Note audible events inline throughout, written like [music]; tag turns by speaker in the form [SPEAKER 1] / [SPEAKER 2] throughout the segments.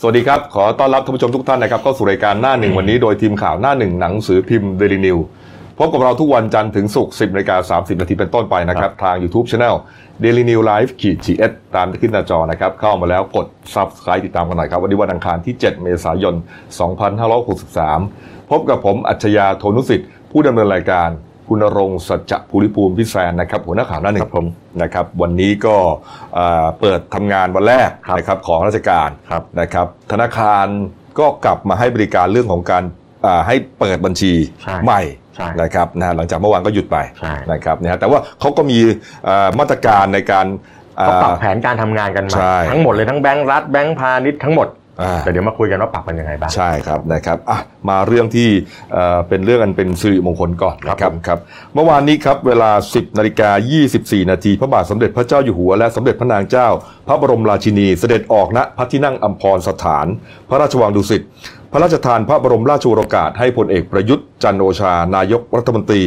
[SPEAKER 1] สวัสดีครับ ขอต้อนรับท่านผู้ชมทุกท่านนะครับเข้าสู่รายการหน้าหนึ่งวันนี้โดยทีมข่าวหน้าหนึ่งหนังสือพิมพ์เดลินิวพบกับเราทุกวันจันทร์ถึงศุกร์10นาฬิกา30นาทีเป็นต้นไปนะครับ ทาง YouTube Channel Daily New Life ขีดจีเอสตามที่ขึ้นหน้าจอนะครับ เข้ามาแล้วกด Subscribe ติดตามกันหน่อยครับ วันนี้วันอังคารที่ 7 เมษายน 2563 พบกับผมอัจฉริยะโทนุสิทธิ์ผู้ดำเนินรายการ คุณรงค์สัจจะภูริภูมิพิแซนนะครับหัวหน้าข่าวหน้าหนึ่งนะครับวันนี้ก็เอ่อเปิดทำงานวันแรกนะครับของราชการ
[SPEAKER 2] ครับ
[SPEAKER 1] นะครับธนาคารก็กลับมาให้บริการเรื่องของการอ่าให้เปิดบัญชี
[SPEAKER 2] ใช่
[SPEAKER 1] ใหม่
[SPEAKER 2] ใช่
[SPEAKER 1] นะครับนะฮะหลังจากเมื่อวานก็หยุดไป
[SPEAKER 2] ใช่
[SPEAKER 1] นะครับนะฮะแต่ว่าเขาก็มีเอ่อมาตรการในการอ่า
[SPEAKER 2] ก็ปรับแผนการทำงานกันมา
[SPEAKER 1] ใช่
[SPEAKER 2] ทั้งหมดเลยทั้งแบงก์รัฐแบงก์พาณิชย์ทั้งหมด
[SPEAKER 1] อ่า
[SPEAKER 2] แต่เดี๋ยวมาคุยกันว่าปรับเป็นยังไงบ้าง
[SPEAKER 1] ใช่ครับนะครับอ่ะมาเรื่องที่เอ่อเป็นเรื่องอันเป็นสิริมงคลก่อนนะค
[SPEAKER 2] ครั
[SPEAKER 1] รับบ
[SPEAKER 2] ผม
[SPEAKER 1] ครับเมื่อวานนี้ครับเวลา 10นาฬิกา24 นาทีพระบาทสมเด็จพระเจ้าอยู่หัวและสมเด็จพระนางเจ้า พระบรมราชินีเสด็จออกณพระที่นั่งอัมพรสถาน พระราชวังดุสิตพระราชทานพระบรมราชโองกาสให้พลเอกประยุทธ์จันทร์โอชานายกรัฐมนตรี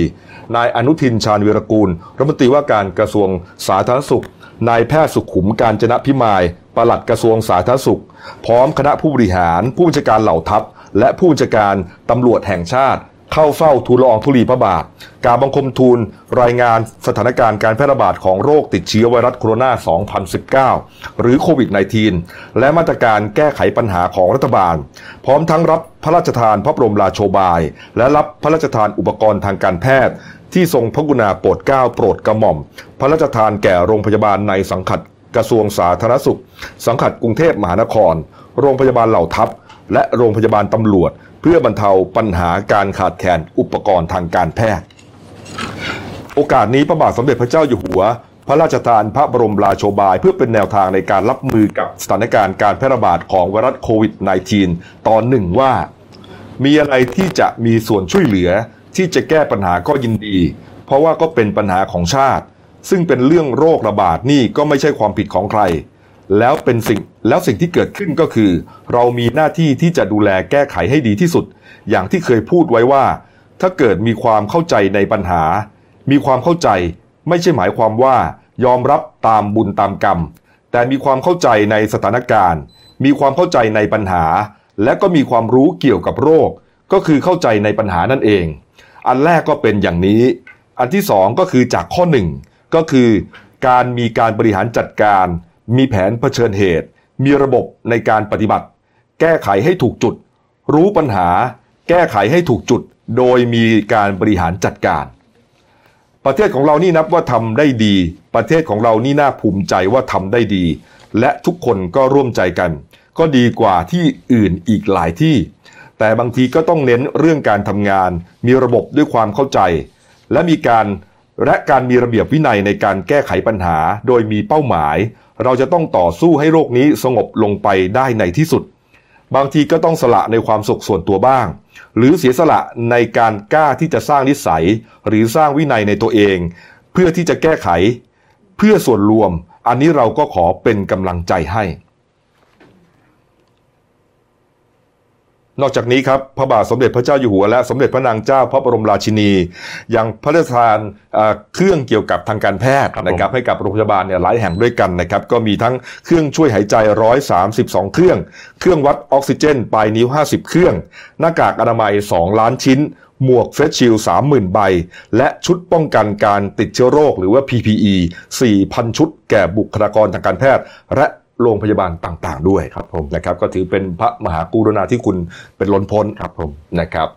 [SPEAKER 1] นายอนุทินชาญวีรกูลรัฐมนตรีว่าการกระทรวงสาธารณสุข นายแพทย์สุขุมการจนะพิมายปลัดกระทรวงสาธารณสุข พร้อมคณะผู้บริหาร ผู้บัญชาการเหล่าทัพ และผู้บัญชาการตำรวจแห่งชาติ เข้าเฝ้าทูลละอองธุลีพระบาท การบังคมทูลรายงานสถานการณ์การแพร่ระบาดของโรคติดเชื้อไวรัสโคโรนา 2019 หรือโควิด -19 และมาตรการแก้ไขปัญหาของรัฐบาล พร้อมทั้งรับพระราชทานพระบรมราโชบาย และรับพระราชทานอุปกรณ์ทางการแพทย์ ที่ทรงพระกรุณาโปรดเกล้าโปรดกระหม่อม พระราชทานแก่โรงพยาบาลในสังกัดกระทรวงสาธารณสุข สังกัดกรุงเทพมหานคร โรงพยาบาลเหล่าทัพ และโรงพยาบาลตำรวจ เพื่อบรรเทาปัญหาการขาดแคลนอุปกรณ์ทางการแพทย์ โอกาสนี้พระบาทสมเด็จพระเจ้าอยู่หัว พระราชทานพระบรมราโชบาย เพื่อเป็นแนวทางในการรับมือกับสถานการณ์การแพร่ระบาดของไวรัสโควิด -19 ตอนหนึ่งว่า มีอะไรที่จะมีส่วนช่วยเหลือที่จะแก้ปัญหาก็ยินดี เพราะว่าก็เป็นปัญหาของชาติ ซึ่งเป็นเรื่องโรคระบาดนี่ก็ไม่ใช่ความผิดของใคร แล้วเป็นสิ่งแล้วสิ่งที่เกิดขึ้นก็คือ เรามีหน้าที่ที่จะดูแลแก้ไขให้ดีที่สุด อย่างที่เคยพูดไว้ว่า ถ้าเกิดมีความเข้าใจในปัญหา มีความเข้าใจไม่ใช่หมายความว่า ยอมรับตามบุญตามกรรม แต่มีความเข้าใจในสถานการณ์ มีความเข้าใจในปัญหา และก็มีความรู้เกี่ยวกับโรค ก็คือเข้าใจในปัญหานั่นเอง อันแรกก็เป็นอย่างนี้ อันที่สองก็คือจากข้อหนึ่งก็คือการมีการบริหารจัดการ มีแผนเผชิญเหตุ มีระบบในการปฏิบัติ แก้ไขให้ถูกจุด รู้ปัญหา แก้ไขให้ถูกจุด โดยมีการบริหารจัดการ ประเทศของเรานี่นับว่าทำได้ดี ประเทศของเรานี่น่าภูมิใจว่าทำได้ดี และทุกคนก็ร่วมใจกัน ก็ดีกว่าที่อื่นอีกหลายที่ แต่บางทีก็ต้องเน้นเรื่องการทำงาน มีระบบด้วยความเข้าใจ และมีการและการมีระเบียบวินัยในการแก้ไขปัญหา โดยมีเป้าหมาย เราจะต้องต่อสู้ให้โรคนี้สงบลงไปได้ในที่สุด บางทีก็ต้องสละในความสุขส่วนตัวบ้าง หรือเสียสละในการกล้าที่จะสร้างนิสัย หรือสร้างวินัยในตัวเอง เพื่อที่จะแก้ไข เพื่อส่วนรวม อันนี้เราก็ขอเป็นกำลังใจให้ นอกจากนี้ครับพระบาทสมเด็จพระเจ้าอยู่หัวและสมเด็จพระนางเจ้าพระบรมราชินียังพระราชทานเอ่อเครื่องเกี่ยวกับทางการแพทย์
[SPEAKER 2] ครับผม
[SPEAKER 1] นะครับให้กับโรงพยาบาลเนี่ยหลายแห่งด้วยกันนะครับ ก็มีทั้งเครื่องช่วยหายใจ 132 เครื่อง เครื่องวัดออกซิเจนปลายนิ้ว 50 เครื่อง หน้ากากอนามัย 2 ล้านชิ้น หมวกเฟสชิล30,000 ใบ และชุดป้องกันการติดเชื้อโรคหรือว่า PPE 4,000 ชุดแก่บุคลากรทางการแพทย์ และโรงพยาบาลต่างๆ ด้วยครับผมนะครับก็ถือเป็นพระมหากรุณาธิคุณเป็นล้นพ้น
[SPEAKER 2] ครับผม
[SPEAKER 1] นะครับ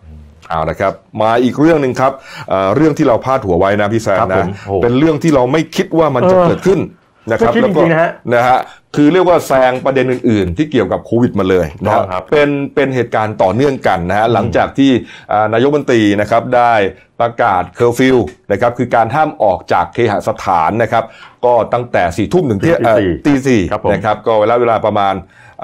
[SPEAKER 1] เอาละครับ มาอีกเรื่องหนึ่งครับเอ่อเรื่องที่เราพาดหัวไว้นะพี่แซม
[SPEAKER 2] ครับผ
[SPEAKER 1] นะ
[SPEAKER 2] มโอ้
[SPEAKER 1] เป็นเรื่องที่เราไม่คิดว่ามันจะ
[SPEAKER 2] เออ
[SPEAKER 1] เกิดขึ้นนะครับ
[SPEAKER 2] ไม่คิด
[SPEAKER 1] แล้วก็
[SPEAKER 2] จริงๆนะฮะ
[SPEAKER 1] นะฮะคือเรียกว่าแซงประเด็นอื่น ๆ ที่เกี่ยวกับโควิดมาเลยนะฮะ
[SPEAKER 2] ครับ
[SPEAKER 1] เป็นเป็นเหตุการณ์ต่อเนื่องกันนะฮะหลังจากที่อ่านายกบัญตรีนะครับได้ประกาศเคอร์ฟิวนะครับคือการห้ามออกจากเคหสถานนะครับก็ตั้งแต่สี่ทุ่มถึงเที่ยงเอ่อตี
[SPEAKER 2] ตีสี่
[SPEAKER 1] สี่
[SPEAKER 2] ครับผม
[SPEAKER 1] นะครับก็เวลาเวลาประมาณ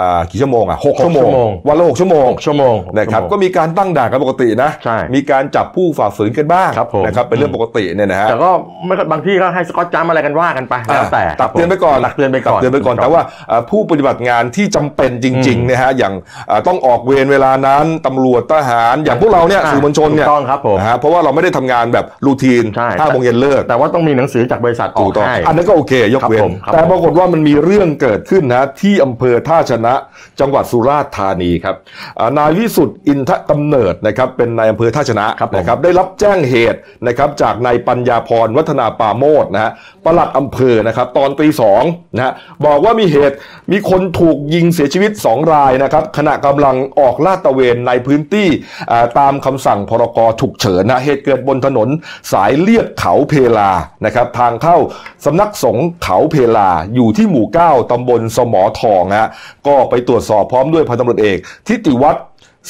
[SPEAKER 1] อ่ากี่ชั่วโมงอ่ะหก
[SPEAKER 2] หก
[SPEAKER 1] ชั่วโม
[SPEAKER 2] ชั่วโม
[SPEAKER 1] ง
[SPEAKER 2] ง
[SPEAKER 1] วันละหกชั่วโมง
[SPEAKER 2] 6ชั่วโมง
[SPEAKER 1] นะครับก็มีการตั้งด่านกันปกตินะ
[SPEAKER 2] ใช่
[SPEAKER 1] มีการจับผู้ฝ่าฝืนกันบ้าง
[SPEAKER 2] ครับผม
[SPEAKER 1] นะครับเป็นเรื่องปกติเนี่ยนะฮะ
[SPEAKER 2] แต่ก็ไม่บางที่ก็ให้สกอตจ้ำอะไรกันว่ากันไปแล้วแต่
[SPEAKER 1] อ่ะตักเตือนไปก่อน
[SPEAKER 2] ตักเตือนไปก่อน
[SPEAKER 1] ตักเตือนไปก่อน แต่ว่าเอ่อผู้ปฏิบัติงานที่จำเป็นจริง
[SPEAKER 2] อื
[SPEAKER 1] ๆ
[SPEAKER 2] ม
[SPEAKER 1] นะฮะ อย่างเอ่อต้องออกเวรเวลานั้นตำรวจทหาร อย่างพวกเราเนี่ยสื่อมวลชนเนี่ย
[SPEAKER 2] ถูกต้องครับผม
[SPEAKER 1] นะฮะ เพราะว่าเราไม่ได้ทำงานแบบรูทีน
[SPEAKER 2] ใช่
[SPEAKER 1] ห้าโมงเย็นเลิก
[SPEAKER 2] แต่ว่าต้องมีหนังสือจากบริษัทอ
[SPEAKER 1] ถู
[SPEAKER 2] อก ก
[SPEAKER 1] ต้อง
[SPEAKER 2] ให้
[SPEAKER 1] อันนั้นก็โอเค ยกเว้น
[SPEAKER 2] ครับผมครับ
[SPEAKER 1] แต่
[SPEAKER 2] ผม
[SPEAKER 1] ปรากฏว่ามันมีเรื่องเกิดขึ้นนะที่อำเภอท่าชนะ นะ จังหวัดสุราษฎร์ธานีครับอ่านายวิสุทธิ์อินทะกำเนิดนะครับเป็นนายอำเภอท่าชนะครับ
[SPEAKER 2] ผม
[SPEAKER 1] นะครับ ครับได้รับแจ้งเหตุนะครับจากนายปัญญาพรวัฒนาปราโมดนะฮะปลัดอำเภอนะครับตอนตีสองนะฮะบอกว่ามีเหตุมีคนถูกยิงเสียชีวิต 2 รายนะครับขณะกำลังออกลาดตระเวนในพื้นที่อ่าตามคำสั่งพรกฉุกเฉินนะเหตุเกิดบนถนนสายเลียบเขาเพลานะครับทางเข้าสำนักสงฆ์เขาเพลาอยู่ที่หมู่ 9ตำบลสมอทองนะฮะก็ไปตรวจสอบพร้อมด้วยพันตำรวจเอก ทิติวัฒน์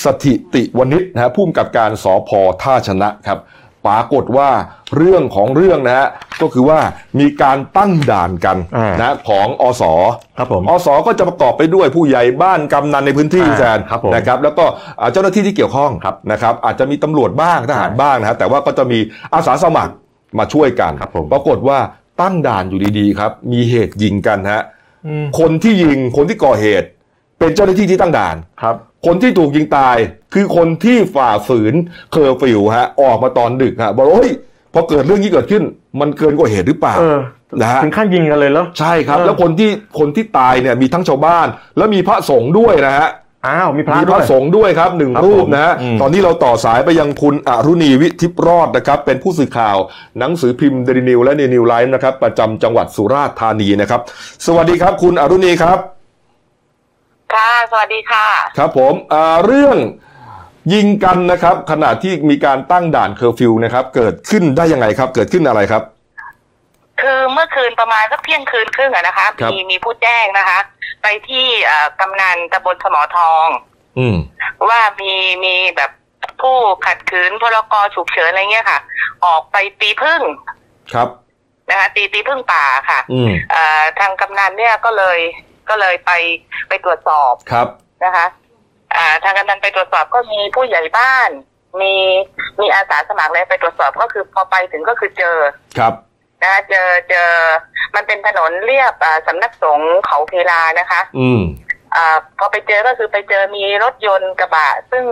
[SPEAKER 1] สถิติวณิชนะฮะผู้กำกับการสอพอท่าชนะครับปรากฏว่าเรื่องของเรื่องนะฮะก็คือว่ามีการตั้งด่านกัน
[SPEAKER 2] อ่าน
[SPEAKER 1] นะของอส
[SPEAKER 2] ครับผม
[SPEAKER 1] อสก็จะประกอบไปด้วยผู้ใหญ่บ้านกำนันในพื้นที่
[SPEAKER 2] อ่า
[SPEAKER 1] แซน
[SPEAKER 2] ครับผม
[SPEAKER 1] นะครับแล้วก็อ่าเจ้าหน้าที่ที่เกี่ยวข้อง
[SPEAKER 2] ครับ
[SPEAKER 1] นะครับอาจจะมีตำรวจบ้างทหารบ้างนะฮะแต่ว่าก็จะมีอาสาสมัครมาช่วยกัน
[SPEAKER 2] ครับผม
[SPEAKER 1] ปรากฏว่าตั้งด่านอยู่ดีๆครับ มีเหตุยิงกันฮะ
[SPEAKER 2] อืม
[SPEAKER 1] คนที่ยิงคนที่ก่อเหตุ เป็นเจ้าหน้าที่ที่ตั้งด่าน
[SPEAKER 2] ครับ
[SPEAKER 1] คนที่ถูกยิงตายคือคนที่ฝ่าฝืนเคอร์ฟิวฮะออกมาตอนดึกฮะบอกว่าเฮ้ยพอเกิดเรื่องนี้เกิดขึ้น มันเกินกว่าเหตุหรือเปล่า
[SPEAKER 2] เออ
[SPEAKER 1] นะฮะ
[SPEAKER 2] ถึงขั้นยิงกันเลยเหรอ
[SPEAKER 1] ใช่ครับ
[SPEAKER 2] เออ
[SPEAKER 1] แล้วคนที่คนที่ตายเนี่ยมีทั้งชาวบ้าน แล้วมีพระสงฆ์ด้วยนะฮะ
[SPEAKER 2] อ้าว มีพระ
[SPEAKER 1] มีพ
[SPEAKER 2] ด้ว
[SPEAKER 1] ระ
[SPEAKER 2] ย
[SPEAKER 1] สงฆ์ด้วยครับหนึ่ง
[SPEAKER 2] ครับ
[SPEAKER 1] รูป
[SPEAKER 2] ผม
[SPEAKER 1] นะฮะ
[SPEAKER 2] อืม
[SPEAKER 1] ตอนนี้เราต่อสายไปยังคุณอรุณีวิทิพรอดนะครับ เป็นผู้สื่อข่าวหนังสือพิมพ์เดลินิวและเดนิวไลฟ์นะครับประจำจังหวัดสุราษฎร์ธานีนะครับ สวัสดีครับ คุณอรุณีครับ
[SPEAKER 3] ค่ะ สวัสดีค่ะ
[SPEAKER 1] ครับผมเอ่อเรื่องยิงกันนะครับ ขณะที่มีการตั้งด่านเคอร์ฟิวนะครับ เกิดขึ้นได้ยังไงครับ เกิดขึ้นอะไรครับ
[SPEAKER 3] คือเมื่อคืนประมาณสักเที่ยงคืนครึ่งอะนะคะ
[SPEAKER 1] ครับ
[SPEAKER 3] มีมีผู้แจ้งนะคะ ไปที่เอ่อกำนันตำบลสมอทอง
[SPEAKER 1] อืม
[SPEAKER 3] ว่ามีมีแบบผู้ขัดขืนพรกฉุกเฉินอะไรเงี้ยค่ะ ออกไปตีพึ่ง
[SPEAKER 1] ครับ
[SPEAKER 3] นะคะ ตีตีพึ่งป่าค่ะ
[SPEAKER 1] อืม
[SPEAKER 3] เอ่อทางกำนันเนี่ยก็เลยก็เลยไปไปตรวจสอบ
[SPEAKER 1] ครับ
[SPEAKER 3] นะคะอ่าทางกำนันไปตรวจสอบก็มีผู้ใหญ่บ้าน มีมีอาสาสมัครอะไรไปตรวจสอบก็คือพอไปถึงก็คือเจอ
[SPEAKER 1] ครับ
[SPEAKER 3] นะเจอเจอมันเป็นถนนเรียบอ่าสำนักสงฆ์เขาเพลานะคะ
[SPEAKER 1] อืม
[SPEAKER 3] อ่าพอไปเจอก็คือไปเจอมีรถยนต์กระบะ ซึ่ง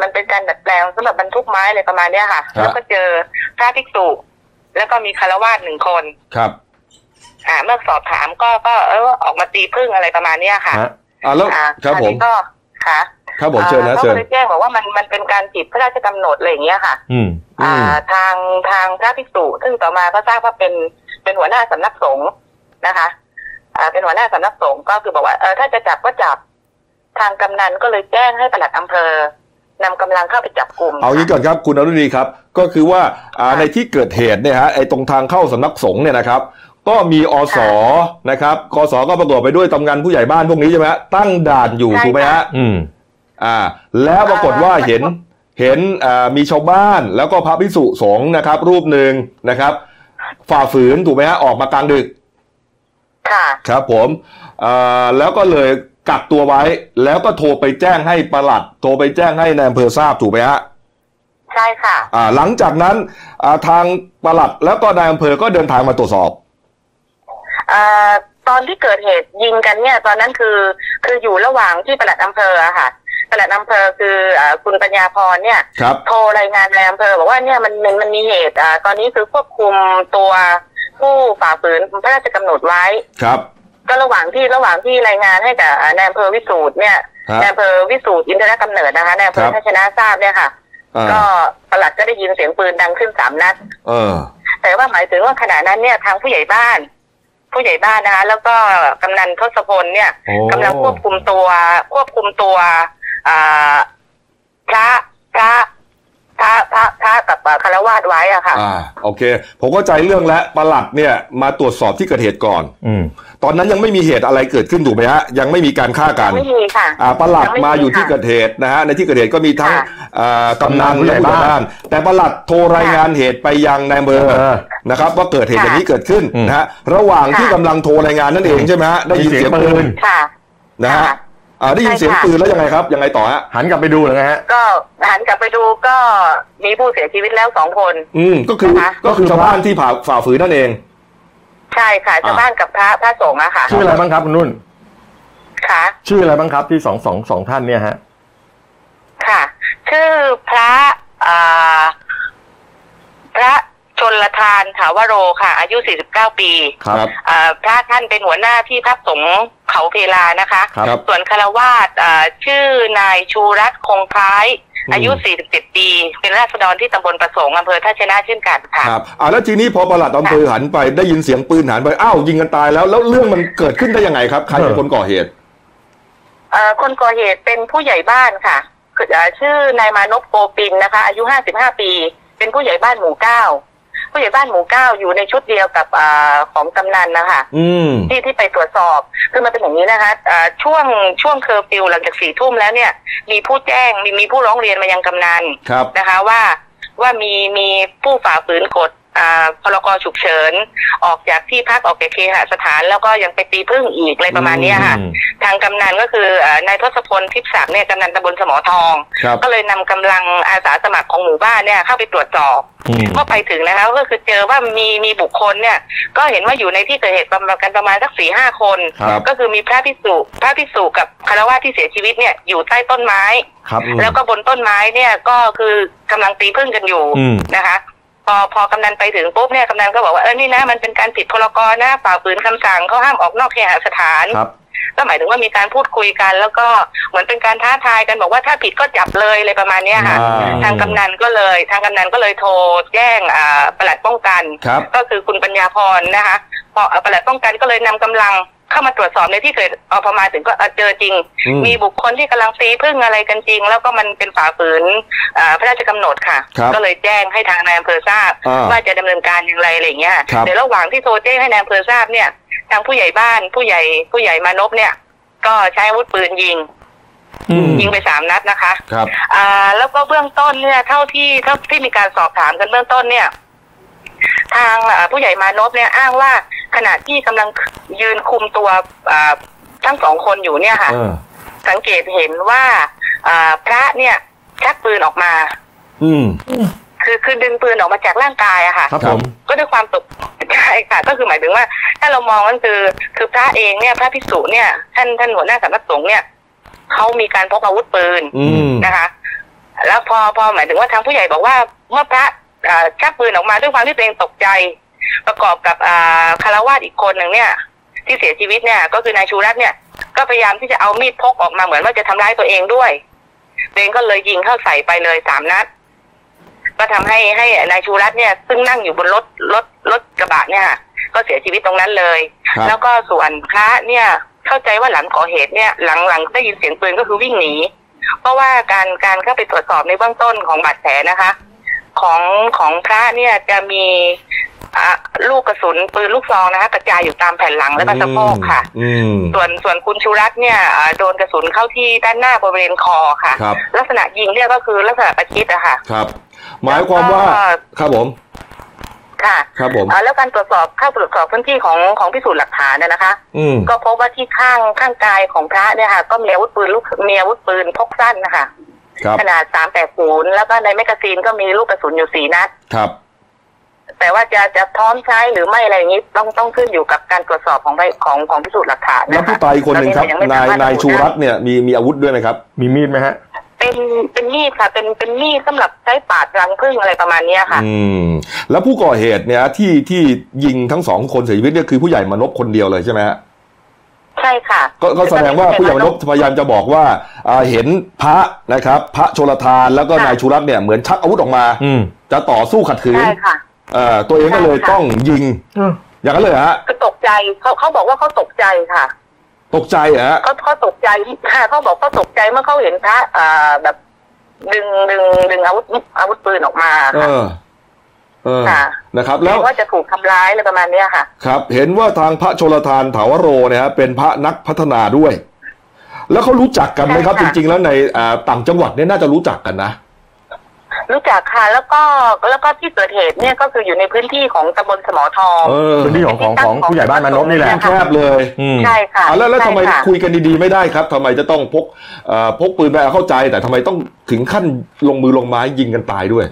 [SPEAKER 3] มันเป็นการดัดแปลงสำหรับบรรทุกไม้อะไรประมาณเนี้ยค่ะ
[SPEAKER 1] ครับ
[SPEAKER 3] แล้วก็เจอพระภิกษุ แล้วก็มีคารวาสหนึ่งคน
[SPEAKER 1] ครับ
[SPEAKER 3] อ่าเมื่อสอบถามก็ก็เออออกมาตีพึ่งอะไรประมาณเนี้ยค่ะ
[SPEAKER 2] ฮะ
[SPEAKER 1] อ่าแล้ว
[SPEAKER 3] อ่า
[SPEAKER 1] ครับ
[SPEAKER 3] าว
[SPEAKER 1] ผม
[SPEAKER 3] นี้ก็ค่ะ
[SPEAKER 1] ครับผมเชิญนะ
[SPEAKER 3] อ่าขา
[SPEAKER 1] เชิ
[SPEAKER 3] ก็
[SPEAKER 1] ญ
[SPEAKER 3] เลยแจ้งบอกว่ามันมันเป็นการผิดพระราชกำหนดอะไรอย่างเงี้ยค่ะ
[SPEAKER 2] อืม
[SPEAKER 1] อืม
[SPEAKER 3] อ่าทางทางพระภิกษุ ซึ่งต่อมาก็ทราบว่าเป็นเป็นหัวหน้าสำนักสงฆ์นะคะอ่าเป็นหัวหน้าสำนักสงฆ์ก็คือบอกว่าเออถ้าจะจับก็จับ ทางกำนันก็เลยแจ้งให้ปลัดอำเภอนำกำลังเข้าไปจับกลุ่ม
[SPEAKER 1] เอางี้ก่อนครับคุณอรุณีครับ ก็คือว่าอ่าในที่เกิดเหตุเนี่ยฮะไอ้ตรงทางเข้าสำนักสงฆ์เนี่ยนะครับ ก็มีอส
[SPEAKER 3] ค่ะ
[SPEAKER 1] นะครับกสก็ประกอบไปด้วยตำงานผู้ใหญ่บ้านพวกนี้ใช่ไหมฮะตั้งด่านอยู่
[SPEAKER 3] ใช่
[SPEAKER 1] ถูกไหม
[SPEAKER 3] ค่ะ
[SPEAKER 1] ฮะ
[SPEAKER 2] อืม
[SPEAKER 1] อ่าแล้วปรากฏว่า
[SPEAKER 3] อ่า
[SPEAKER 1] เห็นเห็นอ่ามีชาวบ้านแล้วก็พระภิกษุสงฆ์นะครับ รูปหนึ่งนะครับ ฝ่าฝืนถูกไหมฮะออกมากลางดึก
[SPEAKER 3] ค่ะ
[SPEAKER 1] ครับผมอ่าแล้วก็เลยกักตัวไว้ แล้วก็โทรไปแจ้งให้ประหลัด โทรไปแจ้งให้นายอำเภอทราบถูกไหมฮะ
[SPEAKER 3] ใช่ค่ะ
[SPEAKER 1] อ่าหลังจากนั้นอ่าทางประหลัดแล้วก็นายอำเภอก็เดินทางมาตรวจสอบ
[SPEAKER 3] เอ่อตอนที่เกิดเหตุยิงกันเนี่ย ตอนนั้นคือคืออยู่ระหว่างที่ปลัดอำเภออะค่ะปลัดอำเภอคือเอ่อคุณปัญญาพรเนี่ย
[SPEAKER 1] ครับ
[SPEAKER 3] โทรรายงานในอำเภอบอกว่าเนี่ยมันมันมันมีเหตุอ่าตอนนี้คือควบคุมตัวผู้ฝ่าฝืนพระราชกำหนดไว้
[SPEAKER 1] ครับ
[SPEAKER 3] ก็ระหว่างที่ระหว่างที่รายงานให้กับอ่าในอำเภอวิสูตรเนี่ย
[SPEAKER 1] ฮะ
[SPEAKER 3] ในอำเภอวิสูตรอินทรกำเนิดนะคะในอำเภ
[SPEAKER 1] ครั
[SPEAKER 3] อบ ท่าชนะทราบเนี่ยค่ะ
[SPEAKER 1] อ่า
[SPEAKER 3] ก็ปลัดก็ได้ยินเสียงปืนดังขึ้นสามนัด
[SPEAKER 1] เออ
[SPEAKER 3] แต่ว่าหมายถึงว่าขณะนั้นเนี่ยทางผู้ใหญ่บ้าน ผู้ใหญ่บ้านนะคะแล้วก็กำนันทศพลเนี่ย
[SPEAKER 1] โอ้
[SPEAKER 3] กำลังควบคุมตัวควบคุมตัวอ่าพระพระพระพระพระกับคารวาสไว้อะค่ะ
[SPEAKER 1] อ่าโอเค ผมเข้าใจเรื่องแล้วประหลัดเนี่ยมาตรวจสอบที่เกิดเหตุก่อน
[SPEAKER 2] อืม
[SPEAKER 1] ตอนนั้นยังไม่มีเหตุอะไรเกิดขึ้นถูกไหมฮะยังไม่มีการฆ่ากัน
[SPEAKER 3] ไม่มีค่ะ
[SPEAKER 1] อ่าประหลัด
[SPEAKER 3] ยังไม่มี
[SPEAKER 1] มาอยู่ที่เกิดเหตุนะฮะในที่เกิดเหตุก็มีทั้ง
[SPEAKER 3] ค่ะ
[SPEAKER 1] อ่ากำนัน
[SPEAKER 2] กำนันผู้ใหญ่บ้าน
[SPEAKER 1] แต่ประหลัดโทรรายงานเหตุไปยังนายอำเบอร์
[SPEAKER 2] เออ
[SPEAKER 1] นะครับว่าเกิดเหตุอย่างนี้เกิดขึ้น
[SPEAKER 2] อืม
[SPEAKER 1] นะฮะระหว่างที่กำลังโทรรายงานนั่นเองใช่ไหมฮะได้ยินเสียงปืน
[SPEAKER 3] ค่ะ
[SPEAKER 1] นะฮะ
[SPEAKER 3] ค่ะ
[SPEAKER 1] อ่าได้ยินเสียง
[SPEAKER 3] ใช่ค่ะ
[SPEAKER 1] ปืนแล้วยังไงครับ ยังไงต่อฮะ
[SPEAKER 2] หันกลับไปดูเหรอฮะ
[SPEAKER 3] ก็หันกลับไปดูก็มีผู้เสียชีวิตแล้วสองคน
[SPEAKER 1] อืมก็คือ
[SPEAKER 3] ค่ะ
[SPEAKER 1] ก็คือชาวบ้านที่ฝ่าฝ่าฝืนนั่นเอง
[SPEAKER 3] ใช่ค่ะชาวบ้านกับพระพระสงฆ์อะค่ะ
[SPEAKER 2] ชื่ออะไรบ้างครับคุณนุ่น
[SPEAKER 3] ค่ะ
[SPEAKER 2] ชื่ออะไรบ้างครับที่สองสองสองท่านเนี่ยฮะ
[SPEAKER 3] ค่ะ ชื่อพระอ่าพระ ชนละทานถาวโรค่ะ อายุ 49 ปี
[SPEAKER 2] ครับ
[SPEAKER 3] อ่าพระท่านเป็นหัวหน้าที่พักสงฆ์เขาเพลานะคะ
[SPEAKER 2] ครับ
[SPEAKER 3] ส่วนคารวาสอ่าชื่อนายชูรัตน์คงคล้าย
[SPEAKER 1] ม
[SPEAKER 3] อายุ 47 ปี เป็นราษฎรที่ตำบลประสงค์อำเภอท่าชนะเช่นกันค่ะ
[SPEAKER 1] ครับอ่าแล้วทีนี้พอประหลัดอำเภอหันไปได้ยินเสียงปืนหันไปอ้าวยิงกันตายแล้วแล้วเรื่องมันเกิดขึ้นได้ยังไงครับใครเป็นคนก่อเหตุ
[SPEAKER 3] เอ่อคนก่อเหตุเป็นผู้ใหญ่บ้านค่ะคือเอ่อชื่อนายมานพโกปินนะคะ อายุ 55 ปี เป็นผู้ใหญ่บ้านหมู่เก้าผู้ใหญ่บ้านหมู่เก้าอยู่ในชุดเดียวกับอ่าของกำนันนะคะ
[SPEAKER 1] อืม
[SPEAKER 3] ที่ที่ไปตรวจสอบคือมันเป็นอย่างนี้นะคะอ่าช่วงช่วงเคอร์ฟิวหลังจากสี่ทุ่มแล้วเนี่ย มีผู้แจ้งมีมีผู้ร้องเรียนมายังกำนัน
[SPEAKER 1] ครับ
[SPEAKER 3] นะคะว่าว่ามีมีผู้ฝ่าฝืนกฎอ่าพรกฉุกเฉิน ออกจากที่พักออกจากเคหสถาน แล้วก็ยังไปตีพึ่งอีกอะไรประมาณเนี้ยค่ะ
[SPEAKER 2] อืม
[SPEAKER 3] ทางกำนันก็คือเอ่อนายทศพลทิพย์ศักดิ์เนี่ยกำนันตำบลสมอทอง
[SPEAKER 1] ครับ
[SPEAKER 3] ก็เลยนำกำลังอาสาสมัครของหมู่บ้านเนี่ยเข้าไปตรวจสอบ
[SPEAKER 2] อืม
[SPEAKER 3] ก็ไปถึงนะคะก็คือเจอว่ามีมีบุคคลเนี่ย ก็เห็นว่าอยู่ในที่เกิดเหตุประมาณกันประมาณสักสี่ห้าคน
[SPEAKER 1] ครับ
[SPEAKER 3] ก็คือมีพระภิกษุพระภิกษุกับคารวะที่เสียชีวิตเนี่ยอยู่ใต้ต้นไม้
[SPEAKER 2] ครับอืม
[SPEAKER 3] แล้วก็บนต้นไม้เนี่ยก็คือกำลังตีพึ่งกันอยู่
[SPEAKER 2] อืม
[SPEAKER 3] นะคะ พอพอกำนันไปถึงปุ๊บเนี่ยกำนันก็บอกว่าเออนี่นะมันเป็นการผิดพรกรนะฝ่าฝืนคำสั่งเขาห้ามออกนอกเคหสถาน
[SPEAKER 2] ครับ
[SPEAKER 3] ก็หมายถึงว่ามีการพูดคุยกัน แล้วก็เหมือนเป็นการท้าทายกันบอกว่าถ้าผิดก็จับเลยอะไรประมาณเนี้ยค่ะ
[SPEAKER 1] อ่า
[SPEAKER 3] ทางกำนันก็เลย ทางกำนันก็เลยโทรแจ้งอ่าปลัดป้องกัน
[SPEAKER 1] ครับ
[SPEAKER 3] ก็คือคุณปัญญาพรนะคะพอปลัดป้องกันก็เลยนำกำลังเข้ามาตรวจสอบในที่เกิดเอาพอมาถึงก็เออเจอจริง
[SPEAKER 1] อืม
[SPEAKER 3] มีบุคคลที่กำลังตีพึ่งอะไรกันจริง แล้วก็มันเป็นฝ่าฝืนอ่าพระราชกำหนดค่ะ
[SPEAKER 1] ครับ
[SPEAKER 3] ก็เลยแจ้งให้ทางนายอำเภอทราบ
[SPEAKER 1] อ่า
[SPEAKER 3] ว่าจะดำเนินการอย่างไรอะไรอย่างเงี้ย
[SPEAKER 1] ครับ
[SPEAKER 3] ในระหว่างที่โทรแจ้งให้นายอำเภอทราบเนี่ย ทางผู้ใหญ่บ้านผู้ใหญ่ผู้ใหญ่มานพเนี่ย ก็ใช้อาวุธปืนยิง
[SPEAKER 2] อืม
[SPEAKER 3] ยิงไปสามนัดนะคะ
[SPEAKER 1] ครับ
[SPEAKER 3] อ่าแล้วก็เบื้องต้นเนี่ยเท่าที่เท่าที่มีการสอบถามกันเบื้องต้นเนี่ย ทางอ่าผู้ใหญ่มานพเนี่ยอ้างว่าขณะที่กำลังยืนคุมตัวอ่าทั้งสองคนอยู่เนี่ยค่ะ
[SPEAKER 1] เออ
[SPEAKER 3] สังเกตเห็นว่าอ่าพระเนี่ยชักปืนออกมา
[SPEAKER 1] อืม
[SPEAKER 3] คือคือดึงปืนออกมาจากร่างกายอะค่ะ
[SPEAKER 2] ครับผม
[SPEAKER 3] ก็ด้วยความตก [laughs] ใจค่ะ ก็คือหมายถึงว่า ถ้าเรามองก็คือ คือพระเองเนี่ยพระภิกษุเนี่ยท่านท่านหัวหน้าสำนักสงฆ์เนี่ยเขามีการพกอาวุธปืน
[SPEAKER 1] อืม
[SPEAKER 3] นะคะ แล้วพอพอหมายถึงว่าทางผู้ใหญ่บอกว่าเมื่อพระอ่าชักปืนออกมาด้วยความที่ตัวเองตกใจ ประกอบกับอ่าคารวาสอีกคนหนึ่งเนี่ย ที่เสียชีวิตเนี่ย ก็คือนายชูรัตน์เนี่ย ก็พยายามที่จะเอามีดพกออกมาเหมือนว่าจะทำร้ายตัวเองด้วยตัวเองก็เลยยิงเข้าใส่ไปเลยสามนัด ก็ทำให้ให้นายชูรัตน์เนี่ย ซึ่งนั่งอยู่บนรถรถรถกระบะเนี่ย ก็เสียชีวิตตรงนั้นเลย
[SPEAKER 1] ครับ
[SPEAKER 3] แล้วก็ส่วนพระเนี่ย เข้าใจว่าหลังก่อเหตุเนี่ย หลังหลังได้ยินเสียงปืนก็คือวิ่งหนี เพราะว่าการการเข้าไปตรวจสอบในเบื้องต้นของบาดแผลนะคะ ของของพระเนี่ยจะมีอ่ะลูกกระสุนปืนลูกซองนะคะกระจายอยู่ตามแผ่นหลังและก็สะโพกค่ะ
[SPEAKER 1] อืม
[SPEAKER 3] ส่วนส่วนคุณชูรัตน์เนี่ยอ่าโดนกระสุนเข้าที่ด้านหน้าบริเวณคอค่ะ
[SPEAKER 1] ครับ
[SPEAKER 3] ลักษณะยิงเนี่ยก็คือลักษณะประชิดอะค่ะ
[SPEAKER 1] ครับ หมายความว่า ครับผม
[SPEAKER 3] ค่ะ
[SPEAKER 1] ครับผม
[SPEAKER 3] อ่าแล้วการตรวจสอบเข้าตรวจสอบพื้นที่ของของพิสูจน์หลักฐานนะนะคะ
[SPEAKER 1] อืม
[SPEAKER 3] ก็พบว่าที่ข้างข้างกายของพระเนี่ยค่ะก็มีอาวุธปืนลูกมีอาวุธปืนพกสั้นนะคะ
[SPEAKER 1] ครับ
[SPEAKER 3] ขนาดสามแปดศูนย์แล้วก็ในแมกกาซีนก็มีลูกกระสุนอยู่สี่นัด
[SPEAKER 1] ครับ
[SPEAKER 3] แต่ว่าจะจะพร้อมใช้หรือไม่อะไรอย่างนี้ต้องต้องขึ้นอยู่กับการตรวจสอบของใบของของพิสูจน์หลักฐาน
[SPEAKER 1] แล้ว
[SPEAKER 3] นะคะ
[SPEAKER 1] ผู้ตายอีกคนหนึ่งครับ
[SPEAKER 3] เรยังไม่
[SPEAKER 1] นาย
[SPEAKER 3] สมร
[SPEAKER 1] นาย
[SPEAKER 3] ถะบุ
[SPEAKER 1] ชู
[SPEAKER 3] ได้
[SPEAKER 1] รัตน์เนี่ย มี มีอาวุธด้วยไหมครับ
[SPEAKER 2] มีมีดไหมฮะ
[SPEAKER 3] เป็นเป็นมีดค่ะ เป็นเป็นมีดสำหรับใช้ปาดรังผึ้งอะไรประมาณเนี้ยค่ะ
[SPEAKER 1] อืม แล้วผู้ก่อเหตุเนี่ยที่ที่ยิงทั้งสองคนเสียชีวิตเนี่ยคือผู้ใหญ่มานพคนเดียวเลยใช่ไหมฮะ
[SPEAKER 3] ใช่ค่ะ
[SPEAKER 1] ก็ก็แสดงว่าผู้ใหญ่มานพพยายามจะบอกว่าอ่าเห็นพระนะครับ พระโชลทานแล้วก็นายชูรัตน์เนี่ยเหมือนชักอาวุธออกมา
[SPEAKER 2] อืม
[SPEAKER 1] จะต่อสู้ขัดขืน
[SPEAKER 3] ใช่ค่ะ
[SPEAKER 1] เอ่อตัวเองก็เลย
[SPEAKER 3] ใช่ค่ะ
[SPEAKER 1] ต้องยิง
[SPEAKER 2] เออ
[SPEAKER 1] อย่างนั้นเลยเหรอฮะ
[SPEAKER 3] คือตกใจเขาเขาบอกว่าเขาตกใจค่ะ
[SPEAKER 1] ตกใจเหรอฮะ
[SPEAKER 3] เขาเขาตกใจค่ะเขาบอกเขาตกใจเมื่อเขาเห็นพระอ่าแบบ ดึงดึงดึงอาวุธอาวุธปืนออกมา
[SPEAKER 1] เอ
[SPEAKER 3] ค่ะ
[SPEAKER 1] อ เออ
[SPEAKER 3] ค่ะ
[SPEAKER 1] นะครับ
[SPEAKER 3] แล้
[SPEAKER 1] แล้ว ว
[SPEAKER 3] ว่าจะถูกทำร้ายอะไรประมาณเนี้ยค่ะ
[SPEAKER 1] ครับ เห็นว่าทางพระโชลทานถาวโรเนี่ยฮะเป็นพระนักพัฒนาด้วย แล้วเขารู้จักกันไหมครับ
[SPEAKER 3] ใช่
[SPEAKER 1] จ
[SPEAKER 3] ค่ะ
[SPEAKER 1] ริง ๆ แล้วในอ่าต่างจังหวัดเนี่ยน่าจะรู้จักกันนะ
[SPEAKER 3] รู้จักค่ะแล้วก็แล้วก็ที่เกิดเหตุเนี่ยก็คืออยู่ในพื้นที่ของตำบลสมอทอง
[SPEAKER 1] เออ
[SPEAKER 2] พื้นที่ของของของผู้ใหญ่บ้านมานพนี่แหละ
[SPEAKER 1] แคบเลย
[SPEAKER 2] อืม
[SPEAKER 3] ใช่ค่ะ
[SPEAKER 1] อ่ะแล้วแล้ว
[SPEAKER 3] ใช่
[SPEAKER 1] ทำไม
[SPEAKER 3] ค่ะ
[SPEAKER 1] คุยกันดีๆไม่ได้ครับทำไมจะต้องพกเอ่อพกปืนไปอ่ะเข้าใจ แต่ทำไมต้องถึงขั้นลงมือลงไม้ยิงกันตายด้วย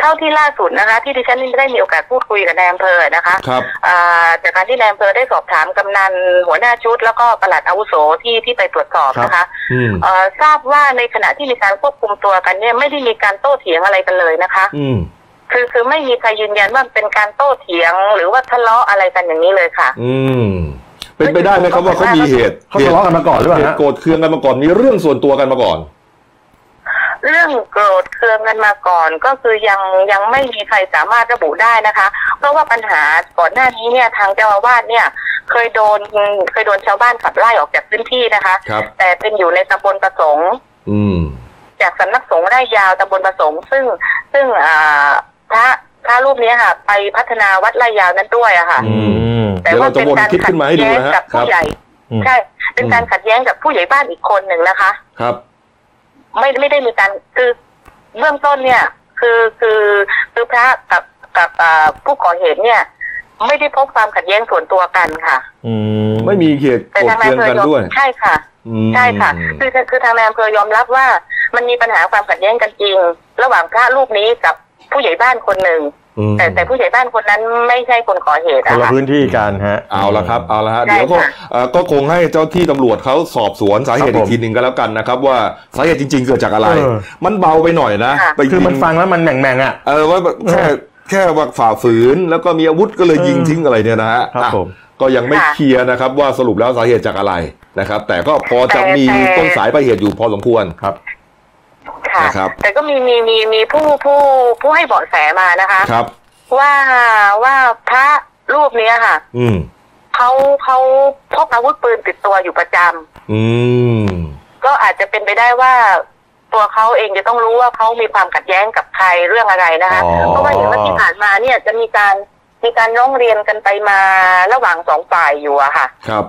[SPEAKER 3] เท่าที่ล่าสุดนะคะ ที่ดิฉันได้มีโอกาสพูดคุยกับนายอำเภอนะคะ
[SPEAKER 1] ครับ
[SPEAKER 3] อ่าจากการที่นายอำเภอได้สอบถามกำนันหัวหน้าชุด แล้วก็ปลัดอาวุโสที่ที่ไปตรวจสอบนะคะ
[SPEAKER 1] อืม
[SPEAKER 3] เอ่อทราบว่าในขณะที่มีการควบคุมตัวกันเนี่ยไม่ได้มีการโต้เถียงอะไรกันเลยนะคะ
[SPEAKER 1] อืม
[SPEAKER 3] คือคือไม่มีใครยืนยันว่าเป็นการโต้เถียง หรือว่าทะเลาะอะไรกันอย่างนี้เลยค่ะ
[SPEAKER 1] อืม เป็นไปได้ไหมครับว่าเขามีเหตุ
[SPEAKER 2] เขาทะเลาะกันมาก่อนหรือเปล่า
[SPEAKER 1] เหตุ
[SPEAKER 2] ฮะ
[SPEAKER 1] โกรธเคืองกันมาก่อนมีเรื่องส่วนตัวกันมาก่อน
[SPEAKER 3] เรื่องโกรธเคืองกันมาก่อนก็คือยังยังไม่มีใครสามารถระบุได้นะคะ เพราะว่าปัญหาก่อนหน้านี้เนี่ยทางเจ้าอาวาสเนี่ย เคยโดนเคยโดนชาวบ้านขับไล่ออกจากพื้นที่นะคะ
[SPEAKER 1] ครับ
[SPEAKER 3] แต่เป็นอยู่ในตำบลประสงค์
[SPEAKER 1] อืม
[SPEAKER 3] จากสำนักสงฆ์ไร่ยาวตำบลประสงค์ ซึ่งซึ่งอ่าพระพระรูปเนี้ยค่ะ ไปพัฒนาวัดไร่ยาวนั้นด้วยอะค่ะ
[SPEAKER 1] อืม
[SPEAKER 2] ม
[SPEAKER 3] แต่ว่าเป็นการขัดแย้งกับผู้ใหญ่
[SPEAKER 2] อืม
[SPEAKER 3] ใช่เป็นการขัดแย้งกับผู้ใหญ่บ้านอีกคนหนึ่งนะคะ
[SPEAKER 1] ครับ
[SPEAKER 3] ไม่ไม่ได้มีการคือเบื้องต้นเนี่ย คือคือคือพระกับกับอ่าผู้ก่อเหตุเนี่ย ไม่ได้พบความขัดแย้งส่วนตัวกันค่ะ
[SPEAKER 2] อืม
[SPEAKER 1] ไม่มีเหตุโก
[SPEAKER 3] แต่
[SPEAKER 1] รธ
[SPEAKER 3] ทางนา
[SPEAKER 1] เคื
[SPEAKER 3] ย
[SPEAKER 1] อง
[SPEAKER 3] อำเภอ
[SPEAKER 1] กัน
[SPEAKER 3] ยอม
[SPEAKER 1] ด้วย
[SPEAKER 3] ใช่ค่ะ
[SPEAKER 1] อืม
[SPEAKER 3] ใช่ค่ะ คือคือคือทางนายอำเภอยอมรับว่า มันมีปัญหาความขัดแย้งกันจริง ระหว่างพระรูปนี้กับผู้ใหญ่บ้านคนหนึ่ง
[SPEAKER 1] ม
[SPEAKER 3] แต่แต่ผู้ใหญ่บ้านคนนั้นไม่ใช่คนก่อเหตุ
[SPEAKER 2] คน
[SPEAKER 3] อะ
[SPEAKER 2] ละ
[SPEAKER 3] ค่ะ
[SPEAKER 2] พื้นที่กันฮะ
[SPEAKER 1] เอาละครับเอาละฮะ
[SPEAKER 3] ใช่
[SPEAKER 1] เดี๋ยวก็
[SPEAKER 3] ค่ะ
[SPEAKER 1] เอ่อก็คงให้เจ้าที่ตำรวจเขาสอบสวนสาเหตุ
[SPEAKER 2] ครับ
[SPEAKER 1] อี
[SPEAKER 2] ผม
[SPEAKER 1] กทีหนึ่งก็แล้วกันนะครับ ว่าสาเหตุจริง ๆ เกิดจากอะไร
[SPEAKER 2] เออ
[SPEAKER 1] มันเบาไปหน่อยนะไป
[SPEAKER 2] คือมัน
[SPEAKER 1] ยิ
[SPEAKER 2] ฟังแล้วมันแหม่งแม่งๆอ่ะ
[SPEAKER 1] เออว่าแค่แค่ว่าฝ่าฝืน แล้วก็มีอาวุธก็เลยยิงทิ้งอะไรเนี่ยนะฮะ
[SPEAKER 2] ครับ
[SPEAKER 1] อ่ะ
[SPEAKER 2] ผม
[SPEAKER 1] ก็ยังไม่เคลียร์นะครับว่าสรุปแล้วสาเหตุจากอะไรนะครับ แต่ก็พอจะมีต้นสายปลายเหตุอยู่พอสมควร
[SPEAKER 2] ครับ
[SPEAKER 3] ค่ะ
[SPEAKER 1] นะครับ
[SPEAKER 3] แต่ก็มีมีมีมีผู้ผู้ผู้ให้เบาะแสมานะคะ
[SPEAKER 1] ครับ
[SPEAKER 3] ว่าว่าพระรูปเนี้ยค่ะ
[SPEAKER 1] อืม
[SPEAKER 3] เขาเขาพกอาวุธปืนติดตัวอยู่ประจำ
[SPEAKER 1] อืม
[SPEAKER 3] ก็อาจจะเป็นไปได้ว่า ตัวเขาเองจะต้องรู้ว่าเขามีความขัดแย้งกับใครเรื่องอะไรนะคะ
[SPEAKER 1] อ๋อ
[SPEAKER 3] เพราะว่าอย่างว่าที่ผ่านมาเนี่ยจะมีการมีการร้องเรียนกันไปมาระหว่างสองฝ่ายอยู่อะค่ะ
[SPEAKER 1] ครับ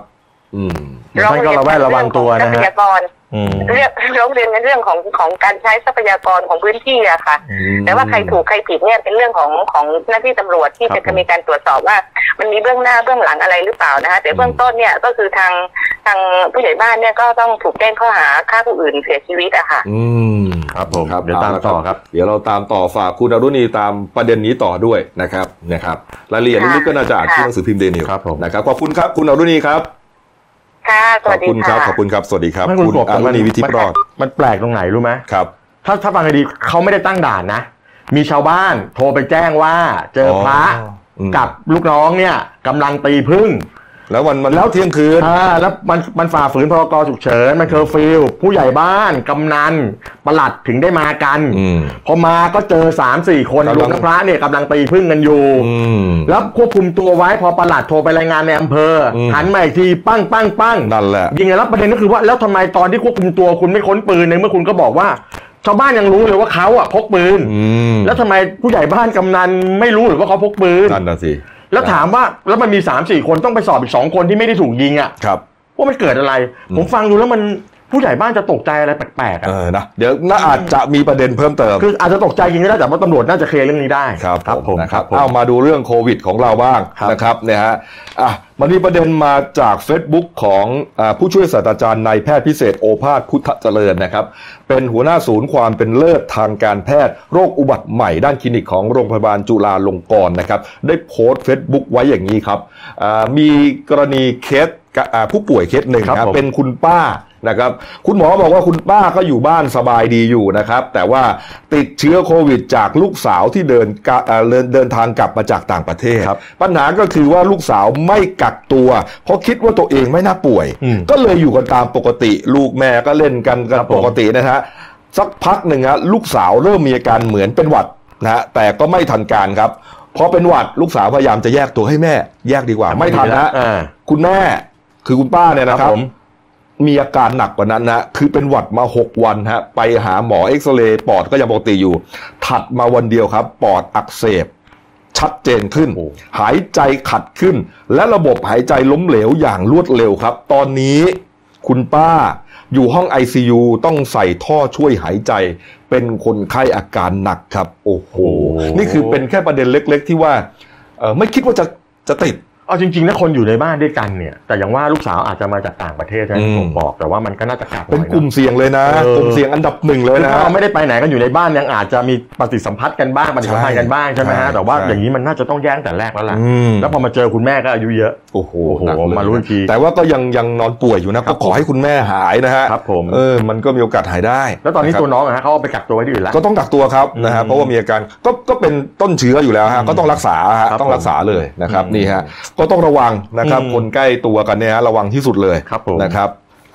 [SPEAKER 1] อืม
[SPEAKER 2] หรือไม่ก็ระแวดระวังตัว
[SPEAKER 3] ทรั
[SPEAKER 2] นะ
[SPEAKER 3] พ
[SPEAKER 2] ฮะ
[SPEAKER 3] ยากร
[SPEAKER 2] อืม
[SPEAKER 3] เรื่องร้องเรียนกันเรื่องของของการใช้ทรัพยากรของพื้นที่อะค่ะ
[SPEAKER 2] อืม
[SPEAKER 3] แต่ว่าใครถูกใครผิดเนี่ยเป็นเรื่องของของหน้าที่ตำรวจที่
[SPEAKER 2] ครับ
[SPEAKER 3] จะ
[SPEAKER 2] ผม
[SPEAKER 3] มีการตรวจสอบว่า มันมีเบื้องหน้าเบื้องหลังอะไรหรือเปล่านะคะแต่เบื้องต้นเนี่ยก็คือทางทางผู้ใหญ่บ้านเนี่ยก็ต้องถูกแจ้งข้อหาฆ่าผู้อื่นเสียชีวิตอะค่ะ
[SPEAKER 1] อืม
[SPEAKER 2] ครับผมเดี๋ยว
[SPEAKER 1] อ
[SPEAKER 2] ตาม
[SPEAKER 1] ละ
[SPEAKER 2] ต่อครับ
[SPEAKER 1] เดี๋ยวเราตามต่อฝากคุณอรุณีตามประเด็นนี้ต่อด้วยนะครับนะครับรายละเอียดลึกๆก็น่าจะอ่านที่หนังสือพิมพ์เดนิว
[SPEAKER 2] ครับผม
[SPEAKER 1] นะครับขอบคุณครับคุณอรุณีครับ
[SPEAKER 3] ค่ะ
[SPEAKER 1] ข
[SPEAKER 3] ส
[SPEAKER 1] อ
[SPEAKER 3] วัส
[SPEAKER 1] บ
[SPEAKER 3] ดี
[SPEAKER 1] คุณครั
[SPEAKER 3] ค่ะ
[SPEAKER 1] บขอบคุณครับสวัสดีครับ
[SPEAKER 2] ไม่
[SPEAKER 1] คุณอรุณีวิทิพรอด
[SPEAKER 2] มันแปลกตรงไหนรู้ไหม
[SPEAKER 1] ครับ
[SPEAKER 2] ถ้าถ้าฟังให้ดีเขาไม่ได้ตั้งด่านนะ มีชาวบ้านโทรไปแจ้งว่าเจออ
[SPEAKER 1] อ
[SPEAKER 2] พระ
[SPEAKER 1] อืม
[SPEAKER 2] กับลูกน้องเนี่ยกำลังตีพึ่ง
[SPEAKER 1] แล้ววันมันเที่ยงคืน
[SPEAKER 2] อ่าแล้วมันมันฝ่าฝืนพรกฉุกเฉิน มันเคอร์ฟิวผู้ใหญ่บ้าน กำนันประหลัดถึงได้มากัน
[SPEAKER 1] อืม
[SPEAKER 2] พอมาก็เจอสามสี่คน
[SPEAKER 1] กำลัง
[SPEAKER 2] รวมทั้งพระเนี่ยกำลังตีพึ่งกันอยู่
[SPEAKER 1] อืม
[SPEAKER 2] แล้วควบคุมตัวไว้พอประหลัดโทรไปรายงานในอำเภออ
[SPEAKER 1] ม
[SPEAKER 2] หันมาอีกทีปั้งปั้งปั้ง
[SPEAKER 1] นั่นแหละ
[SPEAKER 2] ยิงไงแล้วประเด็นก็คือว่าแล้วทำไมตอนที่ควบคุมตัวคุณไม่ค้นปืนในเมื่อคุณก็บอกว่า ชาวบ้านยังรู้เลยว่าเขาอ่ะพกปืน
[SPEAKER 1] อืม
[SPEAKER 2] แล้วทำไมผู้ใหญ่บ้านกำนันไม่รู้หรือว่าเขาพกปืน
[SPEAKER 1] นั่นน่ะสิ
[SPEAKER 2] แล้วถามว่าแล้วมันมีสามสี่คนต้องไปสอบอีกสองคนที่ไม่ได้ถูกยิงอ่ะ
[SPEAKER 1] ครับ
[SPEAKER 2] ว่ามันเกิดอะไร
[SPEAKER 1] อืม
[SPEAKER 2] ผมฟังดูแล้วมันผู้ใหญ่บ้านจะตกใจอะไรแปลกๆ
[SPEAKER 1] เอ
[SPEAKER 2] อ่ะ
[SPEAKER 1] อนะเดี๋ยวน่าอาจจะมีประเด็นเพิ่มเติม
[SPEAKER 2] คืออาจจะตกใจจริงก็ได้แต่ว่าตำรวจน่าจะเคลียร์เรื่องนี้ได้
[SPEAKER 1] ครับผม
[SPEAKER 2] นะ
[SPEAKER 1] นะ
[SPEAKER 2] ค
[SPEAKER 1] ค
[SPEAKER 2] รั
[SPEAKER 1] รั
[SPEAKER 2] บบ ผม
[SPEAKER 1] เอามาดูเรื่องโควิดของเราบ้าง
[SPEAKER 2] ครับ
[SPEAKER 1] นะครับเนี่ยฮะอ่ะมันมีประเด็นมาจาก Facebook ของอาผู้ช่วยศาสตราจารย์นายแพทย์พิเศษโอภาสพุทธเจริญนะครับ เป็นหัวหน้าศูนย์ความเป็นเลิศทางการแพทย์ โรคอุบัติใหม่ด้านคลินิกของโรงพยาบาลจุฬาลงกรณ์นะครับ ได้โพสต์ Facebook ไว้อย่างนี้ครับอ่ามีกรณีเคสอ่าผู้ป่วยเคสหนึ่ง
[SPEAKER 2] ครับ
[SPEAKER 1] ครับ
[SPEAKER 2] ผม
[SPEAKER 1] เป็น เป็นคุณป้านะครับ คุณหมอบอกว่าคุณป้าก็อยู่บ้านสบายดีอยู่นะครับ แต่ว่าติดเชื้อโควิดจากลูกสาวที่เดินกะเอ่อเดินเดินทางกลับมาจากต่างประเทศ
[SPEAKER 2] ครับ
[SPEAKER 1] ปัญหาก็คือว่าลูกสาวไม่กักตัว เพราะคิดว่าตัวเองไม่น่าป่วย
[SPEAKER 2] อืม
[SPEAKER 1] ก็เลยอยู่กันตามปกติ ลูกแม่ก็เล่นกันกัน
[SPEAKER 2] ครับผม
[SPEAKER 1] ปกตินะฮะสักพักหนึ่งฮะลูกสาวเริ่มมีอาการเหมือนเป็นหวัดนะฮะแต่ก็ไม่ทันการครับพอเป็นหวัดลูกสาวพยายามจะแยกตัวให้แม่ แยกดีกว่า ไม่ทันนะ
[SPEAKER 2] อ่า
[SPEAKER 1] คุณแม่คือคุณป้าเนี่ยนะค
[SPEAKER 2] ครั
[SPEAKER 1] รั
[SPEAKER 2] บบ ผม
[SPEAKER 1] มีอาการหนักกว่านั้นนะคือเป็นหวัดมา 6 วันฮะไปหาหมอเอ็กซเรย์ปอดก็ยังปกติอยู่ ถัดมาวันเดียวครับ ปอดอักเสบ ชัดเจนขึ้น
[SPEAKER 2] โอ้
[SPEAKER 1] หายใจขัดขึ้น และระบบหายใจล้มเหลวอย่างรวดเร็วครับ ตอนนี้คุณป้าอยู่ห้อง ICU ต้องใส่ท่อช่วยหายใจ เป็นคนไข้อาการหนักครับ โอ้โห นี่คือเป็นแค่ประเด็นเล็ก ๆ ที่ว่าเอ่อไม่คิดว่าจะจะติด
[SPEAKER 2] เอาจริงๆนะคนอยู่ในบ้านด้วยกันเนี่ย แต่อย่างว่าลูกสาวอาจจะมาจากต่างประเทศนะที่
[SPEAKER 1] อืม
[SPEAKER 2] ผมบอกแต่ว่ามันก็น่าจะกักหน่
[SPEAKER 1] เป็น
[SPEAKER 2] อย
[SPEAKER 1] กลุ่ม
[SPEAKER 2] นะ
[SPEAKER 1] เสี่ยงเลยนะ
[SPEAKER 2] เออ
[SPEAKER 1] กลุ่มเสี่ยงอันดับหนึ่งเลย
[SPEAKER 2] คือ
[SPEAKER 1] นะ
[SPEAKER 2] ถ้าเราไม่ได้ไปไหนกันอยู่ในบ้านยังอาจจะมีปฏิสัมพันธ์กันบ้างปฏิสัมพันธ์กันบ้างใช่ไหมฮะ
[SPEAKER 1] ใช่
[SPEAKER 2] แต่ว่า
[SPEAKER 1] ใช่
[SPEAKER 2] อย่างนี้มันน่าจะต้องแยกตั้งแต่แรกแล้วล่ะ
[SPEAKER 1] อืม
[SPEAKER 2] แล้วพอมาเจอคุณแม่ก็อายุเยอะ
[SPEAKER 1] โอ้โห
[SPEAKER 2] โอ้โห
[SPEAKER 1] หนักเลย
[SPEAKER 2] มารู้อีกที
[SPEAKER 1] แต่ว่าก็ยังยังนอนป่วยอยู่นะ
[SPEAKER 2] ครั
[SPEAKER 1] ก็
[SPEAKER 2] บ
[SPEAKER 1] ขอให้คุณแม่หายนะฮะ
[SPEAKER 2] ครับผม
[SPEAKER 1] เออมันก็มีโอกาสหายได้
[SPEAKER 2] แล้วตอนนี้
[SPEAKER 1] ะครับ
[SPEAKER 2] ตัวน้องอะฮะเขาเอาไปกักตัวไว้ที่อื่นแล้ว
[SPEAKER 1] ก็ต้องกักตัวครับนะฮะ
[SPEAKER 2] อืม
[SPEAKER 1] เพราะว่ามีอาการก็ก็เป็นต้นเชื้ออยู่แล้วฮะ
[SPEAKER 2] อืม
[SPEAKER 1] ก็ต้องรักษาฮะ
[SPEAKER 2] ครับ
[SPEAKER 1] ต้องรักษาเลยนะครับ
[SPEAKER 2] ผม
[SPEAKER 1] นี่ฮะก็ต้องระวังนะครับ
[SPEAKER 2] อืม
[SPEAKER 1] คนใกล้ตัวกันเนี่ยฮะระวังที่สุดเลย
[SPEAKER 2] ครับผม
[SPEAKER 1] นะครับ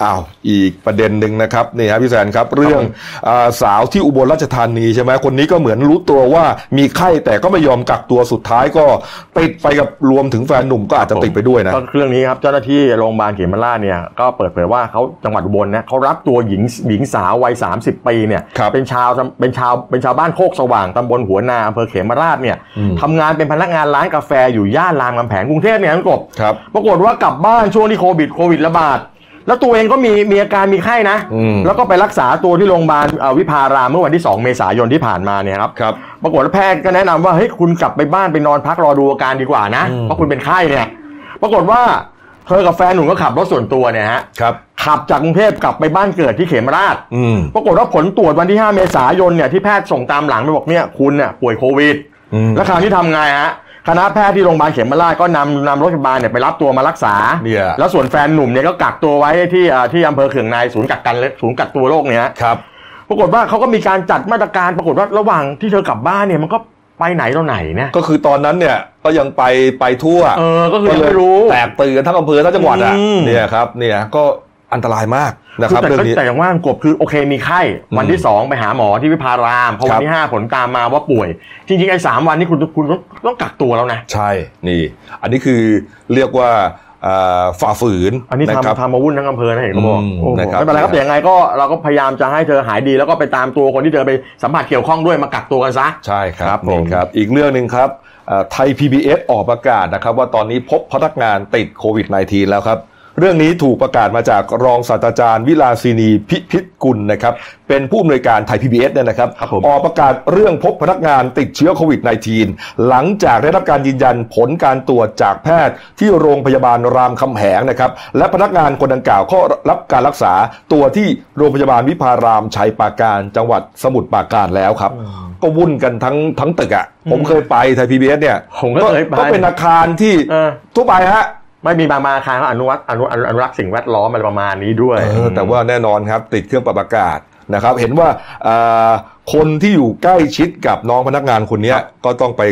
[SPEAKER 1] อ้าวอีกประเด็นหนึ่งนะครับนี่ฮะพี่แซนครับเรื่อง
[SPEAKER 2] ผม
[SPEAKER 1] อ่าสาวที่อุบลราชธานีใช่ไหมคนนี้ก็เหมือนรู้ตัวว่ามีไข้แต่ก็ไม่ยอมกักตัวสุดท้ายก็ติดไปกับรวมถึงแฟนหนุ่มก็อาจจะ
[SPEAKER 2] ครับผม
[SPEAKER 1] ติดไปด้วยนะ
[SPEAKER 2] ก็เรื่องนี้ครับเจ้าหน้าที่โรงพยาบาลเขมราชเนี่ยก็เปิดเผยว่าเขาจังหวัดอุบลนะเขารับตัวหญิงหญิงสาววัย 30 ปีเนี่ย
[SPEAKER 1] ครับ
[SPEAKER 2] เป็นชาวเป็นชาวเป็นชาวบ้านโคกสว่างตำบลหัวนาอำเภอเขมราชเนี่ย
[SPEAKER 1] อืม
[SPEAKER 2] ทำงานเป็นพนักงานร้านกาแฟอยู่ย่านรามคำแหงกรุงเทพเนี่ยคุณกบ
[SPEAKER 1] ครับ
[SPEAKER 2] ปรากฏว่ากลับบ้านช่วงที่โควิดโควิดระบาด แล้วตัวเองก็มีมีอาการมีไข้นะ
[SPEAKER 1] อืม
[SPEAKER 2] แล้วก็ไปรักษาตัวที่โรงพยาบาลเอ่อวิภารามเมื่อวันที่ 2 เมษายนที่ผ่านมาเนี่ยครับ
[SPEAKER 1] ครับ
[SPEAKER 2] ปรากฏว่าแพทย์ก็แนะนำว่าเฮ้ยคุณกลับไปบ้านไปนอนพักรอดูอาการดีกว่านะ
[SPEAKER 1] อืม
[SPEAKER 2] เพราะคุณเป็นไข้เนี่ย ปรากฏว่าเธอกับแฟนหนุ่มก็ขับรถส่วนตัวเนี่ยฮะ
[SPEAKER 1] ครับ
[SPEAKER 2] ขับจากกรุงเทพกลับไปบ้านเกิดที่เขมราช
[SPEAKER 1] อืม
[SPEAKER 2] ปรากฏว่าผลตรวจวันที่ 5 เมษายนเนี่ยที่แพทย์ส่งตามหลังไปบอกเนี่ยคุณเนี่ยป่วยโควิด
[SPEAKER 1] อืม
[SPEAKER 2] แล้วคราวนี้ทำไงฮะคณะแพทย์ที่โรงพยาบาลเขมราชก็นำนำรถพยาบาลเนี่ยไปรับตัวมารักษา
[SPEAKER 1] เนี่ย
[SPEAKER 2] แล้วส่วนแฟนหนุ่มเนี่ยก็กักตัวไว้ที่อ่าที่อำเภอเขื่องในศูนย์กักกันศูนย์กักตัวโรคเนี่ยฮะ
[SPEAKER 1] ครับ
[SPEAKER 2] ปรากฏว่าเขาก็มีการจัดมาตรการปรากฏว่าระหว่างที่เธอกลับบ้านเนี่ยมันก็ไปไหนต่อไหนนะ
[SPEAKER 1] ก็คือตอนนั้นเนี่ยก็ยังไปไปทั่ว
[SPEAKER 2] เออก็คือยังไม่รู้
[SPEAKER 1] แตกตื่นกันทั้งอำเภอทั้งจังหวัดอ่ะ
[SPEAKER 2] อืม
[SPEAKER 1] เนี่ยครับเนี่ยก็อันตรายมากนะครับ
[SPEAKER 2] แต่
[SPEAKER 1] เรื่อง
[SPEAKER 2] ก็
[SPEAKER 1] นี้
[SPEAKER 2] แต่อย่างว่างกบคือโอเคมีไข้วันที่ 2 ไปหาหมอที่วิภารามพอ
[SPEAKER 1] ค
[SPEAKER 2] วั
[SPEAKER 1] รั
[SPEAKER 2] น
[SPEAKER 1] บ
[SPEAKER 2] ที่ 5 ผลตามมาว่าป่วย จริงๆ ไอ้สามวันนี้คุณคุณต้องต้องกักตัวแล้วนะ
[SPEAKER 1] ใช่นี่ อันนี้คือเรียกว่าอ่าฝ่าฝืน
[SPEAKER 2] อันนี้
[SPEAKER 1] ะครับ
[SPEAKER 2] ทำทำมาวุ่นทั้งอำเภอนะเห็นเขาบอก
[SPEAKER 1] อืม
[SPEAKER 2] โอ้โห
[SPEAKER 1] นะครับ
[SPEAKER 2] ไม่เป็นไรครับแต่ยังไงก็เราก็พยายามจะให้เธอหายดีแล้วก็ไปตามตัวคนที่เธอไปสัมผัสเกี่ยวข้องด้วยมากักตัวกันซะ
[SPEAKER 1] ใช่ค
[SPEAKER 2] ครั
[SPEAKER 1] รับบ
[SPEAKER 2] ผม
[SPEAKER 1] นี่ครับ อีกเรื่องหนึ่งครับอ่าไทย PBS ออกประกาศนะครับ ว่าตอนนี้พบพนักงานติดโควิด -19 แล้วครับ เรื่องนี้ถูกประกาศมาจากรองศาสตราจารย์วิลาสินีพิพิธกุลนะครับ เป็นผู้อำนวยการไทย PBS เนี่ยนะครับ
[SPEAKER 2] ครับผม
[SPEAKER 1] ออกประกาศเรื่องพบพนักงานติดเชื้อโควิด -19 หลังจากได้รับการยืนยันผลการตรวจจากแพทย์ที่โรงพยาบาลรามคำแหงนะครับ และพนักงานคนดังกล่าวก็รับการรักษาตัวที่โรงพยาบาลวิภารามชัยปราการ จังหวัดสมุทรปราการแล้วครับ ก็วุ่นกันทั้งทั้งตึกอะ่ะ ผมเคยไปไทยพีบีเอสเนี่ย
[SPEAKER 2] ผมก็เคยไป
[SPEAKER 1] ก็เป็นอาคารที่
[SPEAKER 2] เออ
[SPEAKER 1] ทั่วไปฮะ
[SPEAKER 2] ไม่มีบางมาอาคารเขาอนุวัตอนุอนุอนุรักษ์สิ่งแวดล้อมอะไรประมาณนี้ด้วย
[SPEAKER 1] เออแต่ว่าแน่นอนครับ ติดเครื่องปรับอากาศนะครับ เห็นว่าอ่าคนที่อยู่ใกล้ชิดกับน้องพนักงานคนเนี้ยก็ต้องไป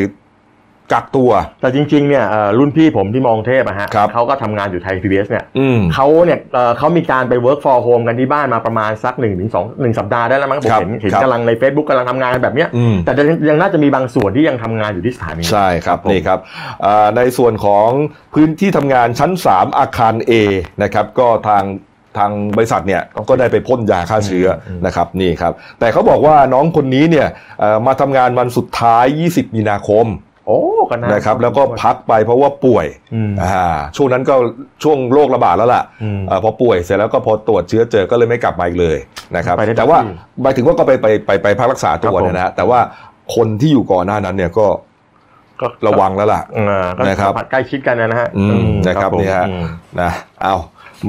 [SPEAKER 1] กักตัว
[SPEAKER 2] แต่จริงๆ เนี่ยเอ่อรุ่นพี่ผมที่มองเทพอะฮะ
[SPEAKER 1] ครับ
[SPEAKER 2] เขาก็ทำงานอยู่ไทย PBS เนี่ย
[SPEAKER 1] อืม
[SPEAKER 2] เขาเนี่ยเอ่อเขามีการไป work for home กันที่บ้านมาประมาณสัก1นึ่งถึงสองหนึ่งสัปดาห์ได้แล้วมั้งผม
[SPEAKER 1] ครับ
[SPEAKER 2] เห็นเห็น
[SPEAKER 1] ครับ
[SPEAKER 2] กำลังใน Facebook กำลังทำงานกันแบบเนี้ย
[SPEAKER 1] อืม
[SPEAKER 2] แต่ยังยังน่าจะมีบางส่วนที่ยังทำงานอยู่ที่สถานี
[SPEAKER 1] ใช่ครับ
[SPEAKER 2] ครับผม
[SPEAKER 1] นี่ครับอ่าในส่วนของพื้นที่ทำงานชั้น 3 อาคาร A นะครับก็ทางทางบริษัทเนี่ยก็ได้ไปพ่นยาฆ่าเชื้ออนะครับนี่ครับแต่เขาบอกว่าน้องคนนี้เนี่ยเอ่อมาทำงานวันสุดท้าย 20 มีนาคม
[SPEAKER 2] โอ้ก็น่า
[SPEAKER 1] นะครับแล้วก็พักไปเพราะว่าป่วย
[SPEAKER 2] อืม
[SPEAKER 1] อ่าช่วงนั้นก็ช่วงโรคระบาดแล้วล่ะ
[SPEAKER 2] อืม
[SPEAKER 1] เอ่อพอป่วยเสร็จแล้วก็พอตรวจเชื้อเจอก็เลยไม่กลับมาอีกเลยนะครับ
[SPEAKER 2] ไปได้ทุก
[SPEAKER 1] แต่ว่า
[SPEAKER 2] ที่
[SPEAKER 1] หมายถึงว่าก็ไปไปไปไปพักรักษาตัว
[SPEAKER 2] ครับผม
[SPEAKER 1] เนี่ยนะฮะแต่ว่าคนที่อยู่ก่อนหน้านั้นเนี่ยก็
[SPEAKER 2] ก็
[SPEAKER 1] ระวังแล้วล่ะ
[SPEAKER 2] เอ่อก็
[SPEAKER 1] นะครับ
[SPEAKER 2] สัมผัสใกล้ชิดกันนะฮะ
[SPEAKER 1] อืมนะครับ
[SPEAKER 2] ผม
[SPEAKER 1] นี่ฮะ
[SPEAKER 2] อืม
[SPEAKER 1] นะเอา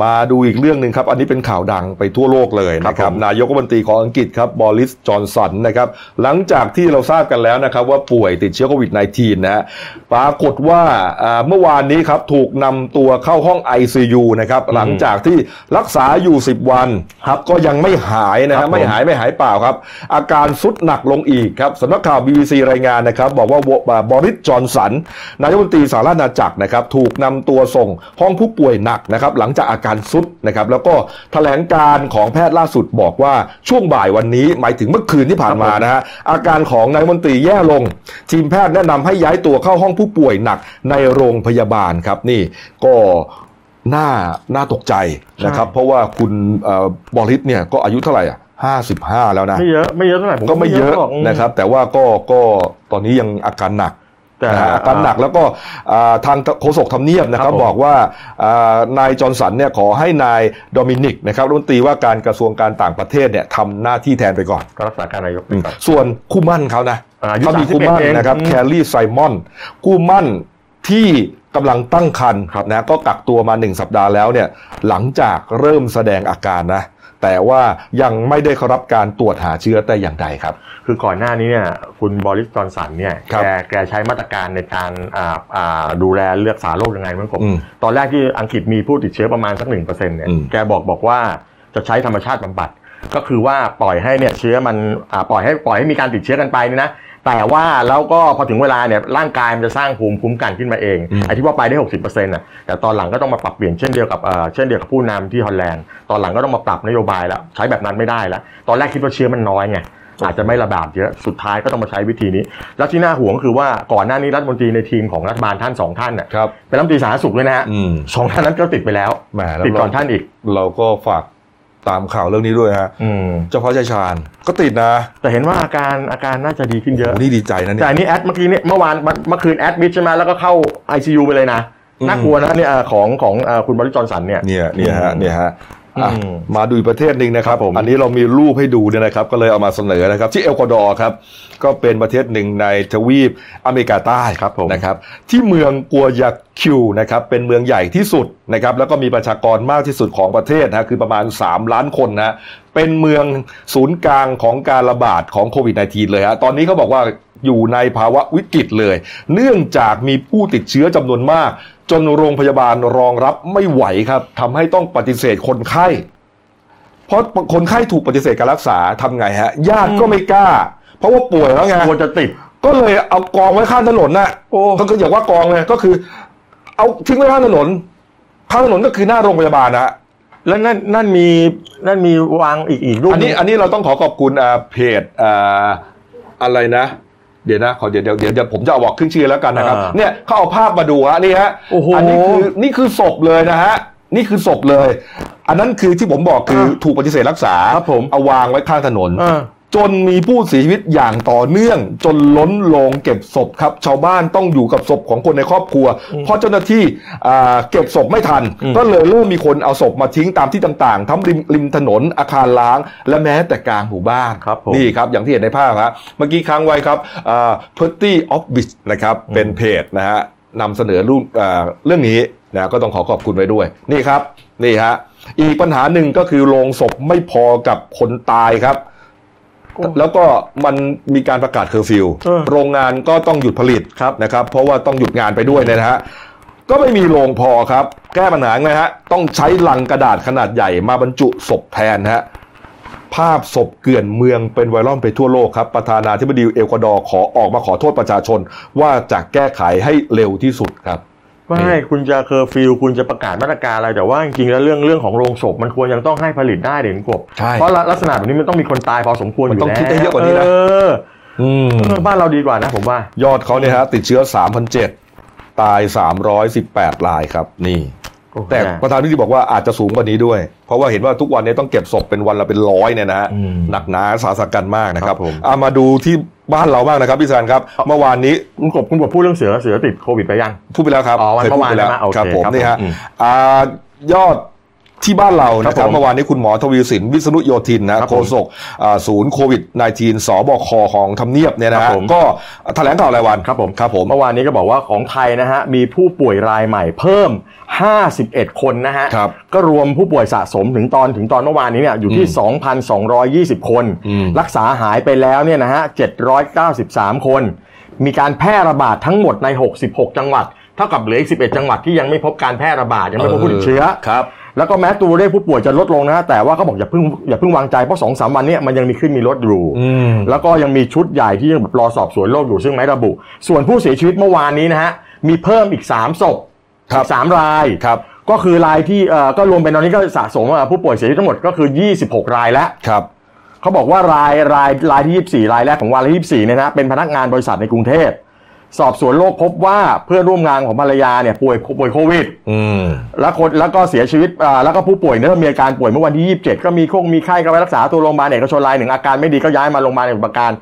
[SPEAKER 1] มาดูอีกเรื่องหนึ่งครับ อันนี้เป็นข่าวดังไปทั่วโลกเลยนะค
[SPEAKER 2] ครั
[SPEAKER 1] รั
[SPEAKER 2] บบ ผม
[SPEAKER 1] นายกรัฐมนตรีของอังกฤษครับบอริสจอนสันนะครับ หลังจากที่เราทราบกันแล้วนะครับ ว่าป่วยติดเชื้อโควิด -19 นะฮะปรากฏว่าอ่าเมื่อวานนี้ครับถูกนำตัวเข้าห้อง ICU นะครับ หลังจากที่รักษาอยู่ 10 วันครับก็ยังไม่หายนะ
[SPEAKER 2] ครั
[SPEAKER 1] ฮะ
[SPEAKER 2] บผม
[SPEAKER 1] ไม่หายไม่หายเปล่าครับ อาการสุดหนักลงอีกครับสำนักข่าว BBC รายงานนะครับ บอกว่าบริสจอนสัน นายกรัฐมนตรีสหราชอาณาจักรนะครับถูกนำตัวส่งห้องผู้ป่วยหนักนะครับหลังจากอาการสุดนะครับแล้วก็แถลงการของแพทย์ล่าสุดบอกว่าช่วงบ่ายวันนี้ หมายถึงเมื่อคืนที่ผ่านมานะฮะอาการของนายกรัฐมนตรีแย่ลง ทีมแพทย์แนะนำให้ย้ายตัวเข้าห้องผู้ป่วยหนักในโรงพยาบาลครับนี่ก็น่าน่าตกใจนะครับ เพราะว่าคุณเอ่อบอริสเนี่ยก็อายุเท่าไหร่อ่ะห้าสิบห้าแล้วนะ
[SPEAKER 2] ไม่เยอะไม่เยอะเท่าไหร่ผม
[SPEAKER 1] ก็ไม่เยอะ
[SPEAKER 2] หรก
[SPEAKER 1] นะครับ แต่ว่าก็ก็ตอนนี้ยังอาการหนัก
[SPEAKER 2] แต่
[SPEAKER 1] นะฮะอาการหนักแล้วก็อ่าทางโฆษกทำเนียบนะค
[SPEAKER 2] ครั
[SPEAKER 1] รั
[SPEAKER 2] บบ ผม
[SPEAKER 1] บอกว่าอ่านายจอร์นสันเนี่ยขอให้นายโดมินิกนะครับรัฐมนตรีว่าการกระทรวงการต่างประเทศเนี่ยทำหน้าที่แทนไปก่อน
[SPEAKER 2] ก็รักษาการนายกไปก่อน
[SPEAKER 1] ส่วนคู่มั่นเขานะ
[SPEAKER 2] อ่าอายุ
[SPEAKER 1] เขามีคู่มั่น
[SPEAKER 2] 31
[SPEAKER 1] นะครับ
[SPEAKER 2] เอง
[SPEAKER 1] แคลรี่ไซมอน คู่มั่น ที่กำลังตั้งครรภ์นะก็กักตัวมา 1 สัปดาห์แล้วเนี่ยหลังจากเริ่มแสดงอาการนะ แต่ว่ายังไม่ได้เข้ารับการตรวจหาเชื้อแต่อย่างใดครับ
[SPEAKER 2] คือก่อนหน้านี้เนี่ยคุณบริสจอนสันเนี่ย
[SPEAKER 1] ครับ
[SPEAKER 2] แกแกใช้มาตรการในการอ่าอ่าดูแลเลือกษาโรคยังไงมั้งผม
[SPEAKER 1] อืม
[SPEAKER 2] ตอนแรกที่อังกฤษมีผู้ติดเชื้อประมาณสักหนึ่งเปอร์เซ็นต์เนี่ย
[SPEAKER 1] อืม
[SPEAKER 2] แกบอกบอกว่าจะใช้ธรรมชาติบำบัด ก็คือว่าปล่อยให้เนี่ยเชื้อมันอ่าปล่อยให้ปล่อยให้มีการติดเชื้อกันไปเนี่ยนะ แต่ว่าแล้วก็พอถึงเวลาเนี่ยร่างกายมันจะสร้างภูมิคุ้มกันขึ้นมาเอง
[SPEAKER 1] อืม
[SPEAKER 2] ไอ้ที่ว่าไปได้หกสิบเปอร์เซ็นต์่ะแต่ตอนหลังก็ต้องมาปรับเปลี่ยนเช่นเดียวกับเอ่อเช่นเดียวกับผู้นำที่ฮอลแลนด์ตอนหลังก็ต้องมาปรับนโยบายละใช้แบบนั้นไม่ได้ละตอนแรกคิดว่าเชื้อมันน้อยไงอาจจะไม่ระบาดเยอะสุดท้ายก็ต้องมาใช้วิธีนี้ แล้วที่น่าห่วงคือว่าก่อนหน้านี้รัฐมนตรีในทีมของรัฐบาลท่านสองท่านน่ะ
[SPEAKER 1] ครับ
[SPEAKER 2] เป็นรัฐมนตรีสาธารณสุขด้วยนะฮะ
[SPEAKER 1] อืม
[SPEAKER 2] สองท่านนั้นก็ติดไปแล้ว
[SPEAKER 1] แหมแล้ว
[SPEAKER 2] ติดก่อน
[SPEAKER 1] เรา
[SPEAKER 2] ท่านอีก
[SPEAKER 1] เราก็ฝากตามข่าวเรื่องนี้ด้วยฮะ
[SPEAKER 2] อืม
[SPEAKER 1] เจ้าพ่อชายชาญก็ติดนะ
[SPEAKER 2] แต่เห็นว่าอาการอาการน่าจะดีขึ้นเยอะ
[SPEAKER 1] โอ้นี่ดีใจนะเนี่
[SPEAKER 2] แต่
[SPEAKER 1] ย
[SPEAKER 2] อันนี้แอดเมื่อกี้เนี่ยเมื่อวานเมื่อเมื่อคืนแอดมิดใช่ไหมแล้วก็เข้า ICU ไปเลยนะ
[SPEAKER 1] อืม
[SPEAKER 2] น่ากลัวนะเนี่ยเอ่อของของเอ่อคุณบริจอนสันเนี่ย
[SPEAKER 1] เนี่ยเนี่ยฮะเนี่ยฮะอ่ะ
[SPEAKER 2] อืม
[SPEAKER 1] มาดูอีกประเทศหนึ่งนะครับ
[SPEAKER 2] ครับผม
[SPEAKER 1] อันนี้เรามีรูปให้ดูเนี่ยนะครับ ก็เลยเอามาเสนอนะครับ ที่เอลกวาดอร์ครับ ก็เป็นประเทศหนึ่งในทวีปอเมริกาใต้ครับผมนะครับ ที่เมืองกัวยาคิวนะครับ เป็นเมืองใหญ่ที่สุดนะครับ แล้วก็มีประชากรมากที่สุดของประเทศนะคือประมาณ 3 ล้านคนนะ เป็นเมืองศูนย์กลางของการระบาดของโควิด -19 เลยฮะ ตอนนี้เขาบอกว่าอยู่ในภาวะวิกฤตเลย เนื่องจากมีผู้ติดเชื้อจำนวนมาก จนโรงพยาบาลรองรับไม่ไหวครับทำให้ต้องปฏิเสธคนไข้ เพราะคนไข้ถูกปฏิเสธการรักษาทำไงฮะ ญาติก็ไม่กล้า เพราะว่าป่วยแล้วไง
[SPEAKER 2] กลัวจะติด
[SPEAKER 1] ก็เลยเอากองไว้ข้างถนนน่ะก็คืออย่าว่ากองเลยก็คือ เอาทิ้งไว้ข้างถนน ข้างถนนก็คือหน้าโรงพยาบาลนะ
[SPEAKER 2] แล้วนั่นนั่นมีนั่นมีวางอีกอีกรูป
[SPEAKER 1] อันนี้
[SPEAKER 2] หง
[SPEAKER 1] อันนี้เราต้องขอขอบคุณอ่าเพจอ่าอะไรนะ เดี๋ยวนะขอเดี๋ยวเดี๋ยวเดี๋ยวเดี๋ยวผมจะเอาบอกขึ้นชื่อแล้วกันนะครับ เนี่ยเขาเอาภาพมาดูฮะนี่ฮะอันี้คือนี่คือศพเลยนะฮะนี่คือศพเลย อันนั้นคือที่ผมบอกคือถูกปฏิเสธรักษาเอาวางไว้ข้างถนน
[SPEAKER 2] เออ
[SPEAKER 1] จนมีผู้เสียชีวิตอย่างต่อเนื่อง จนล้นโลงเก็บศพครับ ชาวบ้านต้องอยู่กับศพของคนในครอบครัว เพราะเจ้าหน้าที่อ่าเก็บศพไม่ทัน
[SPEAKER 2] อืม
[SPEAKER 1] ก็เลยเริ่มมีคนเอาศพมาทิ้งตามที่ต่างๆ ทั้งริมริมถนนอาคารล้าง และแม้แต่กลางหมู่บ้าน
[SPEAKER 2] ครับผม
[SPEAKER 1] นี่ครับ อย่างที่เห็นในภาพฮะเมื่อกี้ค้างไว้ครับพ r t y of Beach นะครับ เป็นเพจนะฮะนำเสนอรูปอ่าเรื่องนี้นะก็ต้องขอขอบคุณไว้ด้วย นี่ครับ นี่ฮะอีกปัญหาหนึ่งก็คือโรงศพไม่พอกับคนตายครับ แล้วก็มันมีการประกาศเคอร์ฟิว
[SPEAKER 2] เออ
[SPEAKER 1] โรงงานก็ต้องหยุดผลิตนะครับ เพราะว่าต้องหยุดงานไปด้วยเนยนะฮะ ก็ไม่มีโรงพอครับ แก้ปัญหาไงฮะ ต้องใช้ลังกระดาษขนาดใหญ่มาบรรจุศพแทนฮะ ภาพศพเกลื่อนเมืองเป็นไวรัลไปทั่วโลกครับ ประธานาธิบดีเอลกวาดอร์ขอออกมาขอโทษประชาชน ว่าจะแก้ไขให้เร็วที่สุดครับ
[SPEAKER 2] ไม่คุณจะเคอร์ฟิวคุณจะประกาศมาตรการอะไรแต่ว่าจริงๆแล้วเรื่องเรื่องของโรงศพมันควรยังต้องให้ผลิตได้เด่นกบ
[SPEAKER 1] ใช่
[SPEAKER 2] เพราะลักษณะแบบนี้มันต้องมีคนตายพอสมควร
[SPEAKER 1] มั
[SPEAKER 2] อนยู่
[SPEAKER 1] ต้อง
[SPEAKER 2] แล้ว
[SPEAKER 1] คิดให้เยอะกว่านี้นะ
[SPEAKER 2] เออ
[SPEAKER 1] อืม
[SPEAKER 2] เออบ้านเราดีกว่านะผมว่า
[SPEAKER 1] ยอดเขาเนี่ยฮะติดเชื้อ 3,007 ตาย 318 รายครับ นี่ แต่ประธานนิติบอกว่าอาจจะสูงกว่านี้ด้วย เพราะว่าเห็นว่าทุกวันนี้ต้องเก็บศพเป็นวันละเป็นร้อยเนี่ยนะฮะ
[SPEAKER 2] อืม
[SPEAKER 1] หนักหนาสาสกันมากนะครั
[SPEAKER 2] ครับ บผม
[SPEAKER 1] เอามาดูที่บ้านเราบ้างนะครับพี่แซนครับ เมื่อวานนี้
[SPEAKER 2] คุณกบคุณกบพูดเรื่องเสือเสือติดโควิดไปยัง
[SPEAKER 1] พูดไปแล้วครับ
[SPEAKER 2] อ๋อวัน
[SPEAKER 1] คยพูดไปแล้ว
[SPEAKER 2] เมื่อวานนะโอเค
[SPEAKER 1] ครับผม
[SPEAKER 2] ครับ
[SPEAKER 1] นี่ฮะ
[SPEAKER 2] ผมอืม
[SPEAKER 1] อ่ายอดที่บ้านเรานะค
[SPEAKER 2] ครั
[SPEAKER 1] รับบ
[SPEAKER 2] ผม
[SPEAKER 1] เมื่อวานนี้คุณหมอทวีสินวิษณุโยธินนะครับ โฆ
[SPEAKER 2] ผม
[SPEAKER 1] ษกอ่าศูนย์โควิด -19 สบคของทำเนียบเนี่ยนะ
[SPEAKER 2] ครั
[SPEAKER 1] ฮะ
[SPEAKER 2] บผม
[SPEAKER 1] ก็แถลงข่าวรายวัน
[SPEAKER 2] ครับผม
[SPEAKER 1] ครับผม
[SPEAKER 2] เมื่อวานนี้ก็บอกว่าของไทยนะฮะมีผู้ป่วยรายใหม่เพิ่ม 51 คนนะฮะ
[SPEAKER 1] ครับ
[SPEAKER 2] ก็รวมผู้ป่วยสะสมถึงตอนถึงตอนเมื่อวานนี้เนี่ยอยู่ที่ 2,220 คน
[SPEAKER 1] อืม
[SPEAKER 2] รักษาหายไปแล้วเนี่ยนะฮะ793 คน มีการแพร่ระบาดทั้งหมดใน 66 จังหวัด เท่ากับเหลืออีก 11 จังหวัดที่ยังไม่พบการแพร่ระบาด ยังไม่พบผู้ติดเชื้อ
[SPEAKER 1] ครับ
[SPEAKER 2] แล้วก็แม้ตัวเลขผู้ป่วยจะลดลงนะฮะแต่ว่าก็บอกอย่าเพิ่งอย่าเพิ่งวางใจเพราะสองสามวันเนี้มันยังมีขึ้นมีลดอยู่
[SPEAKER 1] อืม
[SPEAKER 2] แล้วก็ยังมีชุดใหญ่ที่ยังแบบรอสอบสวนโรคอยู่ซึ่งไม่ระบุ ส่วนผู้เสียชีวิตเมื่อวานนี้นะฮะ มีเพิ่มอีก 3 ศพ
[SPEAKER 1] ครับ
[SPEAKER 2] สามราย
[SPEAKER 1] ครับ
[SPEAKER 2] ก็คือรายที่เอ่อก็รวมเป็นตอนนี้ก็สะสมเอ่อผู้ป่วยเสียชีวิตทั้งหมดก็คือ 26 รายแล้ว
[SPEAKER 1] ครับ
[SPEAKER 2] เขาบอกว่ารายรายรายที่ 24 รายแรกของวันที่ 24เนี่ยนะเป็นพนักงานบริษัทในกรุงเทพ สอบสวนโรคพบว่าเพื่อนร่วมงานของภรรยาเนี่ยป่วยป่วยโควิด
[SPEAKER 1] อืม
[SPEAKER 2] แล้วคนแล้วก็เสียชีวิตอ่าแล้วก็ผู้ป่วยเริ่มมีอาการป่วยเมื่อวันที่ 27 ก็มีโคงมีไข้ก็ไปรักษาตัวโรงพยาบาลเอกชนรายหนึ่งอาการไม่ดีก็ย้ายมาโรงพยาบาลเอกประการ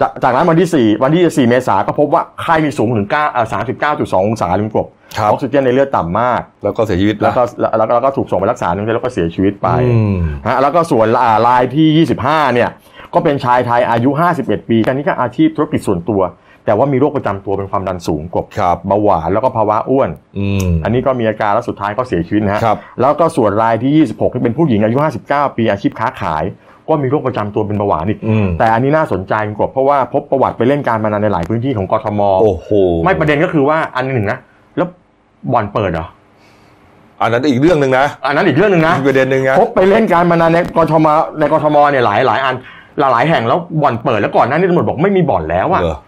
[SPEAKER 2] จาจากนั้นวันที่ 4 วันที่ 4 เมษาก็พบว่าไข้มีสูงถึง9อ่า39.2 องศาลิมกบ
[SPEAKER 1] ค
[SPEAKER 2] อ
[SPEAKER 1] รับ
[SPEAKER 2] อกซิเจนในเลือดต่ำมาก
[SPEAKER 1] แล้วก็เสียชีวิตนะ
[SPEAKER 2] แล้วก็แล้วแล้วก็แล้วก็ถูกส่งไปรักษานึงแล้วก็เสียชีวิตไป
[SPEAKER 1] อืม
[SPEAKER 2] ฮะแล้วก็ส่วนอ่ารายที่ 25 เนี่ย ก็เป็นชายไทยอายุ 51 ปีอันนี้ก็อาชีพธุรกิจส่วนตัว แต่ว่ามีโรคประจำตัวเป็นความดันสูงกบ
[SPEAKER 1] ครับ
[SPEAKER 2] เบาหวานแล้วก็ภาวะอ้วน
[SPEAKER 1] อืม
[SPEAKER 2] อันนี้ก็มีอาการแล้วสุดท้ายก็เสียชีวิตนะฮะ
[SPEAKER 1] ครับ
[SPEAKER 2] แล้วก็ส่วนรายที่ 26ที่เป็นผู้หญิงอายุ 59 ปีอาชีพค้าขาย ก็มีโรคประจำตัวเป็นเบาหวานอีก
[SPEAKER 1] อืม
[SPEAKER 2] แต่อันนี้น่าสนใจคุณกบเพราะว่าพบประวัติไปเล่นการพนันในหลายพื้นที่ของกทม
[SPEAKER 1] โอ้โห
[SPEAKER 2] ไม่ประเด็นก็คือว่าอันหนึ่งนะ แล้วบ่อนเปิดเหรอ
[SPEAKER 1] อันนั้นอีกเรื่องหนึ่งนะ
[SPEAKER 2] อันนั้นอีกเรื่องหนึ่งนะ
[SPEAKER 1] อีกประเด็นหนึ่งนะ
[SPEAKER 2] พบไปเล่นการพนันในกทมในกทมเนี่ยหลายหลายอันหลายหลายแห่งแล้วบ่อนเปิดแล้วก่อนหน้านี้ตำรวจบอกไม่มีบ่อนแล้วอะ
[SPEAKER 1] เหรอ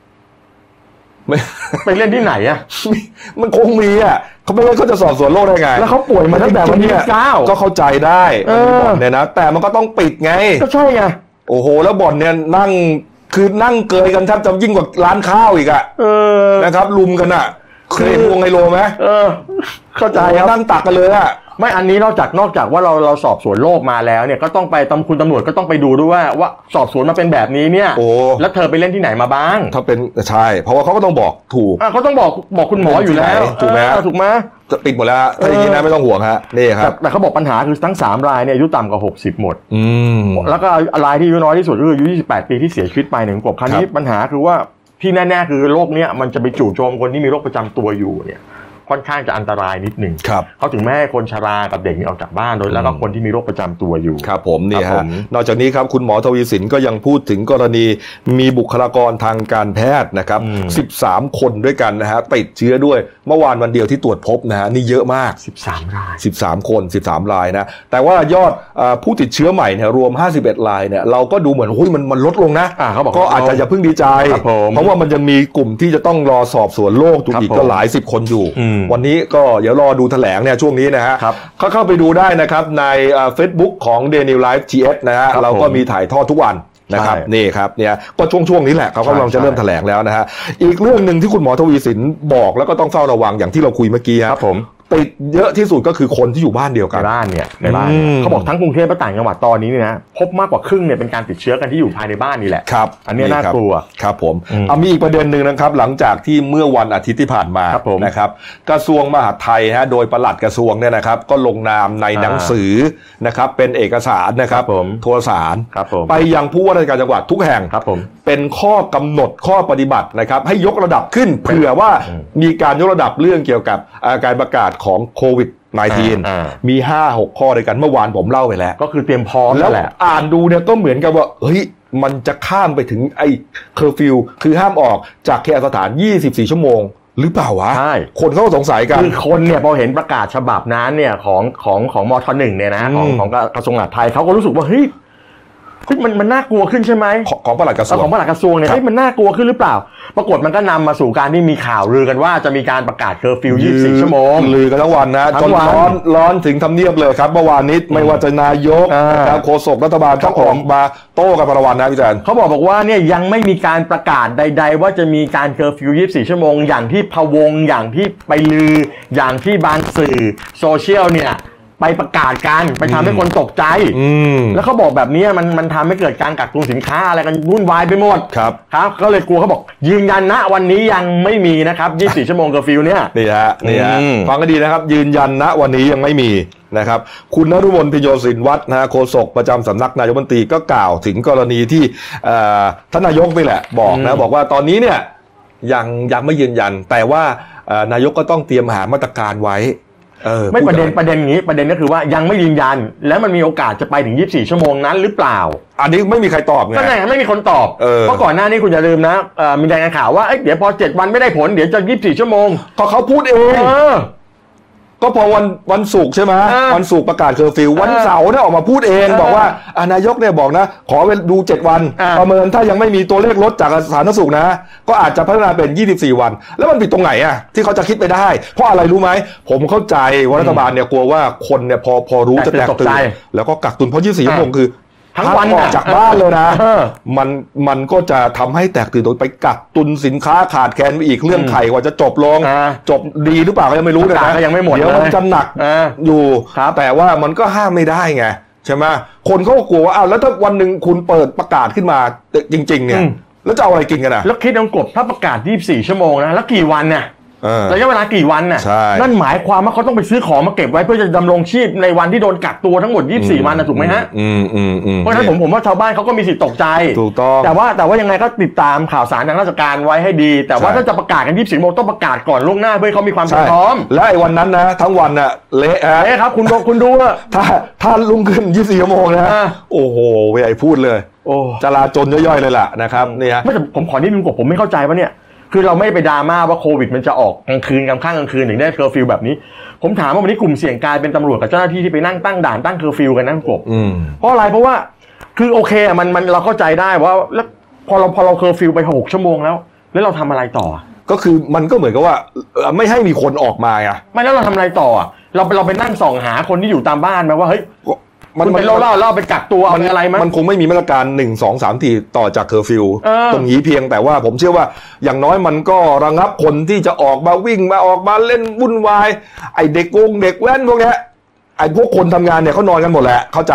[SPEAKER 1] ไม่ [laughs]
[SPEAKER 2] ไปเล่นที่ไหนอะ
[SPEAKER 1] มันคงมีอ่ะเขาไม่ว่าเขาจะสอบสวนโลกได้ไง
[SPEAKER 2] แล้วเขาป่วยมาตั้งแต่วันที่เก้า
[SPEAKER 1] ก็เข้าใจได้
[SPEAKER 2] เอ
[SPEAKER 1] มันมี
[SPEAKER 2] อ
[SPEAKER 1] บ่อนเนี่ยนะแต่มันก็ต้องปิดไง
[SPEAKER 2] ก็ใช่ไง
[SPEAKER 1] โอ้โห แล้วบ่อนเนี่ยนั่งคือนั่งเกยกันแทบจะยิ่งกว่าร้านข้าวอีกอะ
[SPEAKER 2] เออ
[SPEAKER 1] นะครับลุมกันอะเคย
[SPEAKER 2] คือ
[SPEAKER 1] เห็นวงไฮโลไหม
[SPEAKER 2] เออ เข้าใจครับ
[SPEAKER 1] นั่งตักกันเลยอะ
[SPEAKER 2] ไม่อันนี้นอกจากนอกจากว่าเราเราสอบสวนโลกมาแล้วเนี่ยก็ต้องไปตำคุณตำรวจก็ต้องไปดูด้วยว่าว่าสอบสวนมาเป็นแบบนี้เนี่ย
[SPEAKER 1] โอ้
[SPEAKER 2] แล้วเธอไปเล่นที่ไหนมาบ้าง
[SPEAKER 1] ถ้าเป็นใช่เพราะว่าเขาก็ต้องบอกถูก
[SPEAKER 2] อ่ะเขาต้องบอกบอกคุณหมออยู่แล้ว
[SPEAKER 1] ถูกไหม
[SPEAKER 2] เออถูกไหม
[SPEAKER 1] จะปิดหมดแล้วฮะถ้าอย่างนี้นะไม่ต้องห่วงฮะนี่ค
[SPEAKER 2] แต่
[SPEAKER 1] รับ
[SPEAKER 2] แต่เขาบอกปัญหาคือทั้ง 3 รายเนี่ยอายุต่ำกว่า 60 หมด
[SPEAKER 1] อืม
[SPEAKER 2] แล้วก็รายที่อายุน้อยที่สุดก็คืออายุ 28 ปีที่เสียชีวิตไปหนึ่งกบคราวนี้ปัญหาคือว่าที่แน่ๆคือโรคเนี่ยมันจะไปจู่โจมคนที่มีโรคประจำตัวอยู่เนี่ยค่อนข้างจะอันตรายนิดหนึ่ง
[SPEAKER 1] ครับ
[SPEAKER 2] เขาถึงไม่ให้คนชรากับเด็กนี่ออกจากบ้านโดยแล้วก็คนที่มีโรคประจำตัวอยู่
[SPEAKER 1] ครับผมนี่
[SPEAKER 2] ครับผ
[SPEAKER 1] ฮะ
[SPEAKER 2] ม
[SPEAKER 1] นอกจากนี้ครับคุณหมอทวีสินก็ยังพูดถึงกรณีมีบุคลากรทางการแพทย์นะครับ 13 คนด้วยกันนะฮะติดเชื้อด้วยเมื่อวานวันเดียวที่ตรวจพบนะฮะนี่เยอะมาก
[SPEAKER 2] 13 ราย
[SPEAKER 1] 13 คน 13 รายนะ แต่ว่ายอดเออผู้ติดเชื้อใหม่เนี่ยรวม 51 รายเนี่ยเราก็ดูเหมือนหุ้ยมันมันลดลงนะ
[SPEAKER 2] อ่าเขาบอก
[SPEAKER 1] ก็อาจจะ
[SPEAKER 2] ลดลง
[SPEAKER 1] อย่าเพิ่งดีใจ
[SPEAKER 2] ครับผม
[SPEAKER 1] เพราะว่ามันยังมีกลุ่มที่จะต้องรอสอบสวนโรคอยู่
[SPEAKER 2] ครับ
[SPEAKER 1] อีก
[SPEAKER 2] ผม
[SPEAKER 1] ก็หลายสิบคนอยู่
[SPEAKER 2] อืม
[SPEAKER 1] วันนี้ก็เดี๋ยวรอดูแถลงเนี่ยช่วงนี้นะฮะ
[SPEAKER 2] ครับ
[SPEAKER 1] เขาเข้าไปดูได้นะครับในเฟซบุ๊กของ d a i l y Life GS นะฮะ
[SPEAKER 2] ครับ
[SPEAKER 1] เราก็
[SPEAKER 2] ผม
[SPEAKER 1] มีถ่ายทอดทุกวันนะครับ
[SPEAKER 2] ใช่
[SPEAKER 1] นี่ครับเนี่ยก็ช่วงช่วงๆนี้แหละเขากำลังจะ
[SPEAKER 2] ใช่
[SPEAKER 1] เริ่มแถลงแล้วนะฮะอีกเรื่องหนึ่งที่คุณหมอทวีสินบอกแล้วก็ต้องเฝ้าระวังอย่างที่เราคุยเมื่อกี้ฮะ
[SPEAKER 2] ครับผม
[SPEAKER 1] ติดเยอะที่สุดก็คือคนที่อยู่บ้านเดียว
[SPEAKER 2] ใน
[SPEAKER 1] กัน
[SPEAKER 2] บ้านเนี่ยในบ้านเนี่
[SPEAKER 1] อืม
[SPEAKER 2] ยเขาบอกทั้งกรุงเทพและต่างจังหวัดตอนนี้เนี่ยนะพบมากกว่าครึ่งเนี่ยเป็นการติดเชื้อกันที่อยู่ภายในบ้านนี่แหละ
[SPEAKER 1] ครับ
[SPEAKER 2] อันเนี้ยน่า
[SPEAKER 1] ครับ
[SPEAKER 2] กลัว
[SPEAKER 1] ครับผม
[SPEAKER 2] อืม
[SPEAKER 1] เอามีอีกประเด็นหนึ่งนะครับ หลังจากที่เมื่อวันอาทิตย์ที่ผ่านมา
[SPEAKER 2] ครับผม
[SPEAKER 1] นะครับ กระทรวงมหาดไทยฮะโดยปลัดกระทรวงเนี่ยนะครับ ก็ลงนามในหนังสือนะครับ เป็นเอกสารนะครับ
[SPEAKER 2] ครับผม
[SPEAKER 1] โทรสาร
[SPEAKER 2] ครับผม
[SPEAKER 1] ไปยังผู้ว่าราชการจังหวัดทุกแห่ง
[SPEAKER 2] ครับผม
[SPEAKER 1] เป็นข้อกำหนดข้อปฏิบัตินะครับ ให้ยกระดับขึ้นเผื่อว่า
[SPEAKER 2] อืม
[SPEAKER 1] มีการยกระดับเรื่องเกี่ยวกับอาการประกาศของโควิด
[SPEAKER 2] อ่า
[SPEAKER 1] -19 มี 5-6 ข้อด้วยกันเมื่อวานผมเล่าไปแล้ว
[SPEAKER 2] ก็คือเตรียมพร้อม
[SPEAKER 1] แล้ว
[SPEAKER 2] นั่นแหละ
[SPEAKER 1] อ่านดูเนี่ยก็เหมือนกับว่าเฮ้ยมันจะข้ามไปถึงไอ้เคอร์ฟิวคือห้ามออกจากเคหสถาน 24 ชั่วโมง หรือเปล่าวะ
[SPEAKER 2] ใช่
[SPEAKER 1] คนเขาก็สงสัยกัน
[SPEAKER 2] คือคนเนี่ยพอเห็นประกาศฉบับนั้นเนี่ยของของของมทหนึ่งเนี่ยนะของ
[SPEAKER 1] อืม
[SPEAKER 2] ของกระทรวงมหาดไทยเขาก็รู้สึกว่าเฮ้ยเฮ้ยมันมันน่ากลัวขึ้นใช่ไหม
[SPEAKER 1] ของของปลัดกระทรวง
[SPEAKER 2] ของปลัดกระทรวงเนี่ย
[SPEAKER 1] ครับ
[SPEAKER 2] เฮ้ยมันน่ากลัวขึ้นหรือเปล่า ปรากฏมันก็นำมาสู่การที่มีข่าวลือกันว่าจะมีการประกาศเคอร์ฟิว 24 ชั่วโมง
[SPEAKER 1] ลือกันทั้งวันนะ
[SPEAKER 2] ทั้
[SPEAKER 1] จน
[SPEAKER 2] งวัน
[SPEAKER 1] ร้อนร้อนถึงทำเนียบเลยครับเมื่อวานนี้ไม่ว่าจะนายก
[SPEAKER 2] อ่าน
[SPEAKER 1] นะครับโฆษกรัฐบาล
[SPEAKER 2] ครั
[SPEAKER 1] ก็
[SPEAKER 2] บ
[SPEAKER 1] อ
[SPEAKER 2] ผม
[SPEAKER 1] อกมาโต้กันประวันนะพี่แจน
[SPEAKER 2] เขาบอกบอกว่าเนี่ยยังไม่มีการประกาศใด ๆ ว่าจะมีการเคอร์ฟิว 24 ชั่วโมง อย่างที่พะวง อย่างที่ไปลือ อย่างที่บางสื่อโซเชียลเนี่ย ไปประกาศกัน ไปทำให้คนตกใจ
[SPEAKER 1] อืม
[SPEAKER 2] แล้วเขาบอกแบบเนี้ยมันมันทำให้เกิดการกักตุนสินค้าอะไรกันวุ่นวายไปหมด
[SPEAKER 1] ครับ
[SPEAKER 2] ครับ ก็เลยกลัวเขาบอก ยืนยันนะวันนี้ยังไม่มีนะครับ 24 ชั่วโมงเคอร์ฟิวเนี่ย
[SPEAKER 1] นี่ฮะนี่ฮะ
[SPEAKER 2] อืม
[SPEAKER 1] ฟังก็ดีนะครับ ยืนยันนะวันนี้ยังไม่มีนะครับ คุณนรุมนพิโยศินวัฒน์นะฮะโฆษกประจำสำนักนายกบัญชีก็กล่าวถึงกรณีที่เอ่อท่านนายกนี่แหละบอก
[SPEAKER 2] อื
[SPEAKER 1] นะ
[SPEAKER 2] ม
[SPEAKER 1] บอกว่าตอนนี้เนี่ยยังยังไม่ยืนยัน แต่ว่าเอ่อนายกก็ต้องเตรียมหามาตรการไว้เออ
[SPEAKER 2] ไม่
[SPEAKER 1] พู
[SPEAKER 2] ประเด็น
[SPEAKER 1] อย่าง
[SPEAKER 2] ประเด็นอย่างนี้ประเด็นก็คือว่ายังไม่ยืนยัน แล้วมันมีโอกาสจะไปถึง 24 ชั่วโมงนั้นหรือเปล่า
[SPEAKER 1] อันนี้ไม่มีใครตอบไง
[SPEAKER 2] ก็ไหนไม่มีคนตอบ
[SPEAKER 1] เออ
[SPEAKER 2] เพราะก่อนหน้านี้คุณอย่าลืมนะเอ่อมีรายงานข่าวว่าเอ้ยเดี๋ยวพอ 7 วันไม่ได้ผลเดี๋ยวจะ 24 ชั่วโมง
[SPEAKER 1] ก็เขาพูดเอง
[SPEAKER 2] เออ
[SPEAKER 1] ก็พอวันวันศุกร์ใช่ไหม
[SPEAKER 2] อ่า
[SPEAKER 1] วันศุกร์ประกาศเคอร์ฟิววันเสาร์เนี่ยออกมาพูดเอง
[SPEAKER 2] อ่า
[SPEAKER 1] บอกว่าอ่ะนายกเนี่ยบอกนะ ขอเวลาดู 7 วัน
[SPEAKER 2] อ่า
[SPEAKER 1] ประเมินถ้ายังไม่มีตัวเลขลดจากสาธารณสุขนะ ก็อาจจะพัฒนาเป็น 24 วัน แล้วมันผิดตรงไหนอ่ะที่เขาจะคิดไปได้ เพราะอะไรรู้ไหม ผมเข้าใจว่ารัฐบาลเนี่ยกลัวว่าคนเนี่ยพอพอรู้จะแตกตื่นแล้วก็กักตุนเพราะ 24ชั่วโมงคือ
[SPEAKER 2] ทั้งวัน
[SPEAKER 1] ห้ามออกจากบ้านเลยนะ
[SPEAKER 2] ออ
[SPEAKER 1] มันมันก็จะทำให้แตกตื่นโดยไปกักตุนสินค้าขาดแคลนไปอีกเรื่อง
[SPEAKER 2] อืม
[SPEAKER 1] ไข่กว่าจะจบลง
[SPEAKER 2] อ่า
[SPEAKER 1] จบดีหรือเปล่าก็ยังไม่รู้เลย
[SPEAKER 2] ประกา
[SPEAKER 1] นะ
[SPEAKER 2] ศก็ยังไม่หมด
[SPEAKER 1] เดี๋ยวมัน
[SPEAKER 2] เลย
[SPEAKER 1] จะหนัก
[SPEAKER 2] เออ
[SPEAKER 1] อยู่
[SPEAKER 2] ครับ
[SPEAKER 1] แต่ว่ามันก็ห้ามไม่ได้ไงใช่ไหมคนเขาก็กลัวว่าอ้าวแล้วถ้าวันหนึ่งคุณเปิดประกาศขึ้นมาจริง ๆ เนี่ย แล้วจะเอาอะไรกินกันอ่ะ
[SPEAKER 2] แล้วคิดน้องกบถ้าประกาศ 24 ชั่วโมงนะแล้วกี่วันน่ะ
[SPEAKER 1] เออ
[SPEAKER 2] ระยะเวลากี่วันน่ะ
[SPEAKER 1] ใช่
[SPEAKER 2] นั่นหมายความว่าเขาต้องไปซื้อของมาเก็บไว้เพื่อจะดำรงชีพในวันที่โดนกักตัวทั้งหมด 24 วันนะถูกไหมฮะ
[SPEAKER 1] อืมอืมอืม
[SPEAKER 2] เพราะฉะนั้นผมผมว่าชาวบ้านเขาก็มีสิทธิ์ตกใจ
[SPEAKER 1] ถูกต้อง
[SPEAKER 2] แต่ว่าแต่ว่ายังไงก็ติดตามข่าวสารทางราชการไว้ให้ดี แต่ว่า
[SPEAKER 1] ใช่
[SPEAKER 2] ถ้าจะประกาศกัน24โมงต้องประกาศก่อนล่วงหน้าเพื่อให้เขามีความ
[SPEAKER 1] ใช่
[SPEAKER 2] พร้อม
[SPEAKER 1] และไอ้วันนั้นนะ ทั้งวันน่ะเละฮะ
[SPEAKER 2] เอ๊ะครับคุณดูคุณดูอะ
[SPEAKER 1] ถ้าถ้าลุงขึ้น 24ชั่วโมงนะฮะ
[SPEAKER 2] อ่า
[SPEAKER 1] โอ้โหเวไอพูดเลย
[SPEAKER 2] โอ้
[SPEAKER 1] จราจนย่อยๆเลยล่ะนะครับนี่ฮะ
[SPEAKER 2] ไม่แต่ผมขอนิดนึงผมผมไม่เข้าใจว่าเนี่ย คือเราไม่ไปดราม่าว่าโควิดมันจะออกกลางคืนกลางค่ำกลางคืนถึงได้เคอร์ฟิวแบบนี้ ผมถามว่าวันนี้กลุ่มเสี่ยงกลายเป็นตำรวจกับเจ้าหน้าที่ที่ไปนั่งตั้งด่านตั้งเคอร์ฟิวกันนั่นกบ
[SPEAKER 1] อืม
[SPEAKER 2] เพราะอะไรเพราะว่าคือโอเคอะมันมันเราเข้าใจได้ว่าแล้วพอเราพอเราเคอร์ฟิวไปหกชั่วโมงแล้ว แล้วเราทำอะไรต่ออะ
[SPEAKER 1] ก็คือมันก็เหมือนกับว่าเอ่อไม่ให้มีคนออกมาไง
[SPEAKER 2] ไม่แล้วเราทำอะไรต่ออะเราเราไปนั่งส่องหาคนที่อยู่ตามบ้านไหมว่าเฮ้ยมันเป็นโรคเล่าเล่าไปกักตัวเอาไปอะไรไหม
[SPEAKER 1] มันคงไม่มีมาตรการหนึ่งสองสามที่ต่อจากเคอร์ฟิว
[SPEAKER 2] เออ
[SPEAKER 1] ตรงนี้เพียงแต่ว่าผมเชื่อว่าอย่างน้อยมันก็ระงับคนที่จะออกมาวิ่งมาออกมาเล่นวุ่นวาย ไอเด็กกงเด็กแว้นพวกเนี้ยไอพวกคนทำงานเนี่ยเขานอนกันหมดแหละเข้าใจ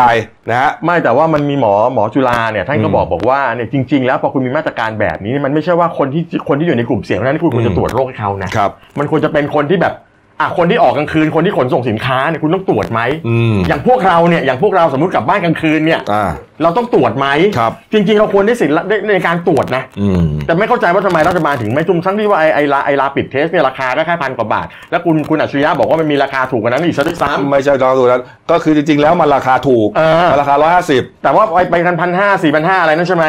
[SPEAKER 1] นะฮะ
[SPEAKER 2] ไม่แต่ว่ามันมีหมอหมอจุฬาเนี่ยท่านก็
[SPEAKER 1] อืม
[SPEAKER 2] บอกบอกว่าเนี่ยจริง ๆ แล้วพอคุณมีมาตรการแบบนี้เนี่ยมันไม่ใช่ว่าคนที่คนที่อยู่ในกลุ่มเสี่ยงเท่านั้นที่คุณควร
[SPEAKER 1] อื
[SPEAKER 2] จะ
[SPEAKER 1] ม
[SPEAKER 2] ตรวจโรคให้เขานะครับ มันควรจะเป็นคนที่แบบอ่ะคนที่ออกกลางคืนคนที่ขนส่งสินค้าเนี่ยคุณต้องตรวจไหม
[SPEAKER 1] อืม
[SPEAKER 2] อย่างพวกเราเนี่ยอย่างพวกเราสมมติกลับบ้านกลางคืนเนี่ย
[SPEAKER 1] อ่า
[SPEAKER 2] เราต้องตรวจไหม
[SPEAKER 1] ครับ
[SPEAKER 2] จริง ๆ เราควรได้สิทธิ์ละได้ในการตรวจนะ
[SPEAKER 1] อืม
[SPEAKER 2] แต่ไม่เข้าใจว่าทำไมรัฐบาลถึงไม่จุ่มทั้งที่ว่าไอไอลาไอลาปิดเทสเนี่ยราคาก็แค่พันกว่าบาท แล้วคุณคุณอัจฉริยะบอกว่ามันมีราคาถูกกว่านั้นอีกซะด้วยซ้ำ
[SPEAKER 1] ไม่ใช่ราคาถูกแล้วก็คือจริงๆแล้วมันราคาถูก
[SPEAKER 2] เออ
[SPEAKER 1] มันราคาร้อยห้าสิบ
[SPEAKER 2] แต่ว่าไปไปกันพันห้าสี่พันห้าอะไรนั่นใช่ไหม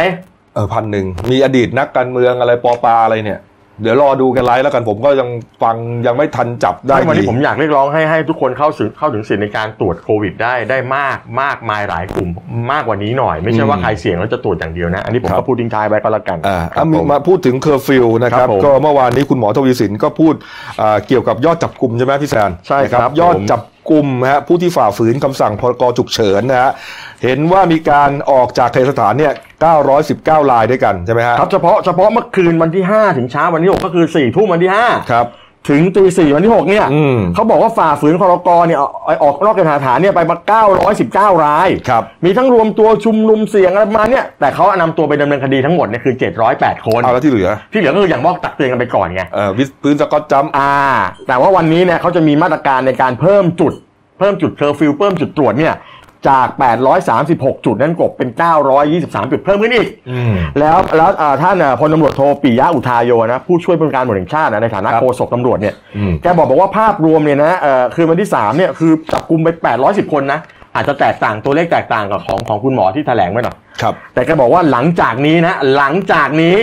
[SPEAKER 1] เออพันหนึ่งมีอดีตนักการเมืองอะไรปอปาอะไรเนี่ย เดี๋ยวรอดูกันไลฟ์แล้วกันผมก็ยังฟังยังไม่ทันจับได้
[SPEAKER 2] ซึ่งวัน
[SPEAKER 1] ดี
[SPEAKER 2] นี้ผมอยากเรียกร้องให้ให้ทุกคนเข้าถึงเข้าถึงสิทธิในการตรวจโควิดได้ได้มากมากมายหลายกลุ่มมากกว่านี้หน่อย ไม่ใช่ว่า
[SPEAKER 1] อืม
[SPEAKER 2] ใครเสี่ยงแล้วจะตรวจอย่างเดียวนะ อันนี้ผม
[SPEAKER 1] ครั
[SPEAKER 2] ก็
[SPEAKER 1] บ
[SPEAKER 2] พูดทิ้งท้ายไว้ก็แล้วกัน
[SPEAKER 1] อ่า
[SPEAKER 2] ครับ
[SPEAKER 1] มี
[SPEAKER 2] ผม
[SPEAKER 1] มาพูดถึงเคอร์ฟิวนะครับ
[SPEAKER 2] ครับผม
[SPEAKER 1] ก็เมื่อวานนี้คุณหมอทวีสินก็พูดอ่าเกี่ยวกับยอดจับกลุ่มใช่ไหมพี่แซน
[SPEAKER 2] ใช่ครับ
[SPEAKER 1] นะยอด
[SPEAKER 2] ผม
[SPEAKER 1] จับกลุ่มฮะผู้ที่ฝ่าฝืนคำสั่งพรกฉุกเฉินนะฮะเห็นว่ามีการออกจากเคหสถานเนี่ย919รายด้วยกันใช่ไหมฮะ
[SPEAKER 2] ครับเฉพาะเฉพาะเมื่อคืนวันที่ 5 ถึงเช้าวันที่ 6 ก็คือ4ี่ทุ่มวันที่ 5
[SPEAKER 1] ครับ
[SPEAKER 2] ถึงตีสี่วันที่ 6 เนี่ย
[SPEAKER 1] อืม
[SPEAKER 2] เขาบอกว่าฝ่าฝืนพรกเนี่ยเอาเอาออกนอกเกณฑหาฐานเนี่ยไปมา 919 ราย
[SPEAKER 1] ครับ
[SPEAKER 2] มีทั้งรวมตัวชุมนุมเสี่ยงอะไรประมาณเนี่ยแต่เขานำตัวไปดำเนินคดีทั้งหมดเนี่ยคือ 708 คน
[SPEAKER 1] เอาแล้วที่เหลือ
[SPEAKER 2] ที่เหลือก็คืออย่างมอกตักเตือนกันไปก่อนไง
[SPEAKER 1] เอ่อวิสพื้นสกอตจัมป์
[SPEAKER 2] อ่าแต่ว่าวันนี้เนี่ยเขาจะมีมาตรการในการเพิ่มจุด เพิ่มจุดเคอร์ฟิวเพิ่มจุดตรวจเนี่ยจาก 836 จุดนั่นกบเป็น 923 จุดเพิ่มขึ้นอีก แล้วแล้วอ่าท่านอ่ะพลตำรวจโทปิยะอุทายโยนะผู้ช่วยผู้บัญชาการตำรวจแห่งชาตินะในฐานะครับ โฆษกตำรวจเนี่ย
[SPEAKER 1] อืม
[SPEAKER 2] แกบอกบอกว่าภาพรวมเนี่ยนะเอ่อคืนวันที่ 3 เนี่ยคือจับกลุ่มไป 810 คนนะอาจจะแตกต่างตัวเลขแตกต่างกับของของคุณหมอที่แถลงไว้หน่อย
[SPEAKER 1] ครับ
[SPEAKER 2] แต่แกบอกว่าหลังจากนี้นะ หลังจากนี้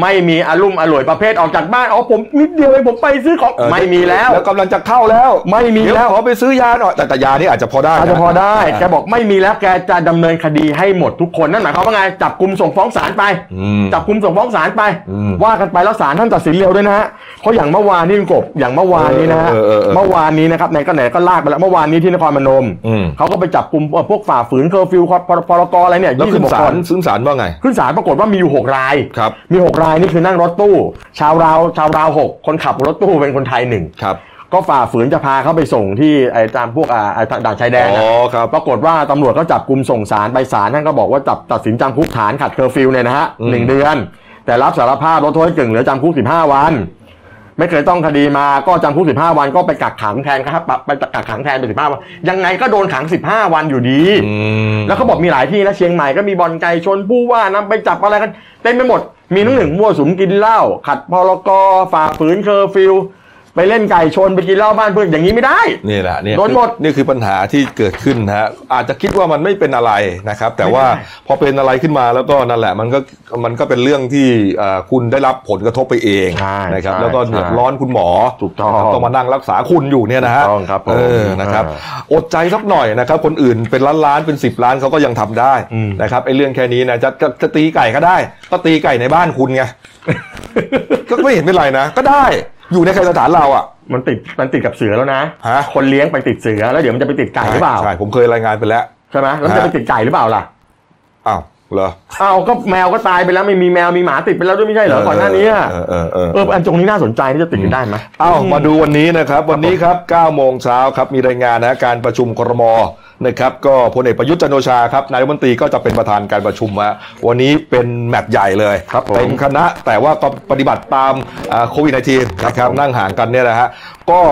[SPEAKER 2] ไม่มีอารุ่มอร่วยประเภทออกจากบ้านอ๋อผมนิดเดียวเองผมไปซื้อของ
[SPEAKER 1] เออ
[SPEAKER 2] ไม่มีแล้ว
[SPEAKER 1] แล้วกำลังจะเข้าแล้ว
[SPEAKER 2] ไม่มีแล้ว
[SPEAKER 1] เดี๋ยขอไปซื้อยาหน่อยแต่แต่ยานี่อาจจะพอได้น
[SPEAKER 2] อาจจะพอได้แก
[SPEAKER 1] า
[SPEAKER 2] บอกไม่มีแล้วแกจะดำเนินคดีให้หมดทุกคนนั่นหมายความว่าไงจับกลุ่มส่งฟ้องศาลไป
[SPEAKER 1] อืม
[SPEAKER 2] จับกลุ่มส่งฟ้องศาลไป
[SPEAKER 1] อืม
[SPEAKER 2] ว่ากันไปแล้วศาลท่านตัดสินเร็วด้วยนะฮะเพราะอย่างเมื่อวานนี่คุณกบอย่างเมื่อวานนี้นะฮะ
[SPEAKER 1] เออเออเออ
[SPEAKER 2] เมื่อวานนี้นะครับไหนก็ไหนก็ลากไปแล้วเมื่อวานนี้ที่นครพนม
[SPEAKER 1] อืม
[SPEAKER 2] เขาก็ไปจับกลุ่มพวกฝ่าฝืนเคอร์ฟิวพรกอะไรเนี่ย
[SPEAKER 1] แล้วขึ้น
[SPEAKER 2] 26
[SPEAKER 1] ศา
[SPEAKER 2] ค
[SPEAKER 1] ล
[SPEAKER 2] น
[SPEAKER 1] ซึ่งศาลว่าไง
[SPEAKER 2] ขึ้นศาลปรากฏว่ามีอยู่หกราย
[SPEAKER 1] ครับ
[SPEAKER 2] มี 6 รายนี่คือนั่งรถตู้ ชาวราวชาวราวหกคนขับรถตู้เป็นคนไทยหนึ่ง
[SPEAKER 1] ครับ
[SPEAKER 2] ก็ฝ่าฝืนจะพาเขาไปส่งที่ไอ้ตามพวกอ่าไอ้ด่านชายแดน
[SPEAKER 1] อ๋
[SPEAKER 2] นะ
[SPEAKER 1] อครับ
[SPEAKER 2] ปรากฏว่าตำรวจก็จับกลุ่มส่งสารไปสารท่านก็บอกว่าจับตัดสินจำคุกฐานขัดเคอร์ฟิวเนี่ยนะฮะ
[SPEAKER 1] อืม
[SPEAKER 2] หนึ่งเดือน แต่รับสารภาพลดโทษให้กึ่งเหลือจำคุก 15 วัน ไม่เคยต้องคดีมาก็จำคุก 15 วันก็ไปกักขังแทนครับไปกักขังแทนไป15วันยังไงก็โดนขัง 15 วันอยู่ดี
[SPEAKER 1] อืม
[SPEAKER 2] แล้วเขาบอกมีหลายที่นะเชียงใหม่ก็มีบ่อนไก่ชนผู้ว่านำไปจับอะไรกันเต็มไปหมด มีน้องหนึ่งมั่วสุมกินเหล้าขัดพรกฝ่าฝืนเคอร์ฟิว ไปเล่นไก่ชนไปกินเหล้าบ้านเพื่อนอย่างนี้ไม่ได้
[SPEAKER 1] นี่แหละเนี่ย
[SPEAKER 2] โดนหมด
[SPEAKER 1] นี่คือปัญหาที่เกิดขึ้นนะฮะอาจจะคิดว่ามันไม่เป็นอะไรนะครับ แต่ว่าพอเป็นอะไรขึ้นมาแล้วก็นั่นแหละมันก็มันก็เป็นเรื่องที่เอ่อคุณได้รับผลกระทบไปเอง
[SPEAKER 2] ใช่
[SPEAKER 1] นะครับ
[SPEAKER 2] ใช่
[SPEAKER 1] แล้วก็เดือดร้อนคุณหมอ
[SPEAKER 2] ถูกต้อง
[SPEAKER 1] นะครับต้องมานั่งรักษาคุณอยู่เนี่ยนะฮะ
[SPEAKER 2] ถูกต้องครับผม
[SPEAKER 1] เออนะครับ อดใจสักหน่อยนะครับ คนอื่นเป็นล้านล้านๆเป็นสิบล้านเขาก็ยังทำได้
[SPEAKER 2] อืม
[SPEAKER 1] นะครับไอ้เรื่องแค่นี้นะจะจะจะตีไก่ก็ได้ ก็ตีไก่ในบ้านคุณไง [laughs] ก็ไม่เห็นเป็นไรนะ ก็ได้อยู่ในใครสถานเราอ่ะ
[SPEAKER 2] มันติดมันติดกับเสือแล้วนะ
[SPEAKER 1] ฮะ
[SPEAKER 2] คนเลี้ยงไปติดเสือแล้วเดี๋ยวมันจะไปติดไก่หรือเปล่า
[SPEAKER 1] ใช่ผมเคยรายงานไปแล้ว
[SPEAKER 2] ใช่ไหมแล้วมันจะไปติดไก่หรือเปล่าล่ะ
[SPEAKER 1] อ้าวเหรอ
[SPEAKER 2] อ้าวก็แมวก็ตายไปแล้วไม่มีแมวมีหมาติดไปแล้วด้วยไม่ใช่เหรอก่อนหน้านี้อะ
[SPEAKER 1] เออเออเออ
[SPEAKER 2] เอออันตรงนี้น่าสนใจที่จะติดกันได้ไหม
[SPEAKER 1] เอ้ามาดูวันนี้นะครับ วันนี้ครับ9โมงเช้าครับมีรายงานนะการประชุมครม นะครับก็พลเอกประยุทธ์จันทร์โอชาครับนายกรัฐมนตรีก็จะเป็นประธานการประชุมฮะวันนี้เป็นแมตช์ใหญ่เลย
[SPEAKER 2] ครับผม
[SPEAKER 1] เป็นคณะแต่ว่าก็ปฏิบัติตามโควิด -19 นะครับนั่งห่างกันเนี่ยนะฮะก็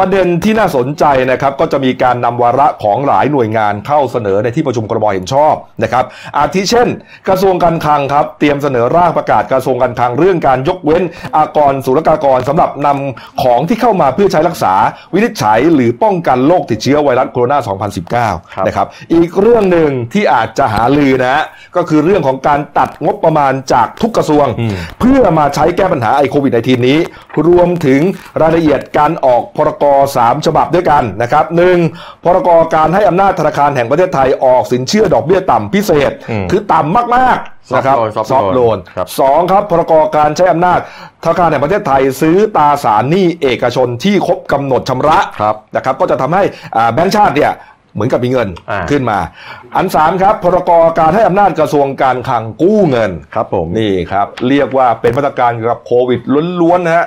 [SPEAKER 1] ประเด็นที่น่าสนใจนะครับก็จะมีการนำวาระของหลายหน่วยงานเข้าเสนอในที่ประชุมครมเห็นชอบนะครับอาทิเช่น กระทรวงการคลังครับเตรียมเสนอร่างประกาศกระทรวงการคลังเรื่องการยกเว้น อากรศุลกากรสำหรับนำของที่เข้ามาเพื่อใช้รักษาวินิจฉัยหรือป้องกันโรคติดเชื้อไวรัสโคโรนา
[SPEAKER 2] ครับ
[SPEAKER 1] 2019 นะครับ อีกเรื่องหนึ่งที่อาจจะหาลือนะฮะก็คือเรื่องของการตัดงบประมาณจากทุกกระทรวง เพื่อมาใช้แก้ปัญหาไอโควิด -19 นี้ รวมถึงรายละเอียดการออกพรกร3ฉบับด้วยกันนะครับหนึ่งพรกรการให้อำนาจธนาคารแห่งประเทศไทยออกสินเชื่อดอกเบี้ยต่ำพิเศษ
[SPEAKER 2] อืม
[SPEAKER 1] คือต่ำมากๆนะครับ
[SPEAKER 2] Soft loan soft
[SPEAKER 1] soft loan
[SPEAKER 2] loan ครับ
[SPEAKER 1] สองครับพรกการใช้อำนาจธนาคารแห่งประเทศไทยซื้อตราสารหนี้เอกชนที่ครบกำหนดชำระ
[SPEAKER 2] ครับ
[SPEAKER 1] นะครับก็จะทำให้อ่าแบงก์ชาติเนี่ยเหมือนกับมีเงิน
[SPEAKER 2] อ่า
[SPEAKER 1] ขึ้นมา อันสามครับพรกการให้อำนาจกระทรวงการคลังกู้เงิน
[SPEAKER 2] ครับผม
[SPEAKER 1] นี่ครับเรียกว่าเป็นมาตรการเกี่ยวกับโควิดล้วนๆนะฮะ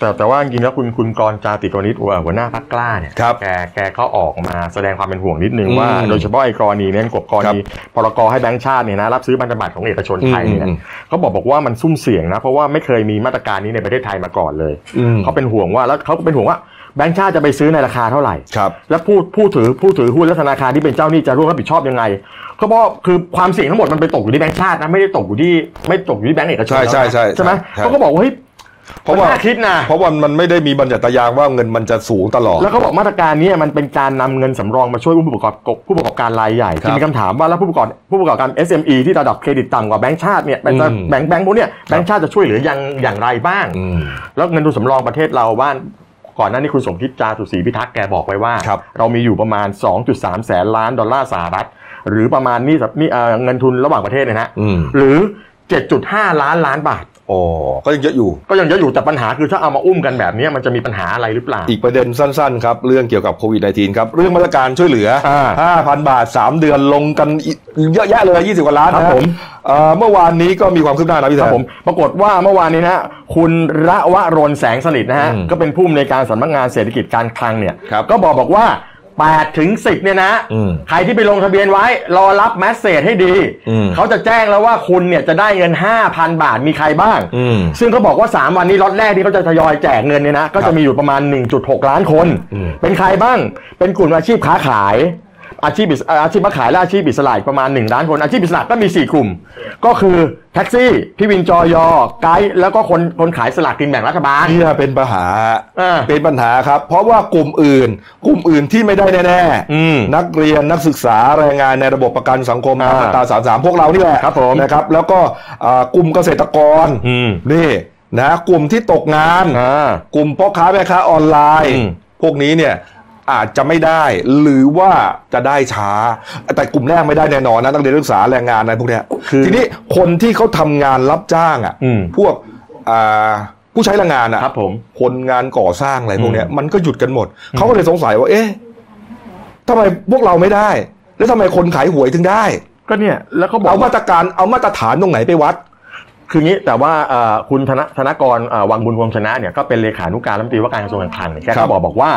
[SPEAKER 2] แต่แต่ว่าจริงๆแล้วคุณคุณกรณ์จาติกรณิตหัวหัวหน้าพักกล้าเนี่ย
[SPEAKER 1] ครับ
[SPEAKER 2] แกแกก็ออกมาแสดงความเป็นห่วงนิดนึง
[SPEAKER 1] อืม
[SPEAKER 2] ว่า โดยเฉพาะไอ้กรณีเนี่ยกบกรณีพรกให้แบงก์ชาติเนี่ยนะรับซื้อพันธบัตรของเอกชนไทยเนี่ย
[SPEAKER 1] อืม
[SPEAKER 2] เขาบอกบอกว่ามันซุ่มเสี่ยงนะเพราะว่าไม่เคยมีมาตรการนี้ในประเทศไทยมาก่อนเลย
[SPEAKER 1] อืม
[SPEAKER 2] เขาเป็นห่วงว่าแล้วเขาก็เป็นห่วงว่าแบงก์ชาติจะไปซื้อในราคาเท่าไหร่
[SPEAKER 1] ครับ
[SPEAKER 2] แล้วผู้ผู้ถือผู้ถือหุ้นและธนาคารที่เป็นเจ้าหนี้จะร่วมรับผิดชอบยังไงก็เพราะคือความเสี่ยงทั้งหมดมันไปตกอยู่ที่แบงก์ชาตินะไม่ได้ตกอยู่ที่ไม่ตกอยู่ที่แบงก์เอกชน
[SPEAKER 1] ใช่ใช่ใช่
[SPEAKER 2] ใช่ไหม
[SPEAKER 1] ใช่
[SPEAKER 2] เขาก็บอกว่าเฮ้ย
[SPEAKER 1] เพราะว่า
[SPEAKER 2] น่คิดนะ
[SPEAKER 1] เพราะว่ามันไม่ได้มีบัญญัติยางว่าเงินมันจะสูงตลอด
[SPEAKER 2] แล้วเขาบอกมาตรการนี้มันเป็นการนำเงินสำรองมาช่วยผู้ประกอบผู้ประกอบการรายใหญ่
[SPEAKER 1] ครับ
[SPEAKER 2] ที่มีคำถามว่าแล้วผู้ประกอบผู้ประกอบการ SME ที่ระดับเครดิตต่ำกว่าแบงก์ชาติเนี่ยแบงก์
[SPEAKER 1] อืม
[SPEAKER 2] แบงก์แบงก์พวกเนี่ยแบงก์ชาติจะช่วยเหลืออย่างอย่างไรบ้าง
[SPEAKER 1] อืม
[SPEAKER 2] แล้วเงินทุนสำรองประเทศเราบ้านก่อนหน้านี้คุณสมคิดจาสุศรีพิทักษ์แกบอกไว้ว่า
[SPEAKER 1] ครับ
[SPEAKER 2] เรามีอยู่ประมาณ 2.3 แสนล้านดอลลาร์สหรัฐ หรือประมาณนี่สับนี่เอ่อเงินทุนระหว่างประเทศเนยนะ
[SPEAKER 1] อืม
[SPEAKER 2] หรือ 7.5 ล้านล้านบาท
[SPEAKER 1] โอ้ก็ยังเยอะอยู่
[SPEAKER 2] ก็ยังเยอะอยู่แต่ปัญหาคือถ้าเอามาอุ้มกันแบบนี้มันจะมีปัญหาอะไรหรือเปล่า
[SPEAKER 1] อีกประเด็นสั้นๆครับ เรื่องเกี่ยวกับโควิด -19 ครับ เรื่องมาตรการช่วยเหลือ
[SPEAKER 2] อ่
[SPEAKER 1] 5,000 บาท 3 เดือนลงกันอีกเยอะแยะเลย 20 กว่าล้านนะครับ
[SPEAKER 2] ผม
[SPEAKER 1] เอ่อเมื่อวานนี้ก็มีความคืบหน้านะพี่
[SPEAKER 2] ค
[SPEAKER 1] แท
[SPEAKER 2] รับ
[SPEAKER 1] น
[SPEAKER 2] ผมปรากฏว่าเมื่อวานนี้นะฮะคุณระวรนแสงสนิทนะฮะ
[SPEAKER 1] อืม
[SPEAKER 2] ก็เป็นผู้อำนวยการสำนักงานเศรษฐกิจการคลังเนี่ย
[SPEAKER 1] ครับ
[SPEAKER 2] ก็บอกบอกว่า8ถึง10เนี่ยนะ
[SPEAKER 1] อืม
[SPEAKER 2] ใครที่ไปลงทะเบียนไว้รอรับแมสเซจให้ดี
[SPEAKER 1] อืม
[SPEAKER 2] เขาจะแจ้งแล้วว่าคุณเนี่ยจะได้เงิน 5,000 บาทมีใครบ้าง
[SPEAKER 1] อืม
[SPEAKER 2] ซึ่งเขาบอกว่า 3 วันนี้ล็อตแรกที่เขาจะทยอยแจกเงินเนี่ยนะก็จะมีอยู่ประมาณ 1.6 ล้านคน
[SPEAKER 1] อืม
[SPEAKER 2] เป็นใครบ้าง เป็นกลุ่มอาชีพค้าขาย อาชีพอิสอาชีพค้าขายและอาชีพอิสระอีกประมาณ 1 ล้านคน อาชีพอิสระก็มี 4 กลุ่ม ก็คือแท็กซี่ พี่วินจอยอไกด์แล้วก็คนคนขายสลากกินแบ่งรัฐบาล
[SPEAKER 1] เนี่ยเป็นปัญหา
[SPEAKER 2] อ่า
[SPEAKER 1] เป็นปัญหาครับ เพราะว่ากลุ่มอื่น กลุ่มอื่นที่ไม่ได้แน่
[SPEAKER 2] อืม
[SPEAKER 1] นักเรียนนักศึกษาแรงงานในระบบประกันสังคมตาม
[SPEAKER 2] อ่า
[SPEAKER 1] มาตราสามสามพวกเรานี่แหละ
[SPEAKER 2] ครับผม
[SPEAKER 1] นะครับ แล้วก็อ่ากลุ่มเกษตรกร
[SPEAKER 2] อืม
[SPEAKER 1] นี่นะกลุ่มที่ตกงาน
[SPEAKER 2] อ่า
[SPEAKER 1] กลุ่มพ่อค้าแม่ค้าออนไลน์
[SPEAKER 2] อืม
[SPEAKER 1] พวกนี้เนี่ยอาจจะไม่ได้ หรือว่าจะได้ช้า แต่กลุ่มแรกไม่ได้แน่นอนนะนักเรียนนักศึกษาแรงงานอะไรพวกเนี้ย
[SPEAKER 2] คือ
[SPEAKER 1] ทีนี้คนที่เขาทำงานรับจ้างอ่ะ
[SPEAKER 2] อืม
[SPEAKER 1] พวกอ่าผู้ใช้แรงงานอ่ะ
[SPEAKER 2] ครับผม
[SPEAKER 1] คนงานก่อสร้างอะไรพวกเนี้ย
[SPEAKER 2] อืม
[SPEAKER 1] มันก็หยุดกันหมด เขาก็เลยสงสัยว่า เอ๊ะทำไมพวกเราไม่ได้ แล้วทำไมคนขายหวยถึงได้
[SPEAKER 2] ก็เนี่ยแล้วเขาบอก
[SPEAKER 1] เอา
[SPEAKER 2] ว่า
[SPEAKER 1] มาตรการเอามาตรฐานตรงไหนไปวัด
[SPEAKER 2] คืองี้แต่ว่าเอ่อคุณธนธนกรเอ่อวังบุญวงชนะเนี่ยก็เป็นเลขานุการรัฐมนตรีว่าการกระทรวงการคลังเนี่ยแก
[SPEAKER 1] ครั
[SPEAKER 2] ก็
[SPEAKER 1] บ
[SPEAKER 2] บอกบอกว่า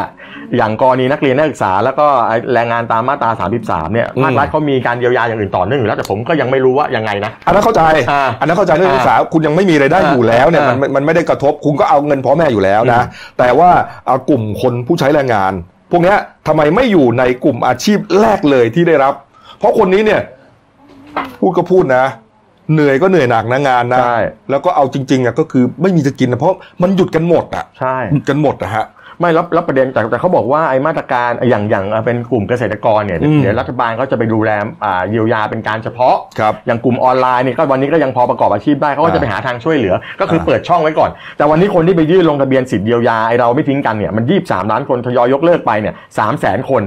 [SPEAKER 2] อย่างกรณีนักเรียนนักศึกษา แล้วก็แรงงานตามมาตรา 33 เนี่ย
[SPEAKER 1] อืม
[SPEAKER 2] ภาครัฐเขามีการเยียวยาอย่างอื่นต่อเนื่องอยู่แล้วแต่ผมก็ยังไม่รู้ว่ายังไงนะ
[SPEAKER 1] อันนั้นเข้าใจ
[SPEAKER 2] อ่าน
[SPEAKER 1] นั้นเข้าใจเรื่อง
[SPEAKER 2] อ่า
[SPEAKER 1] นักศึกษาคุณยังไม่มีรายได้
[SPEAKER 2] อ่า
[SPEAKER 1] อยู่แล้วเนี่ยมัน
[SPEAKER 2] อ่ามั
[SPEAKER 1] มันมันไม่ได้กระทบ คุณก็เอาเงินพ่อแม่อยู่แล้วนะ แต่ว่าเอากลุ่มคนผู้ใช้แรงงาน พวกเนี้ยทำไมไม่อยู่ในกลุ่มอาชีพแรกเลยที่ได้รับ เพราะคนนี้เนี่ย พูดก็พูดนะ เหนื่อยก็เหนื่อยหนักนะงานนะ
[SPEAKER 2] ใช่
[SPEAKER 1] แล้วก็เอาจริงๆอ่ะก็คือไม่มีจะกินนะเพราะมันหยุดกันหมดอ่ะ
[SPEAKER 2] ใช่
[SPEAKER 1] หยุดกันหมดนะฮะ
[SPEAKER 2] ไม่รับรับประเด็นแต่แต่เขาบอกว่าไอ้มาตรการอย่างอย่างเอ่อเป็นกลุ่มเกษตรกรเนี่ย
[SPEAKER 1] อืม
[SPEAKER 2] เดี๋ยวรัฐบาลเขาจะไปดูแลอ่าเยียวยาเป็นการเฉพาะ
[SPEAKER 1] ครับ
[SPEAKER 2] อย่างกลุ่มออนไลน์เนี่ยก็วันนี้ก็ยังพอประกอบอาชีพได้เขาก็
[SPEAKER 1] อ่า
[SPEAKER 2] จะไปหาทางช่วยเหลือ ก็คืออา เปิดช่องไว้ก่อน แต่วันนี้คนที่ไปยื่นลงทะเบียนสิทธิ์เยียวยาไอเราไม่ทิ้งกันเนี่ยมันยีบสามล้านคนทยอยยกเลิกไปเนี่ยสามแสนคน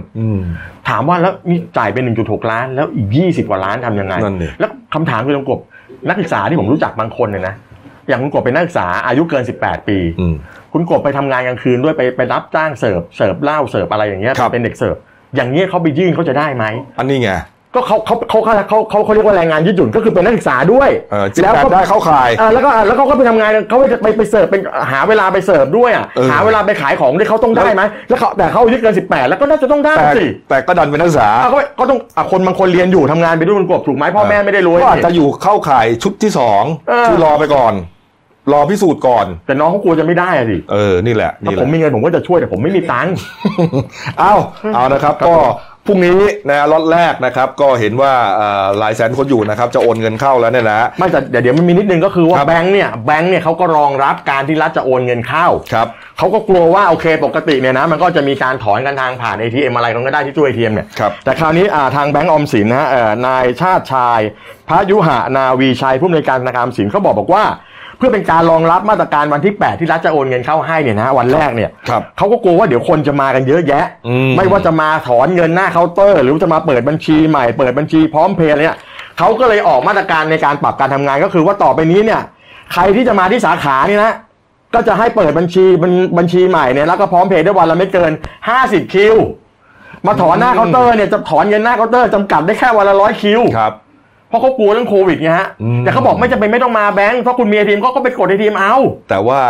[SPEAKER 2] ถามว่าแล้วนี่จ่ายเป็น 1.6 ล้านแล้วอีก 20 กว่าล้านทำยังไง
[SPEAKER 1] นั่นดิ
[SPEAKER 2] แล้วคำถามคือลุงกบนักศึกษาที่ผมรู้จักบางคนเนี่ยนะอย่างคุณกบเป็นนักศึกษาอายุเกิน 18 ปี
[SPEAKER 1] อืม
[SPEAKER 2] คุณกบไปทำงานกลางคืนด้วยไปไปรับจ้างเสิร์ฟเสิร์ฟเหล้าเสิร์ฟอะไรอย่างเงี้ย
[SPEAKER 1] ครับ
[SPEAKER 2] เป็นเด็กเสิร์ฟอย่างเงี้ยเขาไปยื่นเขาจะได้ไหม
[SPEAKER 1] อันนี้ไง
[SPEAKER 2] ก็เขาเขาเขาเขาเขาเขาเขาเรียกว่าแรงงานยืดหยุ่นก็คือเป็นนักศึกษาด้วย
[SPEAKER 1] เอ่อจิต
[SPEAKER 2] แล้ว
[SPEAKER 1] แพท
[SPEAKER 2] ก็
[SPEAKER 1] ย์ได้เข้าข่าย
[SPEAKER 2] เออแล้วก็แล้วเขาก็ไปทำงานเขาไปไปไปเสิร์ฟเป็นหาเวลาไปเสิร์ฟด้วยอ่ะ
[SPEAKER 1] เออ
[SPEAKER 2] หาเวลาไปขายของด้วยเขาต้องได้ไหมแล้วเขาแต่เขาอายึดเกินสิบแปดแล้วก็น่าจะต้องได้
[SPEAKER 1] แต่
[SPEAKER 2] สิ
[SPEAKER 1] แต่ก็ดันเป็นนักศึกษา
[SPEAKER 2] อ่ะก็ไม่ก็ต้องอ่ะคนบางคนเรียนอยู่ทำงานไปด้วยคุณกบถูกไหมพ่อแม่ไม่ได้รวย
[SPEAKER 1] ก็อาจจะอยู่เข้าข่ายชุดที่สอง
[SPEAKER 2] เออ
[SPEAKER 1] คือรอไปก่อน รอพิสูจน์ก่อน
[SPEAKER 2] แต่น้องเขากลัวจะไม่ได้อะสิ
[SPEAKER 1] เออ นี่แหละนี่
[SPEAKER 2] ถ้า
[SPEAKER 1] แห
[SPEAKER 2] ผ
[SPEAKER 1] ละ
[SPEAKER 2] มมีเงินผมก็จะช่วยแต่ผมไม่มีตังค์
[SPEAKER 1] เอาเอานะครับ ก็พรุ่งนี้นะล็อตแรกนะครับ ก็เห็นว่าเอ่อหลายแสนคนอยู่นะครับ จะโอนเงินเข้าแล้วเนี่ยนะ
[SPEAKER 2] ไม่แต่เดี๋ยวมันมีนิดนึงก็คือว่า
[SPEAKER 1] ครับ
[SPEAKER 2] แบงค์เนี่ยแบงค์เนี่ยเขาก็รองรับการที่รัฐจะโอนเงินเข้า
[SPEAKER 1] ครับ
[SPEAKER 2] เขาก็กลัวว่าโอเคปกติเนี่ยนะมันก็จะมีการถอนกันทางผ่าน ATM อะไรกันก็ได้ที่ตู้ ATM เนี่ย
[SPEAKER 1] ครับ
[SPEAKER 2] แต่คราวนี้อ่าทางแบงค์ออมสินนะฮะเอ่อนายชาติชายพระยุหะนาวีชัยผู้อำนวยการธนาคารออมสินเขาบอกบอกว่า เพื่อเป็นการรองรับมาตรการวันที่ 8 ที่รัฐจะโอนเงินเข้าให้เนี่ยนะฮะวันแรกเนี่ย
[SPEAKER 1] ครับ
[SPEAKER 2] เขาก็กลัวว่าเดี๋ยวคนจะมากันเยอะแยะ
[SPEAKER 1] อืม
[SPEAKER 2] ไม่ว่าจะมาถอนเงินหน้าเคาน์เตอร์ หรือว่าจะมาเปิดบัญชีใหม่เปิดบัญชีพร้อมเพย์อะไรเนี่ยเขาก็เลยออกมาตรการในการปรับการทำงานก็คือว่าต่อไปนี้เนี่ย ใครที่จะมาที่สาขานี่นะ ก็จะให้เปิดบัญชีบัญบัญชีใหม่เนี่ยแล้วก็พร้อมเพย์ได้วันละไม่เกิน 50 คิว มาถอนหน้าเคาน์เตอร์เนี่ยจะถอนเงินหน้าเคาน์เตอร์จำกัดได้แค่วันละร้อยคิว
[SPEAKER 1] ครับ
[SPEAKER 2] เพราะเขากลัวเรื่องโควิดไงฮะ
[SPEAKER 1] อืม
[SPEAKER 2] แต่เขาบอกไม่จำเป็นไม่ต้องมาแบงค์เพราะคุณมีไอทีมก็ไปกดไอทีมเอา
[SPEAKER 1] แต่ว่า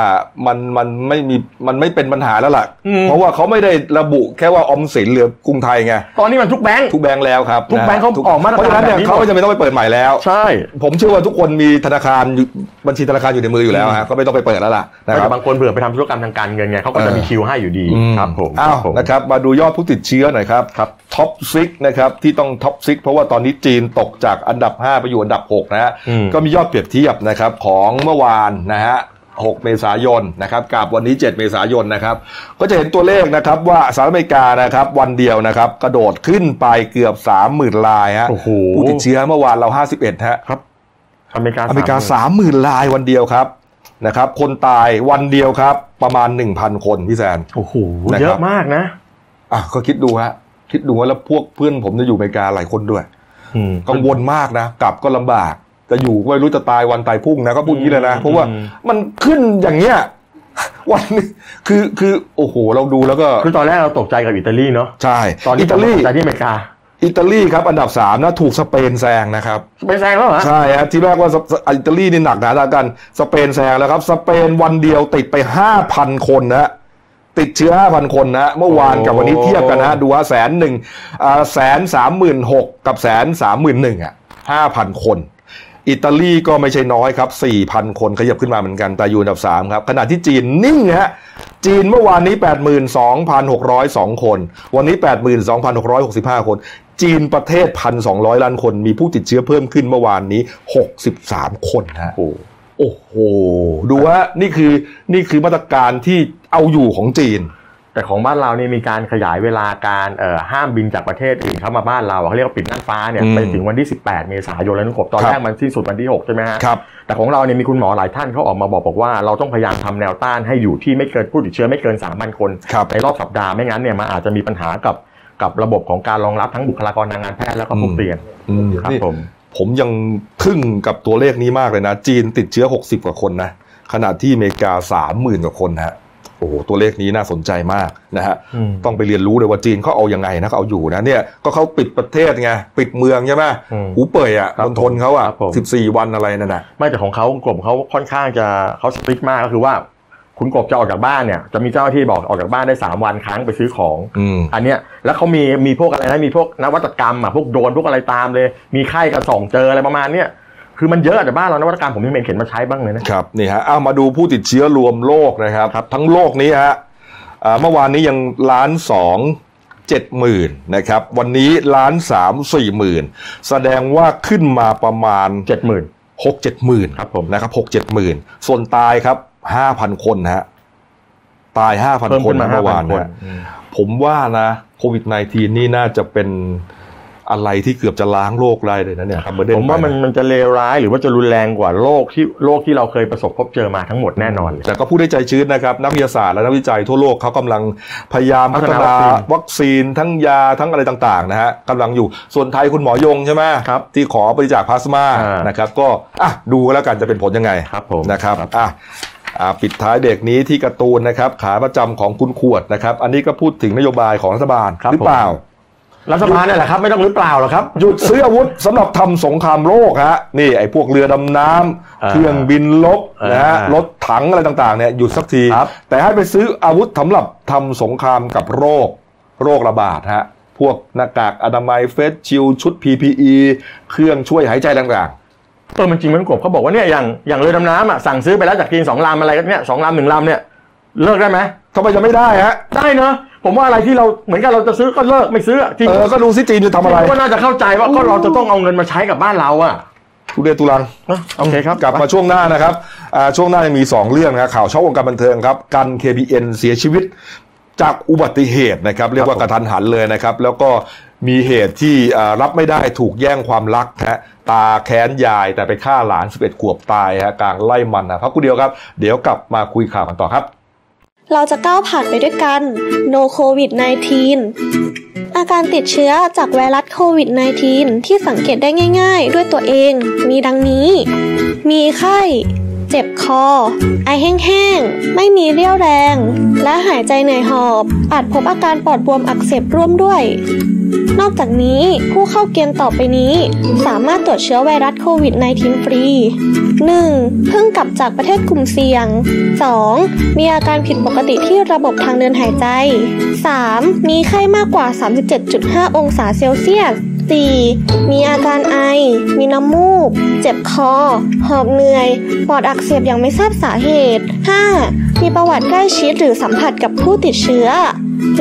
[SPEAKER 1] มันมันไม่มีมันไม่เป็นปัญหาแล้วล่ะ
[SPEAKER 2] อืม
[SPEAKER 1] เพราะว่าเขาไม่ได้ระบุแค่ว่าออมสินหรือกรุงไทยไง
[SPEAKER 2] ตอนนี้มันทุกแบงค์
[SPEAKER 1] ทุกแบงค์แล้วครับ
[SPEAKER 2] ทุกแบงค์
[SPEAKER 1] นะ
[SPEAKER 2] เขาออกมาต
[SPEAKER 1] เพราะ
[SPEAKER 2] รการ
[SPEAKER 1] ฉะนั้นเนี่ย
[SPEAKER 2] แบบนี้หมด
[SPEAKER 1] เขาก็จะไม่ต้องไปเปิดใหม่แล้ว
[SPEAKER 2] ใช่
[SPEAKER 1] ผมเชื่อว่าทุกคนมีธนาคารอยู่บัญชีธนาคารอยู่ในมืออยู่แล้วฮะก็ไม่ต้องไปเปิดแล้วล่ะนะครั
[SPEAKER 2] แต่
[SPEAKER 1] บ
[SPEAKER 2] บางคนเบื่อไปทำธุรกรรมทางการเงินไงเขาก็จะมีคิวให้อยู่ดีครับผม
[SPEAKER 1] อ้าว
[SPEAKER 2] ครับผม
[SPEAKER 1] นะครับมาดูยอดผู้ติดเชื้อหน่อยครับ
[SPEAKER 2] ครับ
[SPEAKER 1] ท็อปซิกนะครับที่ต้องท็อปซิกเพราะว่าตอนนี้จีนตกจากอันดับ 5 ไปอยู่อันดับ 6 นะฮะ
[SPEAKER 2] อืม
[SPEAKER 1] ก็มียอดเปรียบเทียบนะครับของเมื่อวานนะฮะ 6 เมษายนนะครับกับวันนี้ 7 เมษายนนะครับก็จะเห็นตัวเลขนะครับว่าสหรัฐอเมริกานะครับวันเดียวนะครับกระโดดขึ้นไปเกือบ 30,000 ลายฮะ
[SPEAKER 2] โอ้โห
[SPEAKER 1] ผู้ติดเชื้อเมื่อวานเรา 51ฮะ
[SPEAKER 2] อเมริกา
[SPEAKER 1] อเมริกา
[SPEAKER 2] สาม
[SPEAKER 1] สามหมื่นลายวันเดียวครับนะครับคนตายวันเดียวครับประมาณ 1,000 คนพี่แซน
[SPEAKER 2] โอ้โห
[SPEAKER 1] นะครับ
[SPEAKER 2] เยอะมากนะ
[SPEAKER 1] อ่ะก็คิดดูฮะคิดดูว่าแล้วพวกเพื่อนผมจะอยู่อเมริกาหลายคนด้วย กังวลมากนะกลับก็ลำบาก จะอยู่ก็ไม่รู้จะตายวันตายพรุ่งนะก็พูดอย่างนี้เลยนะ เพราะว่ามันขึ้นอย่างเงี้ย วันหนี้คือคือโอ้โห เราดูแล้วก็
[SPEAKER 2] คือตอนแรกเราตกใจกับอิตาลีเนาะ
[SPEAKER 1] ใช่
[SPEAKER 2] ตอนนี้
[SPEAKER 1] อิตาลี
[SPEAKER 2] ตกใจที่อเมริกา
[SPEAKER 1] อิตาลีครับ อันดับสามนะถูกสเปนแซงนะครับ
[SPEAKER 2] ไปแซงแล้วเหรอ
[SPEAKER 1] ใช่ฮะที่แรกว่าสเปอิตาลีนี่หนักหนาสาหัสกันสเปนแซงแล้วครับ สเปนวันเดียวติดไป 5,000 คนนะฮะติดเชื้อ 5,000 คนนะฮะเมื่อวานกับวันนี้เทียบกันนะฮะดูฮะแสนหนึ่งแสนสามหมื่นหกกับแสนสามหมื่นหนึ่งอ่ะห้าพันคน อิตาลีก็ไม่ใช่น้อยครับ 4,000 คนขยับขึ้นมาเหมือนกัน แต่อยู่อันดับ 3 ครับ ขณะที่จีนนิ่งฮะ จีนเมื่อวานนี้ 82,602 คน วันนี้ 82,665 คน จีนประเทศ 1,200 ล้านคน มีผู้ติดเชื้อเพิ่มขึ้นเมื่อวานนี้ 63 คนฮะ
[SPEAKER 2] โอ้โห
[SPEAKER 1] โอ้โห ดูว่านี่คือนี่คือมาตรการที่เอาอยู่ของจีน
[SPEAKER 2] แต่ของบ้านเราเนี่ยมีการขยายเวลาการเอ่อห้ามบินจากประเทศอื่นเข้ามาบ้านเราอะเขาเรียกว่าปิดน่านฟ้าเนี่ย
[SPEAKER 1] อืม
[SPEAKER 2] ไปถึงวันที่ 18 เมษายนแล้วนะครับตอน
[SPEAKER 1] ครับ
[SPEAKER 2] แรกมันสิ้นสุดวันที่ 6 ใช่ไหมฮะ
[SPEAKER 1] ครับ
[SPEAKER 2] แต่ของเราเนี่ยมีคุณหมอหลายท่านเขาออกมาบอกบอกว่าเราต้องพยายามทำแนวต้านให้อยู่ที่ไม่เกินผู้ติดเชื้อไม่เกิน 3,000 คน
[SPEAKER 1] ครับ
[SPEAKER 2] ในรอบสัปดาห์ไม่งั้นเนี่ยมันอาจจะมีปัญหากับกับระบบของการรองรับทั้งบุคลากรทางการแพทย์แล้วก็ผู้
[SPEAKER 1] อืม
[SPEAKER 2] เรียน
[SPEAKER 1] อืม
[SPEAKER 2] ครับ
[SPEAKER 1] นี่
[SPEAKER 2] ผม
[SPEAKER 1] ผมยังทึ่งกับตัวเลขนี้มากเลยนะ จีนติดเชื้อ 60 กว่าคนนะขณะที่อเมริกา 30,000 กว่าคนนะฮะโอ้โหตัวเลขนี้น่าสนใจมากนะฮะ
[SPEAKER 2] ต้
[SPEAKER 1] ต้
[SPEAKER 2] อ
[SPEAKER 1] อง งไปเรียนรู้เลยว่าจีนเขาเอายังไงนะเขาเอาอยู่นะเนี่ยก็เขาปิดประเทศไงปิดเมืองใช่ไหม
[SPEAKER 2] อืม
[SPEAKER 1] หูเป่ยอ่ะ
[SPEAKER 2] ครับ
[SPEAKER 1] มณฑลเขาอ่ะ
[SPEAKER 2] ครับผม
[SPEAKER 1] 14 วันอะไรนั่นนะ
[SPEAKER 2] ไม่แต่ของเขากลุ่มเขาค่อนข้างจะเขาสตริกมากก็คือว่า คุณกบจะออกจากบ้านเนี่ยจะมีเจ้าหน้าที่บอกออกจากบ้านได้สามวันครั้งไปซื้อของ
[SPEAKER 1] อืม
[SPEAKER 2] อันเนี้ยแล้วเขามีมีพวกอะไรนะมีพวกนวัตกรรมอ่ะพวกโดรนพวกอะไรตามเลย มีไข้กระส่องเจออะไรประมาณเนี้ยคือมันเยอะแต่บ้านเรานวัตกรรมผมยังไม่เห็นมาใช้บ้างเลยนะ
[SPEAKER 1] ครับนี่ฮะเอามาดูผู้ติดเชื้อรวมโลกนะครับ ทั้งโลกนี้ฮะอ่าเมื่อวานนี้ยังล้านสองเจ็ดหมื่นนะครับ วันนี้ล้านสามสี่หมื่นแสดงว่าขึ้นมาประมาณ
[SPEAKER 2] เจ็ดหมื่น
[SPEAKER 1] หกเจ็ดหมื่น
[SPEAKER 2] ครับผม
[SPEAKER 1] นะครับหกเจ็ดหมื่นส่วนตายครับห้าพันคนนะฮะตายห้าพัน
[SPEAKER 2] เพิ่ม
[SPEAKER 1] คน
[SPEAKER 2] ขึ้นมา
[SPEAKER 1] เมื่อวาน
[SPEAKER 2] 5,000คน
[SPEAKER 1] นะฮะผมว่านะโควิด -19 นี่น่าจะเป็นอะไรที่เกือบจะล้างโลกได้เลยนะเนี่ยครับประเด็น
[SPEAKER 2] ผมว่ามัน
[SPEAKER 1] ไปะ
[SPEAKER 2] มันจะเลวร้ายหรือว่าจะรุนแรงกว่าโรคที่โรคที่เราเคยประสบพบเจอมาทั้งหมดแน่นอนเลย
[SPEAKER 1] แต่ก็พูดได้ใจชื้นนะครับ นักวิทยาศาสตร์และนักวิจัยทั่วโลกเขากำลังพยายามพัฒ
[SPEAKER 2] พั
[SPEAKER 1] นา
[SPEAKER 2] ฒนาวัคซีน
[SPEAKER 1] วัคซีนทั้งยาทั้งอะไรต่างๆนะฮะกำลังอยู่ส่วนไทยคุณหมอยงใช่ไหม
[SPEAKER 2] ครับ
[SPEAKER 1] ที่ขอบริจาคพลาสมา
[SPEAKER 2] อ่าน
[SPEAKER 1] นะครับ ก็อ่ะดูกันแล้วกันจะเป็นผลยังไง
[SPEAKER 2] ครับผม
[SPEAKER 1] นะครับอ่ะอ่ะปิดท้ายเบรกนี้ที่การ์ตูนนะครับ ขาประจำของคุณขวดนะครับ อันนี้ก็พูดถึงนโยบายของรัฐบาล
[SPEAKER 2] ครับ
[SPEAKER 1] หรือเปล่า
[SPEAKER 2] ผ รัฐสภาเนี่ยแหละครับไม่ต้องหรือเปล่าหรอกครับ
[SPEAKER 1] หยุดซื้ออาวุธสำหรับทำสงครามโลกฮะนี่ไอ้พวกเรือดำน้ำ
[SPEAKER 2] อ่า
[SPEAKER 1] เครื่องบินลบนะฮะ
[SPEAKER 2] อ่าร
[SPEAKER 1] ถถังอะไรต่างๆเนี่ยหยุดสักที
[SPEAKER 2] ครับ
[SPEAKER 1] แต่ให้ไปซื้ออาวุธสำหรับทำสงครามกับโรค โรคระบาดฮะพวกหน้ากากอนามัยเฟสชิลชุด PPE เครื่องช่วยหายใจต่าง
[SPEAKER 2] เออมันจริงไหมพี่กบเขาบอกว่าเนี่ยอย่างอย่างเรือดำน้ำอ่ะสั่งซื้อไปแล้วจากจีนสองลำอะไรกันเนี่ยสองลำหนึ่งลำเนี่ยเลิกได้ไหม
[SPEAKER 1] ๆทำไมจะไม่ได้ฮะ
[SPEAKER 2] ได้เนอะผมว่าอะไรที่เราเหมือนกันเราจะซื้อก็เลิกไม่ซื้ออะจริง
[SPEAKER 1] เออก็ดูซิจีนจะทำอะไร
[SPEAKER 2] ก็น่าจะเข้าใจว่าก็เราจะต้องเอาเงินมาใช้กับบ้านเราอ่ะ
[SPEAKER 1] ทุเรศตุลัง
[SPEAKER 2] นะโอเคครับ
[SPEAKER 1] กลับมาช่วงหน้านะครับอ่าช่วงหน้ายังมี 2 เรื่องนะครับข่าวช่องวงการบันเทิงครับกัน KBN เสียชีวิตจากอุบัติเหตุนะครับ เรียกว่ากระทันหันเลยนะครับ แล้วก็มีเหตุที่อ่ารับไม่ได้ถูกแย่งความรักนะฮะตาแค้นยายแต่ไปฆ่าหลาน 11 ขวบตายฮะกลางไล่มันนะพักกูเดียวครับ เดี๋ยวกลับมาคุยข่าวกันต่อครับ
[SPEAKER 4] เราจะก้าวผ่านไปด้วยกัน No COVID 19 อาการติดเชื้อจากไวรัสโควิด -19 ที่สังเกตได้ง่าย ๆ ด้วยตัวเอง มีดังนี้ มีไข้ เจ็บคอ ไอแห้งๆ ไม่มีเรี่ยวแรง และหายใจเหนื่อยหอบ อาจพบอาการปอดบวมอักเสบร่วมด้วย นอกจากนี้ผู้เข้าเกณฑ์ต่อไปนี้ สามารถตรวจเชื้อไวรัสโควิด -19 ฟรี 1. เพิ่งกลับจากประเทศกลุ่มเสี่ยง 2. มีอาการผิดปกติที่ระบบทางเดินหายใจ 3. มีไข้มากกว่า 37.5 องศาเซลเซียส 4. มีอาการไอ มีน้ำมูก เจ็บคอ หอบเหนื่อย ปอดอักเสบอย่างไม่ทราบสาเหตุ 5. มีประวัติใกล้ชิดหรือสัมผัสกับผู้ติดเชื้อ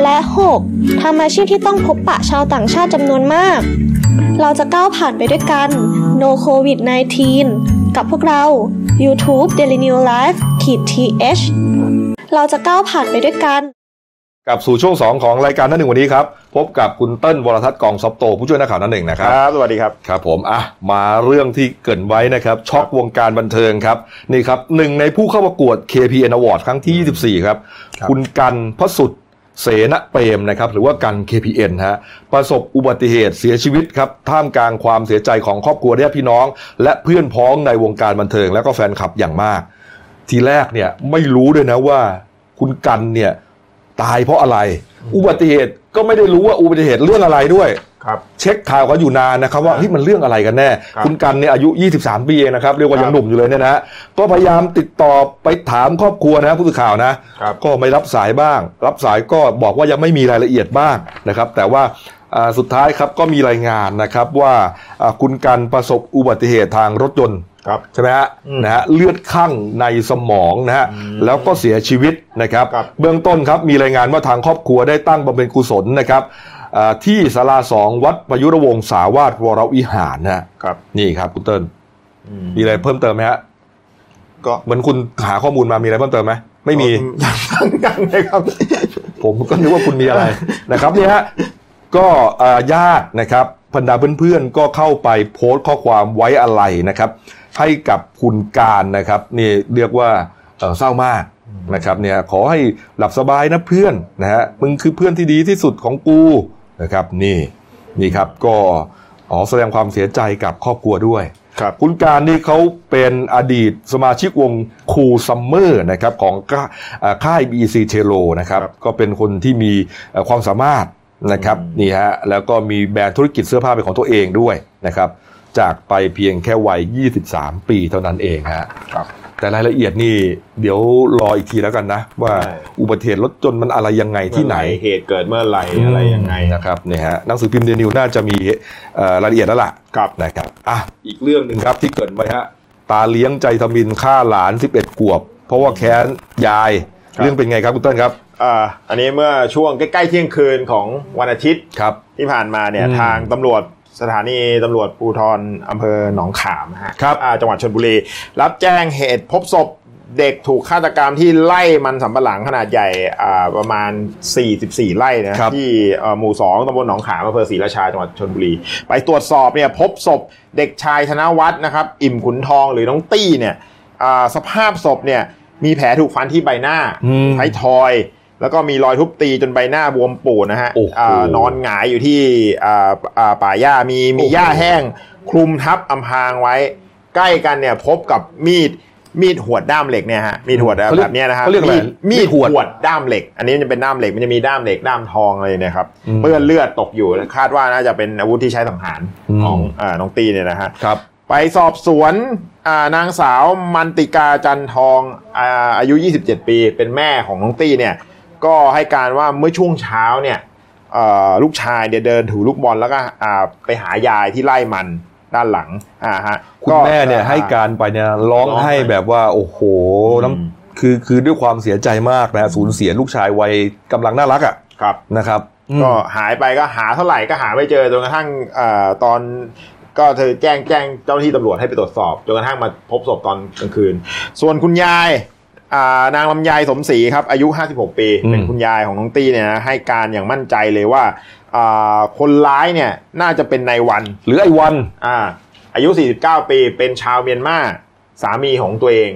[SPEAKER 4] และ 6. ทำอาชีพที่ต้องพบปะชาวต่างชาติจำนวนมาก เราจะก้าวผ่านไปด้วยกัน No COVID 19 กับพวกเรา YouTube Daily New Life ขีด th เราจะก้าวผ่านไปด้วยกัน
[SPEAKER 1] กลับสู่ช่วง 2 ของรายการหนั่นหนึ่งวันนี้ครับ พบกับคุณเติ้ลวรทัศน์กองซอบโต ผู้ช่วยนักข่าวหนั่นหนึ่งนะค
[SPEAKER 5] ครับ รับสวัสดีครับ
[SPEAKER 1] ครับผมอ่ะมาเรื่องที่เกรินไว้นะครับช็อกวงการบันเทิงครับนี่ครับหนึ่งในผู้เข้าประกวด KPN Award ครั้งที่ 24 ครับ
[SPEAKER 5] ครับ
[SPEAKER 1] คุณกันพสุดเสนเปรมนะครับหรือว่ากัน KPN ฮะประสบอุบัติเหตุเสียชีวิตครับท่ามกลางความเสียใจของครอบครัวญาติพี่น้อง และเพื่อนพ้องในวงการบันเทิงแล้วก็แฟนคลับอย่างมาก ทีแรกเนี่ยไม่รู้ด้วยนะว่าคุณกันเนี่ยตายเพราะอะไร อุบัติเหตุก็ไม่ได้รู้ว่าอุบัติเหตุเรื่องอะไรด้วย
[SPEAKER 5] ครับ
[SPEAKER 1] เช็คข่าวเขาอยู่นานนะครับว่าเฮ้ยมันเรื่องอะไรกันแน่
[SPEAKER 5] ครับ
[SPEAKER 1] คุณกันเนี่ยอายุ 23 ปีเองนะครับเรียกว่า
[SPEAKER 5] ครับ
[SPEAKER 1] ยังหนุ่มอยู่เลยเนี่ยนะฮะก็พยายามติดต่อไปถามครอบครัวนะผู้สื่อข่าวนะ
[SPEAKER 5] ครับ
[SPEAKER 1] ก็ไม่รับสายบ้าง รับสายก็บอกว่ายังไม่มีรายละเอียดบ้างนะครับ แต่ว่าอ่าสุดท้ายครับก็มีรายงานนะครับว่าอ่าคุณกันประสบอุบัติเหตุทางรถยนต์
[SPEAKER 5] ครับ
[SPEAKER 1] ใช่ไหมฮะ
[SPEAKER 5] อืม
[SPEAKER 1] นะฮะเลือดข้างในสมองนะฮะแล้วก็เสียชีวิตนะครับ
[SPEAKER 5] ครับ
[SPEAKER 1] เบื้องต้นครับมีรายงานว่าทางครอบครัวได้ตั้งบำเพ็ญกุศลนะครับอ่าที่ศาลาสองวัดประยุรวงศาวาสวรวิหารนะฮะ
[SPEAKER 5] ครับ
[SPEAKER 1] นี่ครับคุณเติ้ล
[SPEAKER 5] อืม
[SPEAKER 1] มีอะไรเพิ่มเติมไหมฮะ
[SPEAKER 5] ก็
[SPEAKER 1] เหมือนคุณหาข้อมูลมามีอะไรเพิ่มเติมไหมไม่มี
[SPEAKER 5] ทั้งกันนะครับ
[SPEAKER 1] ผมก็นึกว่าคุณมีอะไร นะครับเนี่ยฮะก็เอ่อญาตินะครับพันดาเพื่อนๆก็เข้าไปโพสต์ข้อความไว้อะไรนะครับ ให้กับคุณการนะครับนี่เรียกว่าเอ่อเศร้ามากนะครับเนี่ยขอให้หลับสบายนะเพื่อนนะฮะมึงคือเพื่อนที่ดีที่สุดของกูนะครับนี่นี่ครับก็อ๋อแสดงความเสียใจกับครอบครัวด้วย
[SPEAKER 5] ครับ
[SPEAKER 1] คุณการนี่เขาเป็นอดีตสมาชิกวงคูลซัมเมอร์นะครับของค่าอ่าค่าย BC เชโลนะครับ
[SPEAKER 5] ครับ
[SPEAKER 1] ก็เป็นคนที่มีเอ่อความสามารถนะครับ
[SPEAKER 5] อืม
[SPEAKER 1] นี่ฮะแล้วก็มีแบรนด์ธุรกิจเสื้อผ้าเป็นของตัวเองด้วยนะครับจากไปเพียงแค่วัย 23 ปีเท่านั้นเองฮะ
[SPEAKER 5] ครับ
[SPEAKER 1] แต่รายละเอียดนี่เดี๋ยวรออีกทีแล้วกันนะ ว่า
[SPEAKER 5] ใช่
[SPEAKER 1] อุบัติเหตุรถจนต์มันอะไรยังไงที่ไหน
[SPEAKER 5] เหตุเกิดเมื่อไหร่อะไรยังไง
[SPEAKER 1] นะครับเนี่ยฮะหนังสือพิมพ์เดนิวน่าจะมีเอ่อรายละเอียดแล้วล่ะ
[SPEAKER 5] ครับ
[SPEAKER 1] นะครับอ่ะอีกเรื่องหนึ่งครับที่เกริดไว้ฮะ ตาเลี้ยงใจทมินฆ่าหลาน 11 ขวบ เพราะว่าแค้นยาย เรื่องเป็นไงครับคุณเต้นครับ
[SPEAKER 5] อ่าอันนี้เมื่อช่วงใกล้ๆเที่ยงคืนของวันอาทิตย์
[SPEAKER 1] ครับ
[SPEAKER 5] ที่ผ่านมาเนี่ย
[SPEAKER 1] อืม
[SPEAKER 5] ทางตำรวจสถานีตำรวจภูธรอำเภอหนองขามนะฮะ
[SPEAKER 1] ครับ
[SPEAKER 5] อ่าจังหวัดชนบุรี รับแจ้งเหตุพบศพเด็กถูกฆาตกรรมที่ไล่มันสำปะหลังขนาดใหญ่อ่าประมาณ 44 ไร่นะครับ ที่เอ่อหมู่ 2ตำบลหนองขามอำเภอศรีราชาจังหวัดชนบุรี ไปตรวจสอบเนี่ยพบศพเด็กชายธนวัฒน์นะครับ อิ่มขุนทองหรือน้องตี้เนี่ยอ่าสภาพศพเนี่ยมีแผลถูกฟันที่ใบหน้า
[SPEAKER 1] อืม
[SPEAKER 5] ท้ายทอย แล้วก็มีรอยทุบตีจนใบหน้าบวมปูดนะฮะ
[SPEAKER 1] โอ้โห
[SPEAKER 5] อ่านอนหงายอยู่ที่อ่าอ่าป่าหญ้ามีมี
[SPEAKER 1] โอ้โห
[SPEAKER 5] หญ้าแห้ง คลุมทับอำพรางไว้ ใกล้กันเนี่ยพบกับมีด มีดหวดด้ามเหล็กเนี่ยฮะมีดหวด
[SPEAKER 1] เขาเรียก
[SPEAKER 5] แบบเนี้ยนะฮะ
[SPEAKER 1] เขาเรียกอะไร
[SPEAKER 5] มีด
[SPEAKER 1] มี
[SPEAKER 5] มี
[SPEAKER 1] ด
[SPEAKER 5] ด
[SPEAKER 1] ห
[SPEAKER 5] ห
[SPEAKER 1] ว
[SPEAKER 5] ว
[SPEAKER 1] ด
[SPEAKER 5] ดด้ามเหล็ก อันนี้มันจะเป็นด้ามเหล็กมันจะมีด้ามเหล็กด้ามทองอะไรเนี่ยครับ
[SPEAKER 1] อืม
[SPEAKER 5] เปื้อนเลือดตกอยู่คาดว่าน่าจะเป็นอาวุธที่ใช้สังหาร
[SPEAKER 1] อืม
[SPEAKER 5] ของอ่าน้องตีเนี่ยนะฮะ
[SPEAKER 1] ครับ
[SPEAKER 5] ไปสอบสวนอ่านางสาวมันติกาจันทองอาอายุ 27 ปี เป็นแม่ของน้องตี้เนี่ย ก็ให้การว่าเมื่อช่วงเช้าเนี่ยเอ่อลูกชายเนี่ยเดินถือลูกบอลแล้วก็อ่าไปหายายที่ไล่มันด้านหลังอ่าฮะ
[SPEAKER 1] คุณ
[SPEAKER 5] ก็
[SPEAKER 1] แม่เนี่ยให้การไปเนี่ยร้องให้แบบว่า โอ้โหน้
[SPEAKER 5] อืม
[SPEAKER 1] ำคือคือด้วยความเสียใจมากนะสูญเสียลูกชายวัยกำลังน่ารักอ่ะ
[SPEAKER 5] ครับ
[SPEAKER 1] นะครับอืม
[SPEAKER 5] ก็หายไปก็หาเท่าไหร่ก็หาไม่เจอจนกระทั่งเอ่อตอนก็เธอแจ้งแจ้งเจ้าหน้าที่ตำรวจให้ไปตรวจสอบจนกระทั่งมาพบศพตอนกลางคืน ส่วนคุณยายอ่านางลำไยสมศรีครับอายุ 56 ปี
[SPEAKER 1] อืม
[SPEAKER 5] เป็นคุณยายของน้องตี้เนี่ยนะให้การอย่างมั่นใจเลยว่าอ่าคนร้ายเนี่ยน่าจะเป็นนายวัน
[SPEAKER 1] หรือไอ้วัน
[SPEAKER 5] อ่าอายุ 49 ปีเป็นชาวเมียนมาสามีของตัวเอง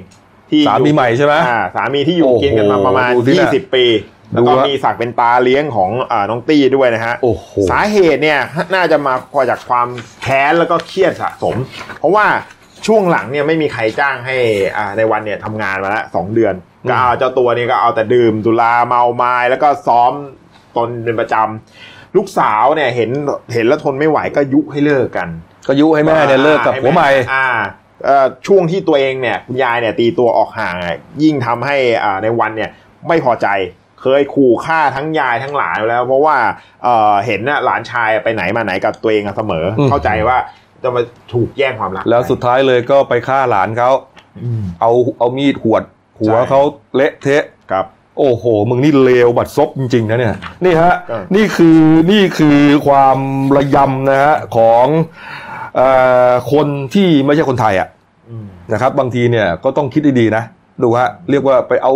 [SPEAKER 5] ที่อยู่
[SPEAKER 1] สามีใหม่ใช่ไหม
[SPEAKER 5] อ่าสามีที่อยู่กินกันมาประมาณ
[SPEAKER 1] โอ้โหดูสิเนี่ย
[SPEAKER 5] 20 ปี แล้วก็
[SPEAKER 1] ดูว่ามี
[SPEAKER 5] มีศักดิ์เป็นตาเลี้ยงของอาน้องตี้ด้วยนะฮะ
[SPEAKER 1] โอ้โห
[SPEAKER 5] สาเหตุเนี่ยน่าจะมาพอจากความแค้นแล้วก็เครียดสะสม เพราะว่าช่วงหลังเนี่ยไม่มีใครจ้างให้อ่าในวันเนี่ยทำงานมาละสองเดือน ก็เอาเจ้าตัวเนี่ยก็เอาแต่ดื่มสุราเมาไม้แล้วก็ซ้อมตนเป็นประจำลูกสาวเนี่ยเห็นเห็นแล้วทนไม่ไหวก็ยุให้เลิกกัน
[SPEAKER 1] ก็ยุให้แม่เนี่ยเลิกกับหัวใหม่
[SPEAKER 5] อ่าเอ่อช่วงที่ตัวเองเนี่ยคุณยายเนี่ยตีตัวออกห่างอ่ะยิ่งทำให้อ่าในวันเนี่ยไม่พอใจเคยขู่ฆ่าทั้งยายทั้งหลานแล้ว เพราะว่าเอ่อเห็นน่ะหลานชายไปไหนมาไหนกับตัวเองอะเสมอ
[SPEAKER 1] อืม
[SPEAKER 5] เข้าใจว่าจะมาถูกแย่งความรัก
[SPEAKER 1] แล้วสุดท้ายเลยก็ไปฆ่าหลานเขา
[SPEAKER 5] อืม
[SPEAKER 1] เอาเอามีดหวด หัว
[SPEAKER 5] ใช่
[SPEAKER 1] เขาเละเทะ
[SPEAKER 5] ครับ
[SPEAKER 1] โอ้โห มึงนี่เลวบัดซบจริง ๆ นะเนี่ย นี่ฮะ
[SPEAKER 5] เออ
[SPEAKER 1] นี่คือนี่คือความระยำนะฮะของเออคนที่ไม่ใช่คนไทยอ่ะ
[SPEAKER 5] อืม
[SPEAKER 1] นะครับ บางทีเนี่ยก็ต้องคิดดีๆนะ ดูฮะ เรียกว่าไปเอา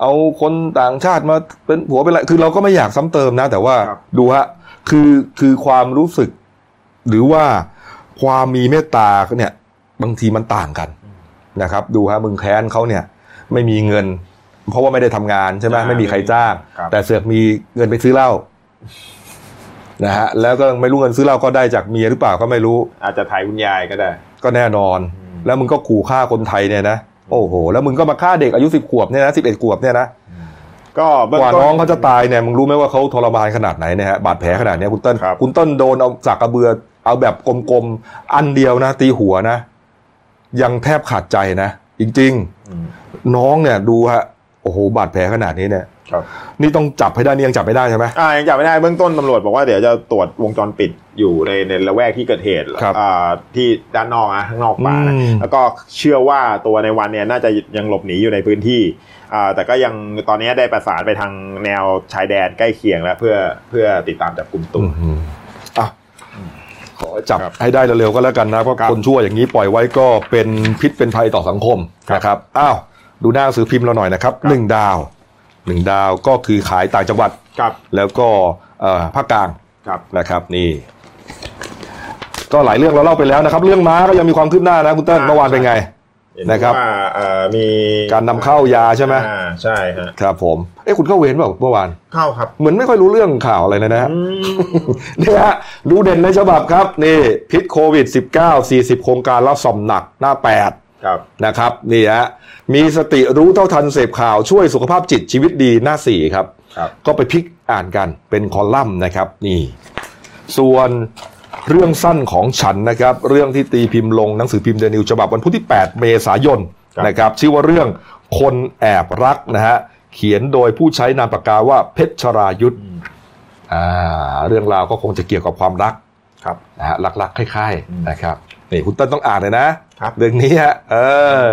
[SPEAKER 1] เอาคนต่างชาติมาเป็นหัวเป็นอะไรคือเราก็ไม่อยากซ้ำเติมนะ แต่ว่า
[SPEAKER 5] ครับ
[SPEAKER 1] ดูฮะ คือคือความรู้สึก หรือว่าความมีเมตตาเนี่ย บางทีมันต่างกันนะครับ ดูฮะมึงแค้นเขาเนี่ย ไม่มีเงิน เพราะว่าไม่ได้ทำงานใช่ไหม
[SPEAKER 5] อ่า
[SPEAKER 1] ไม่มีใครจ้าง
[SPEAKER 5] ครับ
[SPEAKER 1] แต่เสือกมีเงินไปซื้อเหล้านะฮะแล้วก็ไม่รู้เงินซื้อเหล้าก็ได้จากเมียหรือเปล่าก็ไม่รู้
[SPEAKER 5] อาจจะถ่ายคุณยายก็ได้
[SPEAKER 1] ก็แน่นอน
[SPEAKER 5] อืม
[SPEAKER 1] แล้วมึงก็ขู่ฆ่าคนไทยเนี่ยนะโอ้โห แล้วมึงก็มาฆ่าเด็กอายุสิบขวบเนี่ยนะสิบเอ็ดขวบเนี่ยนะ
[SPEAKER 5] ก็เบื้
[SPEAKER 1] กว่า
[SPEAKER 5] ต้
[SPEAKER 1] น้องเขาจะตายเนี่ยมึงรู้ไหมว่าเขาทรมานขนาดไหนเนี่ยฮะบาดแผลขนาดเนี้ยคุณเติ้ล
[SPEAKER 5] ครับ
[SPEAKER 1] คุณเติ้ลโดนเอาสากกระเบือเอาแบบกลมๆอันเดียวนะ ตีหัวนะ ยังแทบขาดใจนะจริง
[SPEAKER 5] อืม
[SPEAKER 1] ๆ น้องเนี่ยดูฮะโอ้โหบาดแผลขนาดนี้เนี่ย
[SPEAKER 5] ครับ
[SPEAKER 1] นี่ต้องจับให้ได้นี่ยังจับไม่ได้ใช่ไหม
[SPEAKER 5] อ่ายังจับไม่ได้เบื้องต้นตำรวจบอกว่าเดี๋ยวจะตรวจวงจรปิดอยู่ในในละแวกที่เกิดเหตุ
[SPEAKER 1] ครับ
[SPEAKER 5] อ่าที่ด้านนอกนะข้างนอกป่านะ
[SPEAKER 1] อืม
[SPEAKER 5] แล้วก็เชื่อว่าตัวในวันเนี่ยน่าจะยังหลบหนีอยู่ในพื้นที่อ่าแต่ก็ยังตอนนี้ได้ประสานไปทางแนวชายแดนใกล้เคียงแล้วเพื่อเพื่อติดตามจับกลุ่มตัว
[SPEAKER 1] อืมอ่ะขอจับ
[SPEAKER 5] ครับ
[SPEAKER 1] ให้ได้เร็วๆก็แล้วกันนะ เพราะ
[SPEAKER 5] ครับ
[SPEAKER 1] คนชั่วอย่างนี้ปล่อยไว้ก็เป็นพิษเป็นภัยต่อสังคม
[SPEAKER 5] ครับ
[SPEAKER 1] นะครับ อ้าว ดูหน้าหนังสือพิมพ์เราหน่อยนะครับ
[SPEAKER 5] ครับ
[SPEAKER 1] หนึ่งดาวหนึ่งดาวก็คือขายต่างจังหวัด
[SPEAKER 5] ครับ
[SPEAKER 1] แล้วก็เอ่อภาคกลาง
[SPEAKER 5] ครับ
[SPEAKER 1] นะครับ นี่ ก็หลายเรื่องเราเล่าไปแล้วนะครับ เรื่องม้าก็ยังมีความคืบหน้านะคุณเต้นเมื่อวานเป็นไง
[SPEAKER 5] เห็
[SPEAKER 1] นะครับ
[SPEAKER 5] ว่าเอ่อมี
[SPEAKER 1] การนำเข้ายาใช่ไหม
[SPEAKER 5] อ่าใช่ฮะ
[SPEAKER 1] ครับผมเอ้คุณเข้าเวรเปล่าเมื่อวาน
[SPEAKER 5] เข้าครับ
[SPEAKER 1] เหมือนไม่ค่อยรู้เรื่องข่าวอะไรเลยนะฮะ
[SPEAKER 5] อืม
[SPEAKER 1] [laughs] เนี่ยฮะดูเด่นในฉบับครับนี่พิษโควิด -19 40 โครงการรับสอมหนักหน้า
[SPEAKER 5] ครับ
[SPEAKER 1] 8 นะครับนี่ฮะมีสติรู้เท่าทันเสพข่าวช่วยสุขภาพจิตชีวิตดีหน้า 4 ครับ
[SPEAKER 5] ครับ
[SPEAKER 1] ก็ไปพลิกอ่านกันเป็นคอลัมน์นะครับนี่ ส่วนเรื่องสั้นของฉันนะครับ เรื่องที่ตีพิมพ์ลงหนังสือพิมพ์เดนิวฉบับวันพุธที่ 8 เมษายน
[SPEAKER 5] ครับ
[SPEAKER 1] นะครับ ชื่อว่าเรื่องคนแอบรักนะฮะเขียนโดยผู้ใช้นามปากกาว่าเพชรชรายุทธ
[SPEAKER 5] อืม
[SPEAKER 1] อ่าเรื่องราวก็คงจะเกี่ยวกับความรัก
[SPEAKER 5] ครับ
[SPEAKER 1] นะฮะรักๆคล้าย
[SPEAKER 5] อืม
[SPEAKER 1] ๆนะครับนี่คุณเต้นต้องอ่านเลยนะครับ เรื่องนี้ฮะเออ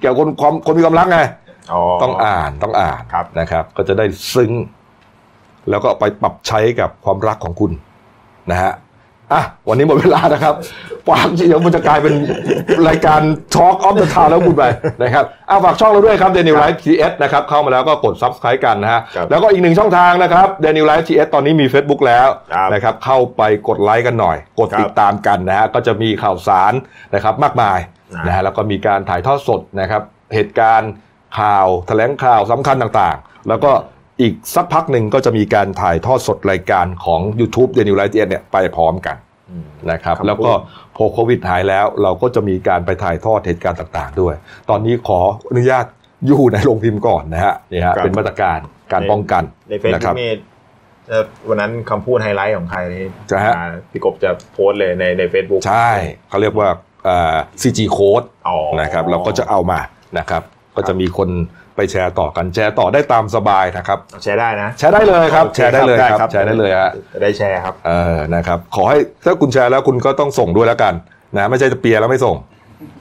[SPEAKER 1] เกี่ยวกับคนความคนมีความรักไง
[SPEAKER 5] อ๋อ
[SPEAKER 1] ต้องอ่านต้องอ่าน
[SPEAKER 5] ครับ
[SPEAKER 1] นะครับ ก็จะได้ซึ้งแล้วก็เอาไปปรับใช้กับความรักของคุณนะฮะอ่ะวันนี้หมดเวลานะครับฝากเดี๋ยวมันจะกลายเป็นรายการ Talk of the Town แล้วคุณไปนะครับอ่ะฝากช่องเราด้วยครับ Daniel Life TS นะครับเข้ามาแล้วก็กด Subscribe กันนะฮะ
[SPEAKER 5] ครับ
[SPEAKER 1] แล้วก็อีกหนึ่งช่องทางนะครับ Daniel Life TS ตอนนี้มี Facebook แล้ว
[SPEAKER 5] ครับ
[SPEAKER 1] นะครับ เข้าไปกดไลค์กันหน่อย กดติดตามกันนะฮะก็จะมีข่าวสารนะครับมากมาย
[SPEAKER 5] ครับ
[SPEAKER 1] นะฮะแล้วก็มีการถ่ายทอดสดนะครับ เหตุการณ์ข่าวแถลงข่าวสำคัญต่างๆ แล้วก็อีกสักพักหนึ่งก็จะมีการถ่ายทอดสดรายการของ YouTube Daniel Life TS เนี่ยไปพร้อมกัน
[SPEAKER 5] อื
[SPEAKER 1] นะครับ
[SPEAKER 5] ครับ
[SPEAKER 1] แล้วก็พอโควิดหายแล้วเราก็จะมีการไปถ่ายทอดเหตุการณ์ต่างๆ ด้วย ตอนนี้ขออนุญาตอยู่ในโรงพิมพ์ก่อนนะฮะนี่ฮะเป็นมาตรการการป้องกัน
[SPEAKER 5] ในเฟซ
[SPEAKER 1] นะค
[SPEAKER 5] บุ๊
[SPEAKER 1] รั
[SPEAKER 5] กนี่เอ่อวันนั้นคำพูดไฮไลท์ของใครนี่
[SPEAKER 1] จะฮะ
[SPEAKER 5] อ่าพี่กบจะโพสต์เลยในในเฟซบุ๊ก
[SPEAKER 1] ใช่เขาเรียกว่าซีจีโค้ด
[SPEAKER 5] อ๋อ
[SPEAKER 1] นะครับเราก็จะเอามานะครับ ก็จะมีคนไปแชร์ต่อกันแชร์ต่อได้ตามสบายนะครับ
[SPEAKER 5] แชร์ได้นะ
[SPEAKER 1] แชร์ได้เลยครับ
[SPEAKER 5] โอ
[SPEAKER 1] แชร์ได้เลยครับ แชร์ได้เลยฮะ
[SPEAKER 5] จะได้แชร์ครับ
[SPEAKER 1] เออนะครับ ขอให้ถ้าคุณแชร์แล้วคุณก็ต้องส่งด้วยแล้วกันนะไม่ใช่จะเปียร์แล้วไม่ส่ง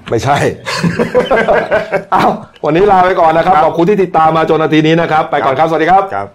[SPEAKER 1] ไม่ [laughs] ใช่ เอาวันนี้ลาไปก่อนนะครับ
[SPEAKER 5] ครับ
[SPEAKER 1] ขอบคุณที่ติดตามมาจนนาทีนี้นะครับ ไปก่อนครับสวัสดีครับ
[SPEAKER 5] ครับ